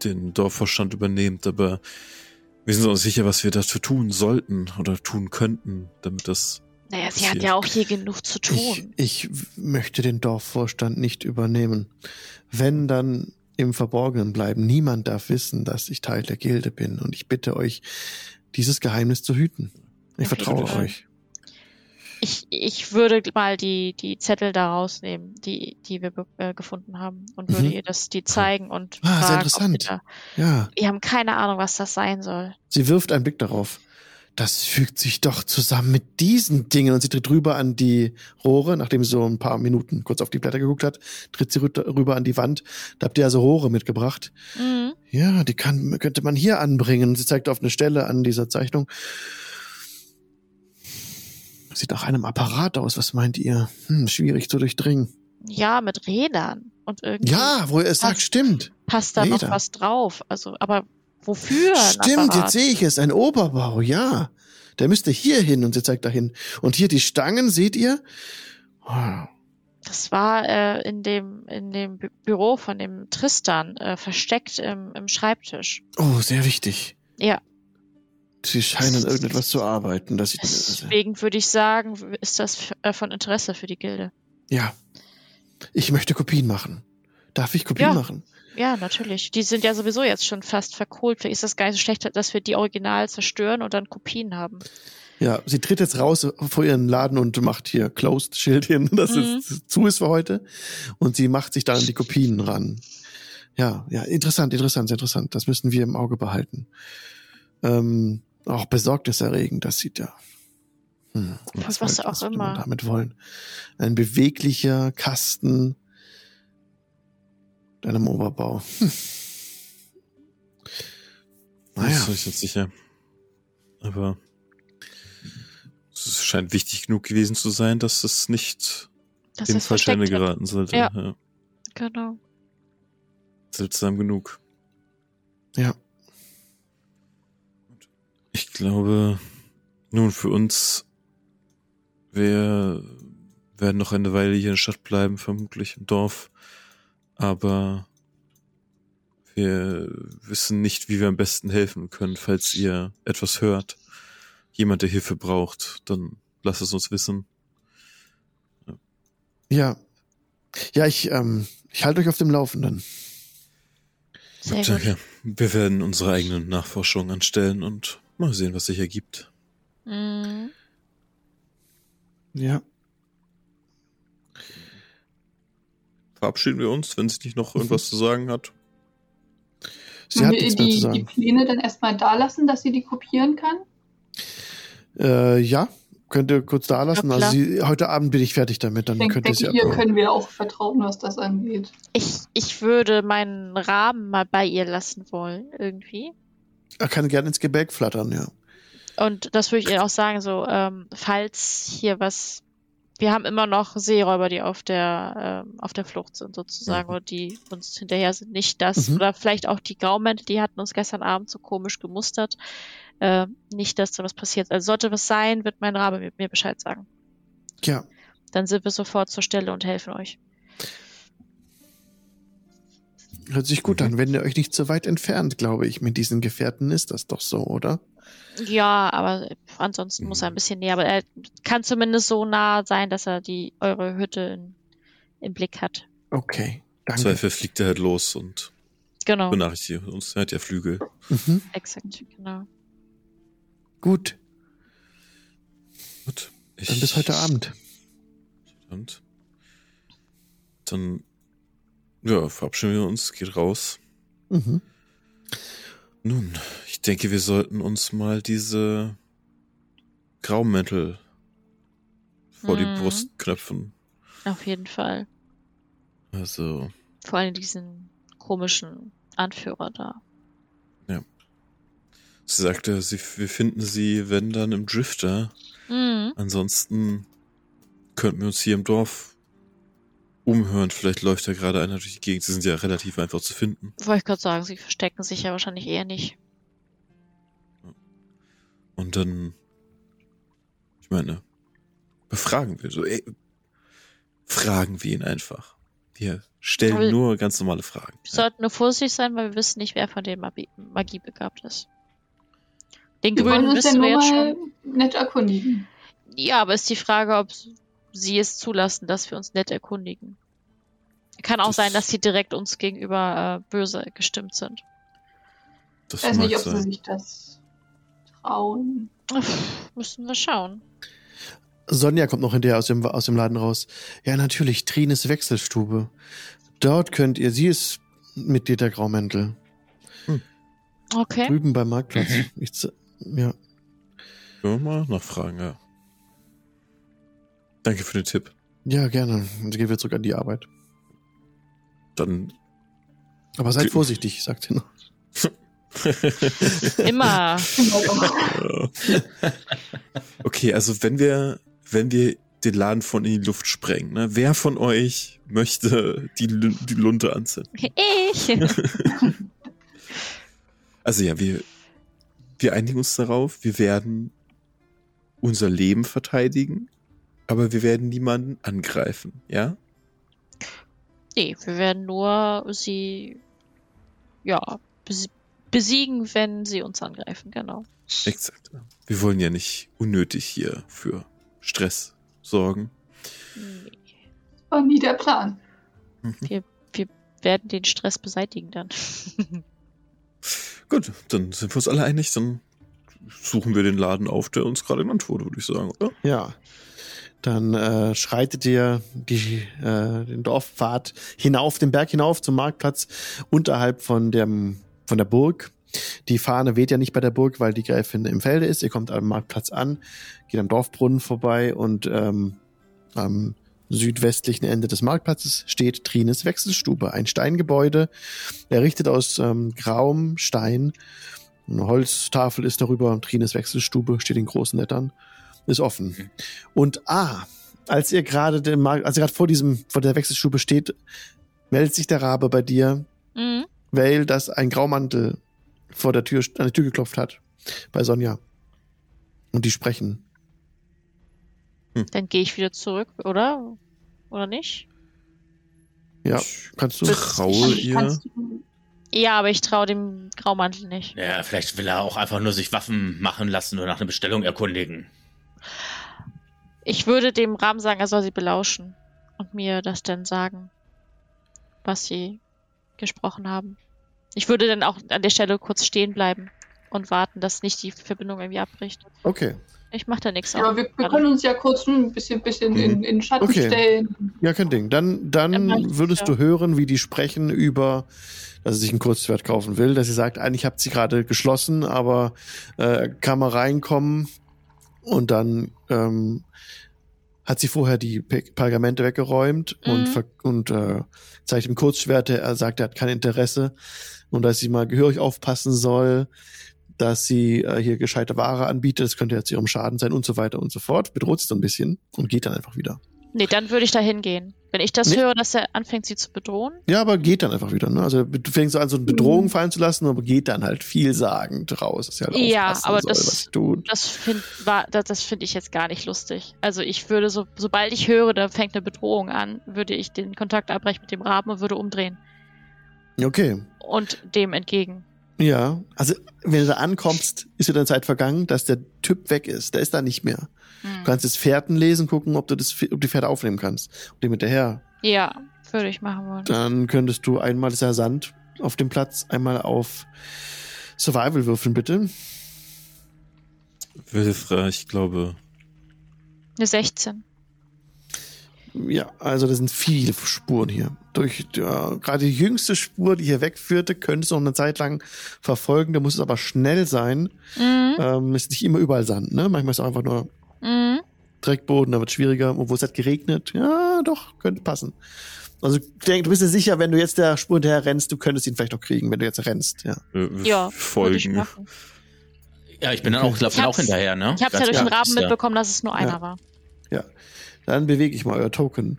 den Dorfvorstand übernehmt, aber wir sind uns sicher, was wir dafür tun sollten oder tun könnten, damit das Naja, sie Was hat hier? ja auch hier genug zu Ich, tun. ich w- möchte den Dorfvorstand nicht übernehmen. Wenn, dann im Verborgenen bleiben. Niemand darf wissen, dass ich Teil der Gilde bin. Und ich bitte euch, dieses Geheimnis zu hüten. Ich Auf jeden vertraue Fall. euch. Ich, ich würde mal die, die Zettel da rausnehmen, die, die wir be- äh, gefunden haben, und würde Mhm. ihr das die zeigen und Ah, sehr fragen, interessant. Ob wir, da, Ja, wir haben keine Ahnung, was das sein soll. sie wirft einen Blick darauf. Das fügt sich doch zusammen mit diesen Dingen. Und sie tritt rüber an die Rohre, nachdem sie so ein paar Minuten kurz auf die Blätter geguckt hat, tritt sie rü- rüber an die Wand. Da habt ihr also Rohre mitgebracht. Mhm. Ja, die kann, könnte man hier anbringen. Sie zeigt auf eine Stelle an dieser Zeichnung. Sieht nach einem Apparat aus. Was meint ihr? Hm, schwierig zu durchdringen. Ja, mit Rädern und irgendwie Ja, wo ihr es sagt, Passt. stimmt. passt da noch Räder. was drauf. Also, aber wofür? ein Stimmt, jetzt Apparat? sehe ich es. Ein Oberbau, ja. Der müsste hier hin und sie zeigt dahin. Und hier die Stangen, seht ihr? Oh, Das war äh, in dem in dem Bü Büro von dem Tristan äh, versteckt im, im Schreibtisch. oh, sehr wichtig. Ja. Sie scheinen an irgendetwas zu arbeiten. Das sieht, Deswegen würde ich sagen, w- ist das f- äh, von Interesse für die Gilde. ja. Ich möchte Kopien machen. Darf ich Kopien Ja. machen? Ja, natürlich. Die sind ja sowieso jetzt schon fast verkohlt. Vielleicht ist das gar nicht so schlecht, dass wir die Original zerstören und dann Kopien haben. Ja, sie tritt jetzt raus vor ihren Laden und macht hier Closed-Schild hin, dass Mhm. es zu ist für heute. Und sie macht sich dann an die Kopien ran. Ja, ja, interessant, interessant, sehr interessant. Das müssen wir im Auge behalten. Ähm, auch besorgniserregend, das sieht ja. Hm, Ja, was auch würde man immer. damit wollen. Ein beweglicher Kasten mit einem Oberbau. Hm. Das Naja, bin ich jetzt sicher. Aber es scheint wichtig genug gewesen zu sein, dass es nicht Dass in wir's Verstände versteckt geraten sollte. Ja. haben. Genau. Seltsam genug. ja. Ich glaube, nun für uns, wir werden noch eine Weile hier in der Stadt bleiben, vermutlich im Dorf. Aber wir wissen nicht, wie wir am besten helfen können. Falls ihr etwas hört, jemand, der Hilfe braucht, dann lasst es uns wissen. Ja. Ja, ich, ähm, ich halte euch auf dem Laufenden. Sehr gut. Danke. Wir werden unsere eigenen Nachforschungen anstellen und mal sehen, was sich ergibt. Mhm. Ja. Verabschieden wir uns, wenn sie nicht noch Mhm. irgendwas zu sagen hat. Sie hat wir ihr nichts mehr zu die, die sagen. Pläne dann erstmal da lassen, dass sie die kopieren kann? Äh, ja, könnt ihr kurz da lassen. Ja, also klar. sie, heute Abend bin ich fertig damit, dann Ich denke, könnt ihr denke sie ihr abholen. können wir auch vertrauen, was das angeht. Ich, ich würde meinen Rahmen mal bei ihr lassen wollen, irgendwie. Er kann gerne ins Gebäck flattern, ja. Und das würde ich ihr auch sagen, so, ähm, falls hier was wir haben immer noch Seeräuber, die auf der, ähm, auf der Flucht sind sozusagen Mhm. und die uns hinterher sind. Nicht das, Mhm. oder vielleicht auch die Graumäntel, die hatten uns gestern Abend so komisch gemustert. Äh, nicht, dass da was passiert. Also sollte was sein, wird mein Rabe mir, mir Bescheid sagen. Ja. Dann sind wir sofort zur Stelle und helfen euch. Hört sich Mhm. gut an, wenn ihr euch nicht so weit entfernt, glaube ich. Mit diesen Gefährten ist das doch so, oder? Ja, aber ansonsten muss er ein bisschen näher, aber er kann zumindest so nah sein, dass er die eure Hütte in, im Blick hat. Okay, Im danke. Zweifel fliegt er halt los und Genau, benachrichtigt uns. Er hat ja Flügel. Mhm. exakt, genau. Gut, Gut. Ich, dann bis heute Abend. Abend. Dann, ja, verabschieden wir uns, geht raus. Mhm. Nun, ich denke, wir sollten uns mal diese Graumäntel vor Mhm. die Brust knöpfen. Auf jeden Fall. Also, Vor allem diesen komischen Anführer da. sie sagte, sie, wir finden sie, wenn dann im Drifter. Mhm. Ansonsten könnten wir uns hier im Dorf umhören. Vielleicht läuft da gerade einer durch die Gegend. Sie sind ja relativ einfach zu finden. Wollte ich gerade sagen, sie verstecken sich ja wahrscheinlich eher nicht. Und dann, ich meine, befragen wir. So, ey, fragen wir ihn einfach. Wir stellen Aber- nur ganz normale Fragen. Wir sollten nur vorsichtig sein, weil wir wissen nicht, wer von denen Magie, Magie begabt ist. Den Wir wollen Grünen uns ja wissen Also nur wir jetzt mal schon. nett erkundigen. Ja, aber ist die Frage, ob sie es zulassen, dass wir uns nett erkundigen. Kann auch Das- sein, dass sie direkt uns gegenüber äh, böse gestimmt sind. Das Ich weiß nicht, mag ob sie sein. sich das trauen. Pff, müssen wir schauen. Sonja kommt noch hinterher aus dem, aus dem Laden raus. Ja, natürlich, Trines Wechselstube. Dort könnt ihr, sie ist Mitglied der Graumäntel. Okay. Drüben beim Marktplatz. Ich, z- ja, Können wir mal nachfragen, ja. Danke für den Tipp. ja, gerne. Dann gehen wir zurück an die Arbeit. Dann Aber seid Ge- vorsichtig, sagt er noch. Immer. Genau, Okay, also wenn wir, wenn wir den Laden von in die Luft sprengen, ne? wer von euch möchte die, Lu- die Lunte anzünden? ich. Also ja, wir, wir einigen uns darauf, wir werden unser Leben verteidigen, aber wir werden niemanden angreifen, ja? Nee, wir werden nur sie, ja, bes- besiegen, wenn sie uns angreifen, genau. Exakt. Wir wollen ja nicht unnötig hier für Stress sorgen. Nee, War nie der Plan. werden den Stress beseitigen dann. Gut, dann sind wir uns alle einig, dann suchen wir den Laden auf, der uns gerade genannt wurde, würde ich sagen, oder? Ja. Dann äh, schreitet ihr die, äh, den Dorfpfad hinauf, den Berg hinauf zum Marktplatz unterhalb von, dem, von der Burg. Die Fahne weht ja nicht bei der Burg, weil die Gräfin im Felde ist. Ihr kommt am Marktplatz an, geht am Dorfbrunnen vorbei und ähm, am südwestlichen Ende des Marktplatzes steht Trines Wechselstube, ein Steingebäude, errichtet aus ähm, grauem Stein. Eine Holztafel ist darüber und Trines Wechselstube steht in großen Lettern ist offen. Mhm. Und ah, als ihr gerade den Markt, als ihr gerade vor diesem, vor der Wechselstube steht, meldet sich der Rabe bei dir, Mhm. weil das ein Graumantel vor der Tür, an die Tür geklopft hat. Bei Sonja. Und die sprechen. Dann gehe ich wieder zurück, oder? Oder nicht? Ja, Ich kannst du. traue Ich- ihr. Also, kannst du- Ja, aber ich traue dem Graumantel nicht. Ja, vielleicht will er auch einfach nur sich Waffen machen lassen und nach einer Bestellung erkundigen. Ich würde dem Rahmen sagen, er soll sie belauschen und mir das dann sagen, was sie gesprochen haben. Ich würde dann auch an der Stelle kurz stehen bleiben und warten, dass nicht die Verbindung irgendwie abbricht. Okay. Ich mache da nichts Ja, auf. wir, wir können uns ja kurz ein bisschen, bisschen in, in den Schatten Okay. stellen. Ja, kein Ding. Dann, Dann mach dann ich's, würdest ja. du hören, wie die sprechen über, dass sie sich ein Kurzschwert kaufen will, dass sie sagt, eigentlich habt sie gerade geschlossen, aber äh, kann man reinkommen und dann ähm, hat sie vorher die Pe Pergamente weggeräumt Mhm. und, ver- und äh, zeigt ihm Kurzschwert, er sagt, er hat kein Interesse und dass sie mal gehörig aufpassen soll, dass sie äh, hier gescheite Ware anbietet, das könnte ja zu ihrem Schaden sein und so weiter und so fort. Bedroht sie so ein bisschen und geht dann einfach wieder. Nee, dann würde ich da hingehen. Wenn ich das Nee. höre, dass er anfängt, sie zu bedrohen. Ja, aber geht dann einfach wieder, ne? Also du fängst so an, so eine Mhm. Bedrohung fallen zu lassen, aber geht dann halt vielsagend raus. Ist ja, halt Ja, aufpassen aber soll, das- was sie tut. Das finde das, das find ich jetzt gar nicht lustig. Also ich würde, so, sobald ich höre, da fängt eine Bedrohung an, würde ich den Kontakt abbrechen mit dem Raben und würde umdrehen. Okay. Und dem entgegen. Ja. Also wenn du da ankommst, ist wieder eine Zeit vergangen, dass der Typ weg ist. Der ist da nicht mehr. Du kannst das Fährten lesen, gucken, ob du das, ob die Pferde aufnehmen kannst. Und dem hinterher. Ja, würde ich machen wollen. Dann könntest du einmal das Herr Sand auf dem Platz, einmal auf Survival würfeln, bitte. Wilfra, äh, ich glaube, Eine 16. Ja, also das sind viele Spuren hier. Durch ja, gerade die jüngste Spur, die hier wegführte, könntest du noch eine Zeit lang verfolgen. Da muss es aber schnell sein. Mhm. Ähm, ist nicht immer überall Sand, ne? Manchmal ist es auch einfach nur Mhm. Dreckboden, da wird schwieriger. Obwohl es hat geregnet. Ja, doch, könnte passen. Also ich denk, du bist dir sicher, wenn du jetzt der Spur hinterher rennst, du könntest ihn vielleicht noch kriegen, wenn du jetzt rennst. Ja, äh, Ja, Würde ich, folgen. machen. Ja, ich bin dann auch, laufe Ich dann hab's- auch hinterher, ne? ich habe es ja Ganz durch den klar, Raben ist ja- mitbekommen, dass es nur einer war. dann bewege ich mal euer Token.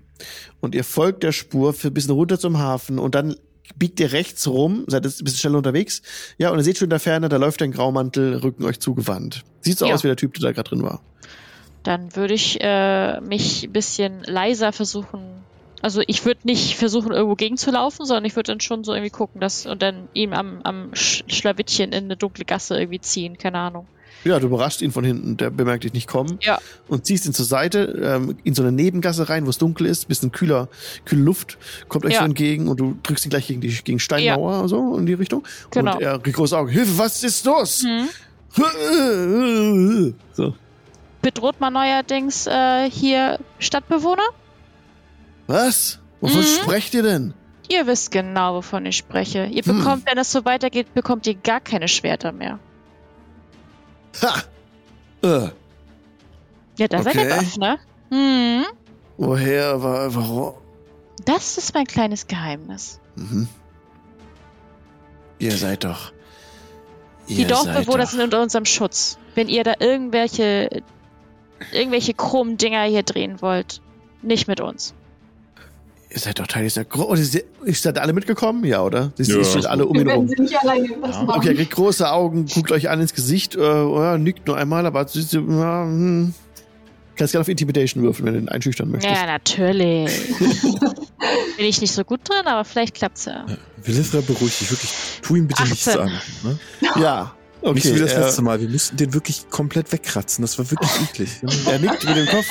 Und ihr folgt der Spur für ein bisschen runter zum Hafen und dann biegt ihr rechts rum, seid jetzt ein bisschen schneller unterwegs. Ja, und ihr seht schon in der Ferne, da läuft ein Graumantel, Rücken euch zugewandt. Sieht so Ja. aus wie der Typ, der da gerade drin war. Dann würde ich äh, mich ein bisschen leiser versuchen. Also ich würde nicht versuchen, irgendwo gegenzulaufen, sondern ich würde dann schon so irgendwie gucken, dass und dann ihm am, am Sch Schlawittchen in eine dunkle Gasse irgendwie ziehen, keine Ahnung. Ja, du überraschst ihn von hinten, der bemerkt dich nicht kommen. Ja. Und ziehst ihn zur Seite, ähm, in so eine Nebengasse rein, wo es dunkel ist, bisschen kühler, kühle Luft, kommt euch Ja. so entgegen und du drückst ihn gleich gegen die gegen Steinmauer so in die Richtung. Genau. Und er kriegt große Augen. Hilfe, was ist los? Hm. So. Bedroht man neuerdings äh, hier Stadtbewohner? Was? Wovon Mhm. sprecht ihr denn? Ihr wisst genau, wovon ich spreche. Ihr Hm. bekommt, wenn das so weitergeht, bekommt ihr gar keine Schwerter mehr. Ha! Äh, Ja, da seid ihr Okay. baff, ne? Hm. woher war, warum? Das ist mein kleines Geheimnis. Mhm. Ihr seid doch. Die ihr Dorfbewohner seid sind unter unserem Schutz. Wenn ihr da irgendwelche, irgendwelche krummen Dinger hier drehen wollt, nicht mit uns. doch- Ihr seid doch Teil dieser Gruppe. Oh, diese- ihr seid alle mitgekommen? Ja, oder? Sie Ja. also- ja, sind alle um Wir ihn werden rum. sie nicht alleine was Ja. machen. Okay, er kriegt große Augen, guckt euch an ins Gesicht, äh, oh ja, nickt nur einmal, aber sie- sie- ja, hm. kannst gerne auf Intimidation würfeln, wenn du ihn einschüchtern möchtest. Ja, natürlich. Bin ich nicht so gut drin, aber vielleicht klappt's ja. Wilfra, äh, beruhig dich wirklich. Tu ihm bitte nichts 18. an. Ne? Ja, okay. Nicht so wie das er, letzte Mal. Wir mussten den wirklich komplett wegkratzen. Das war wirklich eklig. er nickt mit dem Kopf.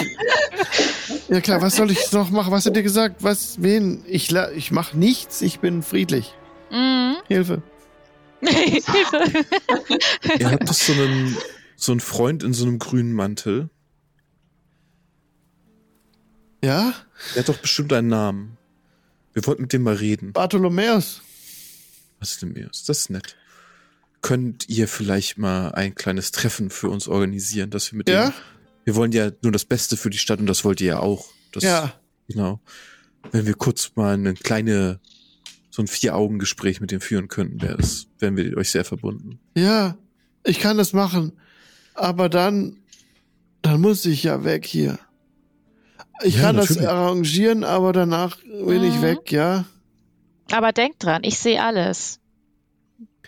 Ja klar, was soll ich noch machen? Was hat ihr gesagt? Was, wen? Ich, la- ich mach nichts, ich bin friedlich. Mhm. Hilfe. Hilfe. Er hat doch so einen, so einen Freund in so einem grünen Mantel. Ja? Der hat doch bestimmt einen Namen. Wir wollten mit dem mal reden. Bartholomäus. Was denn mir ist? Das ist nett. Könnt ihr vielleicht mal ein kleines Treffen für uns organisieren, dass wir mit Ja? dem. Wir wollen ja nur das Beste für die Stadt und das wollt ihr ja auch. Das, ja. Genau. Wenn wir kurz mal eine kleine, so ein Vier-Augen-Gespräch mit dem führen könnten, wäre es, wären wir euch sehr verbunden. Ja. Ich kann das machen. Aber dann, dann muss ich ja weg hier. Ich Ja, kann das natürlich. arrangieren, aber danach bin ich Mhm. weg, ja? Aber denkt dran, ich sehe alles.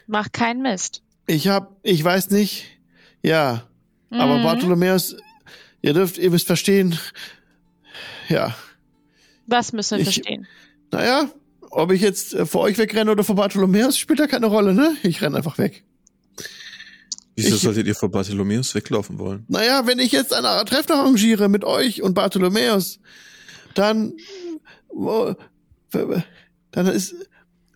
Mach keinen Mist. Ich hab, ich weiß nicht. Ja, aber Mhm. Bartholomäus, ihr dürft, ihr müsst verstehen. Ja, Was müssen wir ich- verstehen? naja, ob ich jetzt äh, vor euch wegrenne oder vor Bartholomäus, spielt da keine Rolle, ne? Ich renn einfach weg. Wieso Ich- solltet ihr vor Bartholomäus weglaufen wollen? Naja, wenn ich jetzt eine Art Treffen arrangiere mit euch und Bartholomäus, dann, wo- dann ist,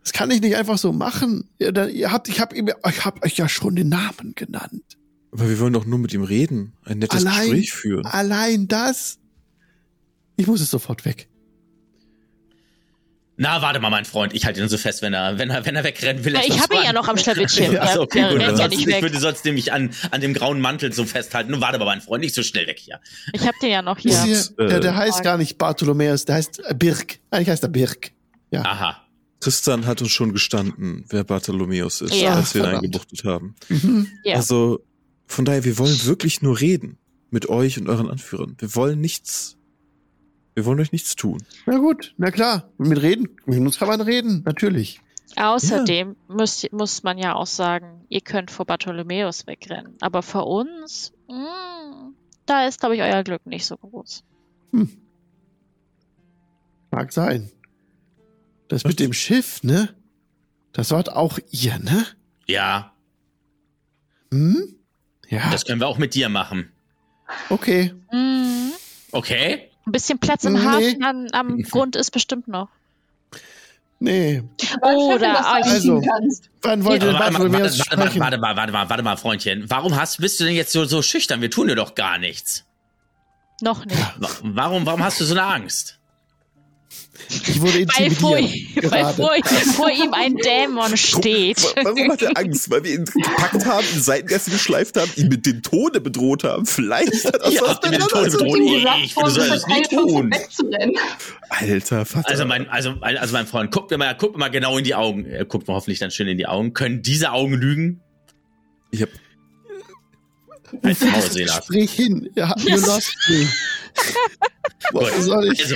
das kann ich nicht einfach so machen. Ihr, dann, ihr habt, ich hab ihm, ich hab euch ja schon den Namen genannt. Aber wir wollen doch nur mit ihm reden, ein nettes Allein- Gespräch führen. Allein das, ich muss es sofort weg. Na, warte mal, mein Freund. Ich halte ihn so fest, wenn er, wenn er, wenn er wegrennen will. Ja, lass ich uns habe ihn fahren. ja noch am Schlawittchen. Ja, also, okay, der rennt gut. ja Ansonsten, nicht ich weg. würde sonst nämlich an, an dem grauen Mantel so festhalten. Nun, warte mal, mein Freund, nicht so schnell weg hier. Ich habe den ja noch Wisst hier. ihr, äh, der, der heißt gar nicht Bartholomäus, der heißt äh, Birk. Eigentlich heißt er Birk. Aha. Tristan hat uns schon gestanden, wer Bartholomäus ist, Ja. als wir ihn Verdammt. eingebuchtet haben. Ja. Also, von daher, wir wollen wirklich nur reden mit euch und euren Anführern. Wir wollen nichts. Wir wollen euch nichts tun. Na gut, na klar. Mit Reden, mit uns kann man reden, natürlich. Außerdem muss, muss man ja auch sagen, ihr könnt vor Bartholomäus wegrennen. Aber vor uns, mm, da ist, glaube ich, euer Glück nicht so groß. Mag sein. Das mit dem Schiff, ne? Das wart auch ihr, ne? Ja, Hm? Ja, das können wir auch mit dir machen. okay. Mm, Okay? ein bisschen Platz im Nee. Hafen an, am Grund ist bestimmt noch. Nee. Weil Oder- Schiffen, dass du ah, ich- einziehen also- kannst. Wann wollt ihr denn Aber warte, mal, Bartholomäus warte, Also warte, mal, sprechen? warte mal, warte mal, warte mal, Freundchen. Warum hast, bist du denn jetzt so, so schüchtern? Wir tun dir doch gar nichts. Noch nicht. Wa- Warum, warum hast du so eine Angst? Ich wurde Weil vor, intimidiert. weil gerade. vor, vor ihm ein Dämon steht. Warum hat er Angst? Weil wir ihn gepackt haben, in Seitengasse geschleift haben, ihn mit dem Tode bedroht haben. Vielleicht hat er Ihr habt ihn mit dem Tode bedroht. Du Nee, gesagt, ich vor würde uns sagen, das das nicht Eifer, tun. wegzurennen. Alter Vater. Also mein, also, also mein Freund, guck mir mal, guck mir mal genau in die Augen. Er guckt mir hoffentlich dann schön in die Augen. Können diese Augen lügen? ich hab, Ein Maulseeler. Gespräch hin. Ja, you lost me. Gut. Was soll ich? Also,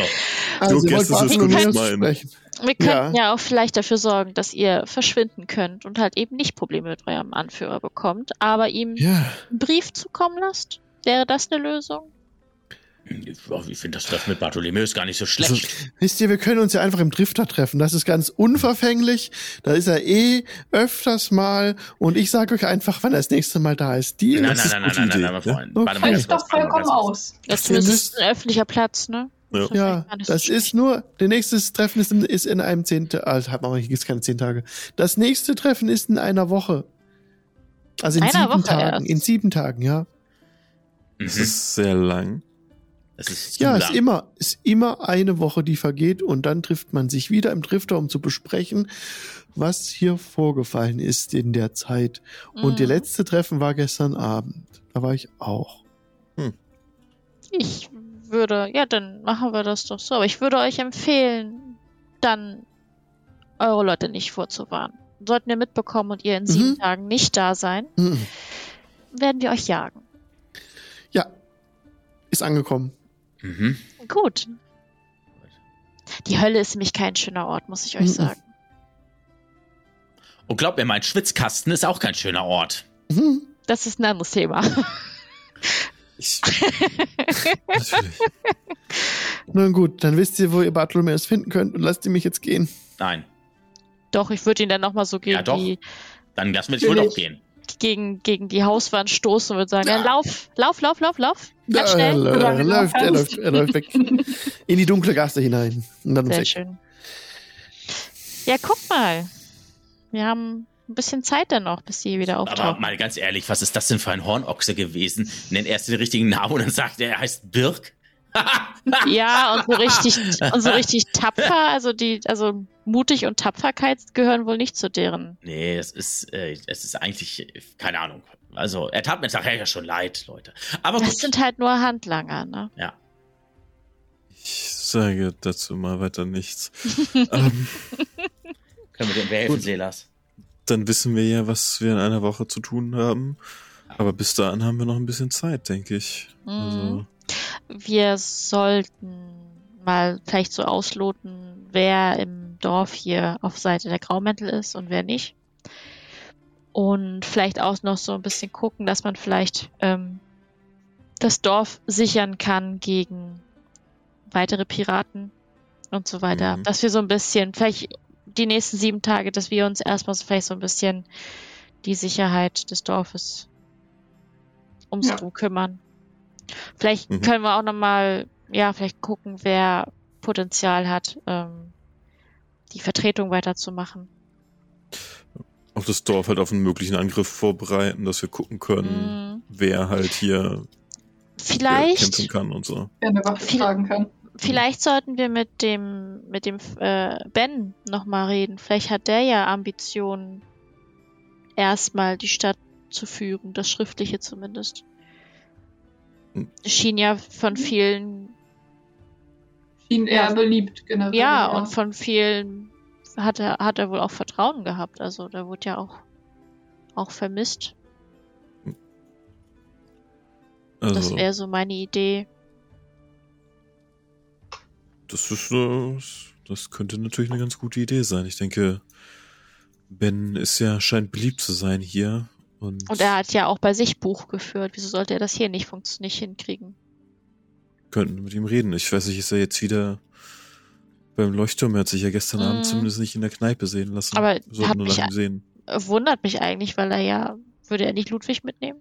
Also, Du ihr wollt gehst, das ist Bartholomäus gut gemeint. sprechen. Wir könnten ja. auch vielleicht dafür sorgen, dass ihr verschwinden könnt und halt eben nicht Probleme mit eurem Anführer bekommt, aber ihm Ja. einen Brief zukommen lasst. Wäre das eine Lösung? oh, ich finde das Treffen mit Bartholomäus gar nicht so schlecht. Wisst ihr, wir können uns ja einfach im Drifter treffen. Das ist ganz unverfänglich. Da ist er eh öfters mal. Und ich sage euch einfach, wann er das nächste Mal da ist. Deal? nein, das nein, ist eine nein, nein, gute Idee, nein, nein, nein, mein ja. Freund. Okay. Warte mal ganz Reicht doch kurz, warte mal vollkommen ganz kurz. aus. Ja, wir zumindest ist müssen- es ein öffentlicher Platz, ne? Ja. Vielleicht Ja, gar nicht so das schlecht. ist nur, der nächste Treffen ist in, ist in einem zehn, also hat man, hier gibt's keine zehn Tage. Das nächste Treffen ist in einer Woche. Also in Einer sieben Woche Tagen, erst. in sieben Tagen, ja. das Mhm. ist sehr lang. Das ist zu Ja, lang. ist immer, ist immer eine Woche, die vergeht und dann trifft man sich wieder im Drifter, um zu besprechen, was hier vorgefallen ist in der Zeit. Und ihr Mhm. letzte Treffen war gestern Abend. Da war ich auch. Hm, Ich würde, ja, dann machen wir das doch so. Aber ich würde euch empfehlen, dann eure Leute nicht vorzuwarnen. Sollten wir mitbekommen und ihr in sieben Mhm. Tagen nicht da sein, Mhm. werden wir euch jagen. Ja, ist angekommen. Mhm. Gut. Die Hölle ist nämlich kein schöner Ort, muss ich euch Mhm. sagen. Und glaub mir, mein Schwitzkasten ist auch kein schöner Ort. Mhm. Das ist ein anderes Thema. Ich, natürlich. Nun gut, dann wisst ihr, wo ihr Bartholomäus finden könnt und lasst ihr mich jetzt gehen. Nein, Doch, ich würde ihn dann nochmal so gegen, Ja, doch. die, dann lassen wir dich wohl Natürlich. doch gehen. gegen, gegen die Hauswand stoßen und würde sagen, ja, lauf, lauf, lauf, lauf, lauf. Ganz Ja, schnell. Er, Oder er, wenn du läuft, er kannst. läuft, er läuft weg. In die dunkle Gasse hinein. Und dann ums Sehr Eck. schön. Ja, guck mal. Wir haben ein bisschen Zeit dann noch, bis die wieder Aber auftauchen. mal ganz ehrlich, was ist das denn für ein Hornochse gewesen? Nennt erst den richtigen Namen und dann sagt er, er heißt Birk. Ja, und so richtig, und so richtig tapfer, also die, also mutig und Tapferkeit gehören wohl nicht zu deren. Nee, es ist, äh, es ist eigentlich, äh, keine Ahnung. Also, er tat mir nachher ja schon leid, Leute. Aber Das gut. sind halt nur Handlanger, ne? Ja. ich sage dazu mal weiter nichts. ähm, Können wir dem helfen, Selas? dann wissen wir ja, was wir in einer Woche zu tun haben. Aber bis dahin haben wir noch ein bisschen Zeit, denke ich. Mhm. Also, Wir sollten mal vielleicht so ausloten, wer im Dorf hier auf Seite der Graumäntel ist und wer nicht. Und vielleicht auch noch so ein bisschen gucken, dass man vielleicht ähm, das Dorf sichern kann gegen weitere Piraten und so weiter. Mhm. Dass wir so ein bisschen, vielleicht die nächsten sieben Tage, dass wir uns erstmal so vielleicht so ein bisschen die Sicherheit des Dorfes ums Ja. drum kümmern. Vielleicht Mhm. können wir auch nochmal, ja, vielleicht gucken, wer Potenzial hat, ähm, die Vertretung weiterzumachen. auch das Dorf halt auf einen möglichen Angriff vorbereiten, dass wir gucken können, Mhm. wer halt hier äh, kämpfen Vielleicht, kann und so. Wer eine Waffe Viel- tragen kann. vielleicht sollten wir mit dem, mit dem äh, Ben nochmal reden. Vielleicht hat der ja Ambitionen, erstmal die Stadt zu führen, das Schriftliche zumindest. Mhm. Schien ja von vielen Schien eher Ja. beliebt, generell. Ja, und von vielen hat er, hat er wohl auch Vertrauen gehabt. Also da wurde ja auch, auch vermisst. Das Also, wäre so meine Idee. Das ist, äh, das könnte natürlich eine ganz gute Idee sein. Ich denke, Ben ist ja scheint beliebt zu sein hier. Und, Und er hat ja auch bei sich Buch geführt. Wieso sollte er das hier nicht, funkt- nicht hinkriegen? könnten mit ihm reden. Ich weiß nicht, ist er jetzt wieder beim Leuchtturm? Er hat sich ja gestern Mhm. Abend zumindest nicht in der Kneipe sehen lassen. Aber Wir sollten hab nur ich nach ja- ihm sehen. Äh, Wundert mich eigentlich, weil er ja. Würde er nicht Ludwig mitnehmen?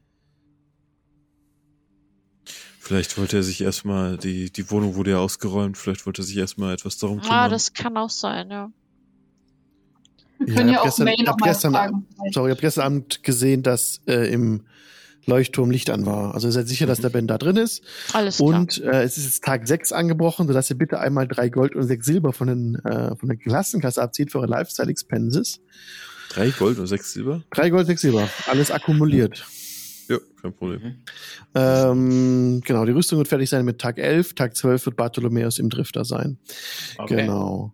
Vielleicht wollte er sich erstmal, die, die Wohnung wurde ja ausgeräumt, vielleicht wollte er sich erstmal etwas darum kümmern. Ah, das kann auch sein, ja. Wir Ja, können ich ja hab auch gestern- May ich hab nochmal gestern- fragen. Sorry, ich habe gestern Abend gesehen, dass äh, im Leuchtturm Licht an war. Also seid sicher, dass der Ben da drin ist. Alles klar. Und äh, es ist jetzt Tag 6 angebrochen, sodass ihr bitte einmal drei Gold und sechs Silber von, den, äh, von der Klassenkasse abzieht für eure Lifestyle-Expenses. Drei Gold und sechs Silber? Drei Gold, sechs Silber. Alles akkumuliert. Ja, kein Mhm. Problem. Ähm, genau, die Rüstung wird fertig sein mit Tag 11. Tag 12 wird Bartholomäus im Drifter sein. Okay. Genau.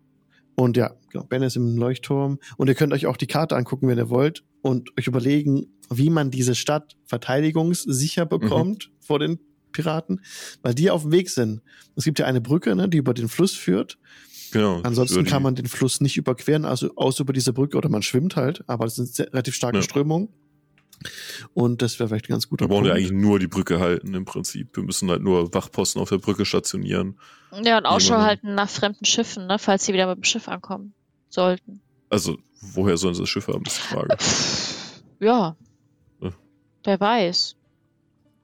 Und ja, genau, Ben ist im Leuchtturm. Und ihr könnt euch auch die Karte angucken, wenn ihr wollt, und euch überlegen, wie man diese Stadt verteidigungssicher bekommt vor den Piraten, weil die auf dem Weg sind. Es gibt ja eine Brücke, ne, die über den Fluss führt. Genau. Ansonsten Über die- kann man den Fluss nicht überqueren, also aus über diese Brücke oder man schwimmt halt, aber das sind sehr, relativ starke Ja. Strömungen. Und das wäre vielleicht ein ganz guter Wir brauchen ja Punkt. eigentlich nur die Brücke halten im Prinzip. Wir müssen halt nur Wachposten auf der Brücke stationieren. ja, und Ausschau Jemanden- halten nach fremden Schiffen, ne, falls sie wieder mit dem Schiff ankommen sollten. Also, woher sollen sie das Schiff haben, ist die Frage. Pff, Ja. Ja. Wer weiß.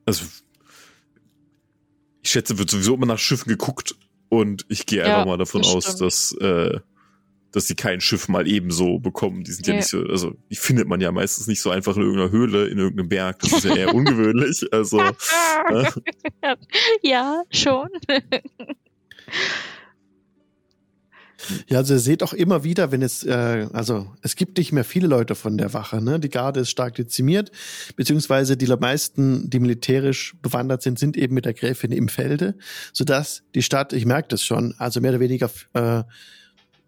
Also, ich schätze, wird sowieso immer nach Schiffen geguckt und ich gehe einfach Ja, mal davon das aus, stimmt. dass, äh, dass sie kein Schiff mal ebenso bekommen. Die sind ja Nee. nicht so, also die findet man ja meistens nicht so einfach in irgendeiner Höhle, in irgendeinem Berg. Das ist ja eher ungewöhnlich. Also, äh, ja, schon. Ja, also ihr seht auch immer wieder, wenn es, äh, also es gibt nicht mehr viele Leute von der Wache, ne? Die Garde ist stark dezimiert, beziehungsweise die meisten, die militärisch bewandert sind, sind eben mit der Gräfin im Felde, sodass die Stadt, ich merke das schon, also mehr oder weniger äh,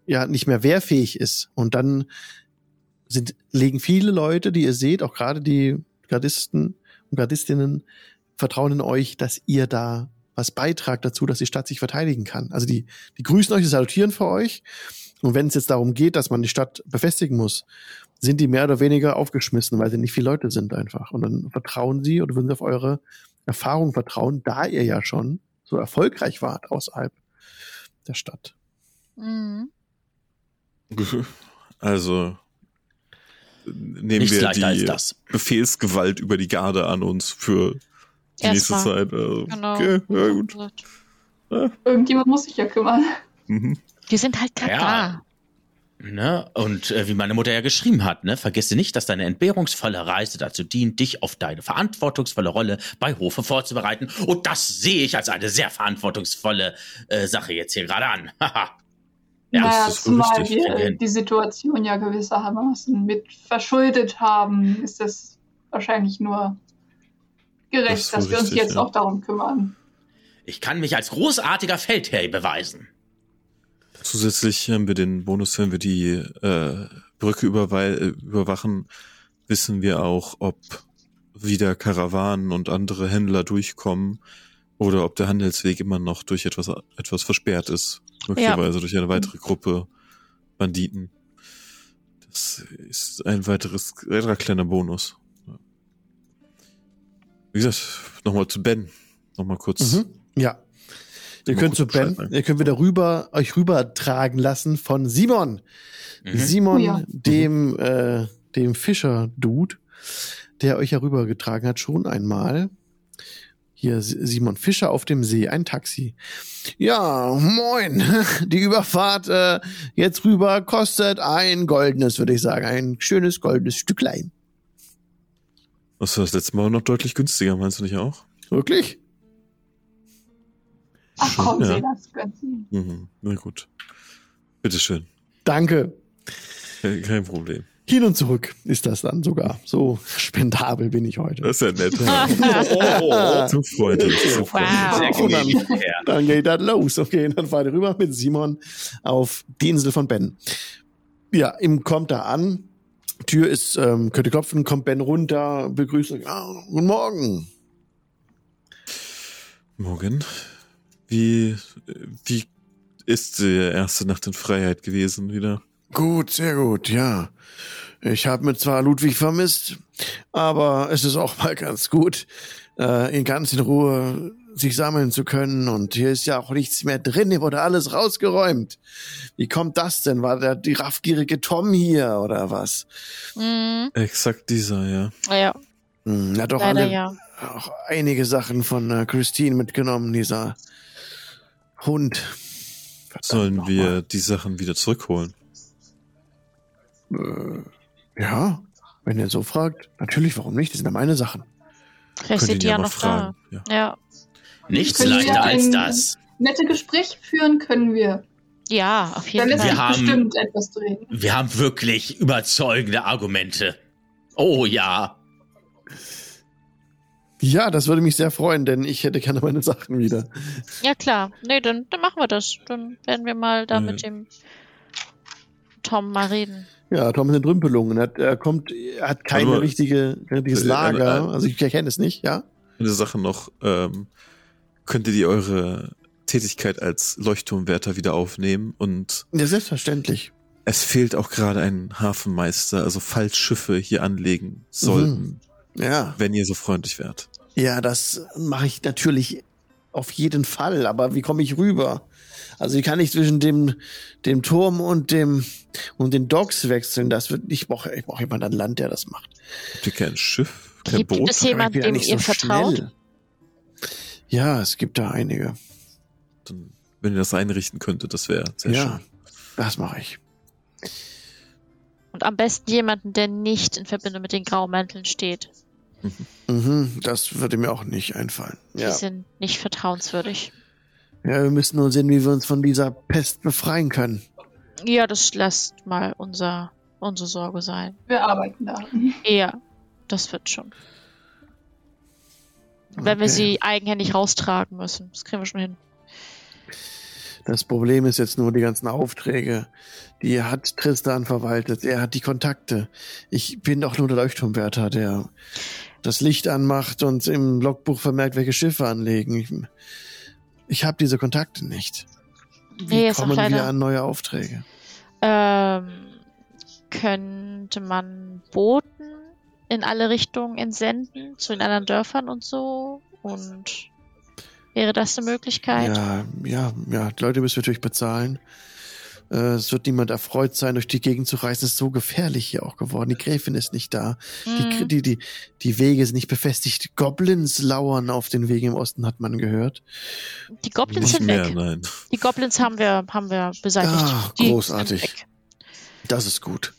ja nicht mehr wehrfähig ist. Und dann sind, legen viele Leute, die ihr seht, auch gerade die Gardisten und Gardistinnen, vertrauen in euch, dass ihr da was beitragt dazu, dass die Stadt sich verteidigen kann. Also die, die grüßen euch, die salutieren für euch. Und wenn es jetzt darum geht, dass man die Stadt befestigen muss, sind die mehr oder weniger aufgeschmissen, weil sie nicht viele Leute sind einfach. Und dann vertrauen sie oder würden sie auf eure Erfahrung vertrauen, da ihr ja schon so erfolgreich wart außerhalb der Stadt. Mhm. also nehmen Nichts wir leichter als die das. Befehlsgewalt über die Garde an uns für die nächste Erstmal. Zeit. Also, Genau. Okay, ja, gut. Irgendjemand muss sich ja kümmern. Mhm. Wir sind halt gerade Ja. Ne? Und äh, wie meine Mutter ja geschrieben hat, ne? vergesse nicht, dass deine entbehrungsvolle Reise dazu dient, dich auf deine verantwortungsvolle Rolle bei Hofe vorzubereiten. Und das sehe ich als eine sehr verantwortungsvolle äh, Sache jetzt hier gerade an. Haha. Ja, naja, das ist wohl zumal richtig, wir Fabian. die Situation ja gewissermaßen mit verschuldet haben, ist es wahrscheinlich nur Das ist gerecht, wohl dass wir uns richtig, jetzt ja. auch darum kümmern. ich kann mich als großartiger Feldherr beweisen. Zusätzlich haben wir den Bonus, wenn wir die äh, Brücke überwei- äh, überwachen, wissen wir auch, ob wieder Karawanen und andere Händler durchkommen oder ob der Handelsweg immer noch durch etwas, etwas versperrt ist. Möglicherweise durch eine weitere Gruppe Banditen. Das ist ein weiteres, weiterer kleiner Bonus. Ja. Wie gesagt, nochmal zu Ben. Nochmal kurz. Mhm. Ja. Ihr Mal könnt zu kurz Bescheid Ben, sagen. ihr könnt wieder rüber, euch rübertragen lassen von Simon. Mhm. Simon, Oh ja. dem, äh, dem Fischer-Dude, der euch herübergetragen hat, schon einmal. Hier, S- Simon Fischer auf dem See, ein Taxi. Ja, moin. Die Überfahrt äh, jetzt rüber kostet ein goldenes, würde ich sagen. Ein schönes goldenes Stücklein. Das war das letzte Mal noch deutlich günstiger, meinst du nicht auch? Wirklich? Ach komm, Ja. ja. das gönnt sie. Mhm, na gut. Bitteschön. Danke. Ke- Kein Problem. Hin und zurück ist das dann sogar. So spendabel bin ich heute. Ah. Das ist ja nett. Oh, zu freundlich. Zu freundlich. sehr gnädig, Herr. Dann geht das los. Okay, dann fahren wir rüber mit Simon auf die Insel von Ben. Ja, ihm kommt da an. Tür ist, ähm, könnte klopfen, kommt Ben runter, begrüßt euch. Ah, guten Morgen. Morgen. Wie, äh, wie ist die erste Nacht in Freiheit gewesen wieder. Gut, sehr gut, ja. Ich habe mir zwar Ludwig vermisst, aber es ist auch mal ganz gut, äh, in ganz in Ruhe sich sammeln zu können. Und hier ist ja auch nichts mehr drin, hier wurde alles rausgeräumt. Wie kommt das denn? War der die raffgierige Tom hier oder was? Mhm. Exakt dieser, ja. Naja, Hm, er hat doch leider alle, ja. auch einige Sachen von äh, Christine mitgenommen, dieser Hund. Verdammt Sollen noch wir die Sachen wieder zurückholen? mal. Äh, ja, wenn ihr so fragt. Natürlich, warum nicht? Das sind ja meine Sachen. Vielleicht sind die ja noch Ja. da. Ja. Nichts Können wir leichter als einen- das. Nette Gespräche führen können wir. ja, auf Da jeden lässt Wir sich Fall. haben- bestimmt etwas drehen. Wir haben wirklich überzeugende Argumente. Oh ja. Ja, das würde mich sehr freuen, denn ich hätte gerne meine Sachen wieder. Ja, klar. Nee, dann, dann machen wir das. Dann werden wir mal Äh. da Ja. mit dem Tom mal reden. Ja, Tom ist in Rümpelungen. Er, hat- er kommt, er hat keine Warte mal. richtige, kein richtiges Äh, Lager. äh, Also ich erkenne es nicht, ja? Eine Sache noch, ähm, könntet ihr eure Tätigkeit als Leuchtturmwärter wieder aufnehmen und Ja, selbstverständlich. es fehlt auch gerade ein Hafenmeister, also falls Schiffe hier anlegen sollten, Ja. wenn ihr so freundlich wärt. Ja, das mache ich natürlich auf jeden Fall, aber wie komme ich rüber? Also wie kann ich zwischen dem, dem Turm und dem und den Docks wechseln? Das wird ich brauche ich brauche jemanden an Land, der das macht. Habt ihr kein Schiff, kein Gibt Boot? es Aber ich jemanden, bin ja dem nicht ihr so vertraut? schnell. Ja, es gibt da einige. Dann, wenn ihr das einrichten könntet, das wäre sehr ja, schön. das mache ich. Und am besten jemanden, der nicht in Verbindung mit den Graumänteln steht. Mhm, das würde mir auch nicht einfallen. Die Ja. sind nicht vertrauenswürdig. ja, wir müssen nur sehen, wie wir uns von dieser Pest befreien können. Ja, das lasst mal unser, unsere Sorge sein. Wir arbeiten daran. Ja, das wird schon. Wenn Okay. wir sie eigenhändig raustragen müssen. Das kriegen wir schon hin. Das Problem ist jetzt nur die ganzen Aufträge. Die hat Tristan verwaltet. Er hat die Kontakte. Ich bin doch nur der Leuchtturmwärter, der das Licht anmacht und im Logbuch vermerkt, welche Schiffe anlegen. Ich, ich habe diese Kontakte nicht. Wie Nee, ist auch kommen wir leider- an neue Aufträge? Ähm, könnte man Boten in alle Richtungen entsenden, zu den anderen Dörfern und so? Und wäre das eine Möglichkeit? Ja, ja, ja. Die Leute müssen wir natürlich bezahlen. Äh, Es wird niemand erfreut sein, durch die Gegend zu reisen. Es ist so gefährlich hier auch geworden. Die Gräfin ist nicht da. Die, Hm, die, die, die Wege sind nicht befestigt. Goblins lauern auf den Wegen im Osten, hat man gehört. die Goblins Nicht sind mehr, ne? weg. nein. Die Goblins haben wir, haben wir beseitigt. Ah, die großartig. Sind weg. Das ist gut.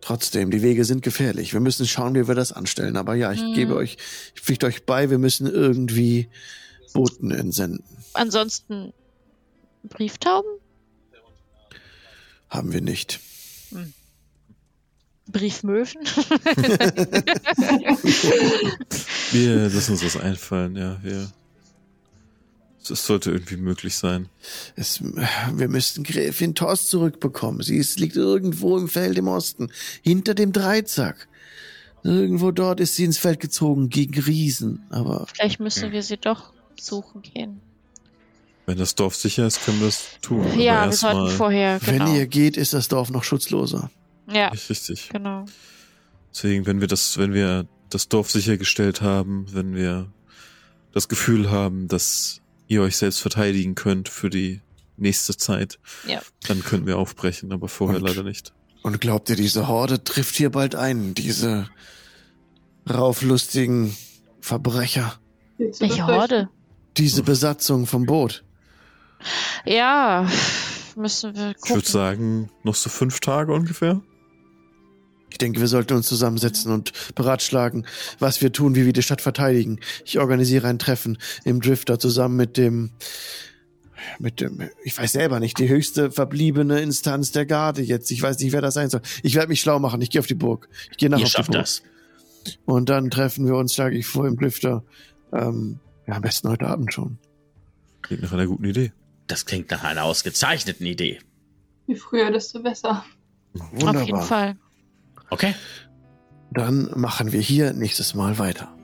Trotzdem, die Wege sind gefährlich. Wir müssen schauen, wie wir das anstellen. Aber ja, ich Hm. gebe euch, ich pflichte euch bei, wir müssen irgendwie Boten entsenden. Ansonsten Brieftauben? Haben wir nicht. Briefmöwen? Wir lassen uns das einfallen, ja. Wir, das sollte irgendwie möglich sein. Es, wir müssten Gräfin Thors zurückbekommen. Sie ist, liegt irgendwo im Feld im Osten, hinter dem Dreizack. Irgendwo dort ist sie ins Feld gezogen gegen Riesen. Aber Vielleicht müssen wir sie doch suchen gehen. Wenn das Dorf sicher ist, können wir es tun. aber ja, wir erst sollten mal- vorher, genau. wenn ihr geht, ist das Dorf noch schutzloser. ja, Richtig. genau. Deswegen, wenn wir das, wenn wir das Dorf sichergestellt haben, wenn wir das Gefühl haben, dass ihr euch selbst verteidigen könnt für die nächste Zeit, Ja. dann können wir aufbrechen, aber vorher Und- leider nicht. Und glaubt ihr, diese Horde trifft hier bald ein? Diese rauflustigen Verbrecher? Viel zu Welche befürchten. Horde? Diese Besatzung vom Boot? Ja, müssen wir Ich würde gucken. sagen, noch so fünf Tage ungefähr. Ich denke, wir sollten uns zusammensetzen und beratschlagen, was wir tun, wie wir die Stadt verteidigen. Ich organisiere ein Treffen im Drifter zusammen mit dem, mit dem, ich weiß selber nicht, die höchste verbliebene Instanz der Garde jetzt. Ich weiß nicht, wer das sein soll. Ich werde mich schlau machen. Ich gehe auf die Burg. Ich gehe nach Ihr auf die schafft Burg. das. Und dann treffen wir uns, schlage ich vor, im Drifter. Ähm, ja, am besten heute Abend schon. Klingt nach einer guten Idee. Das klingt nach einer ausgezeichneten Idee. Je früher, desto besser. Wunderbar. Auf jeden Fall. Okay? Dann machen wir hier nächstes Mal weiter.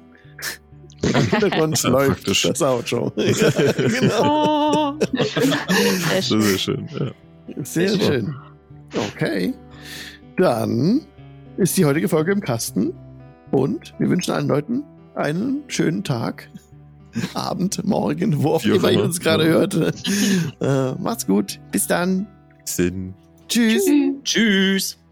Im Hintergrund Ja, läuft praktisch. das Outro. Ja, genau. Oh. Sehr Das schön. ist schön. Ja. Sehr Super. schön. Okay. Dann ist die heutige Folge im Kasten. Und wir wünschen allen Leuten einen schönen Tag, Abend, Morgen, wo auch Wie auch immer ihr immer. uns gerade Ja. hört. Äh, macht's gut. Bis dann. Sinn. Tschüss. Tschüss. Tschüss.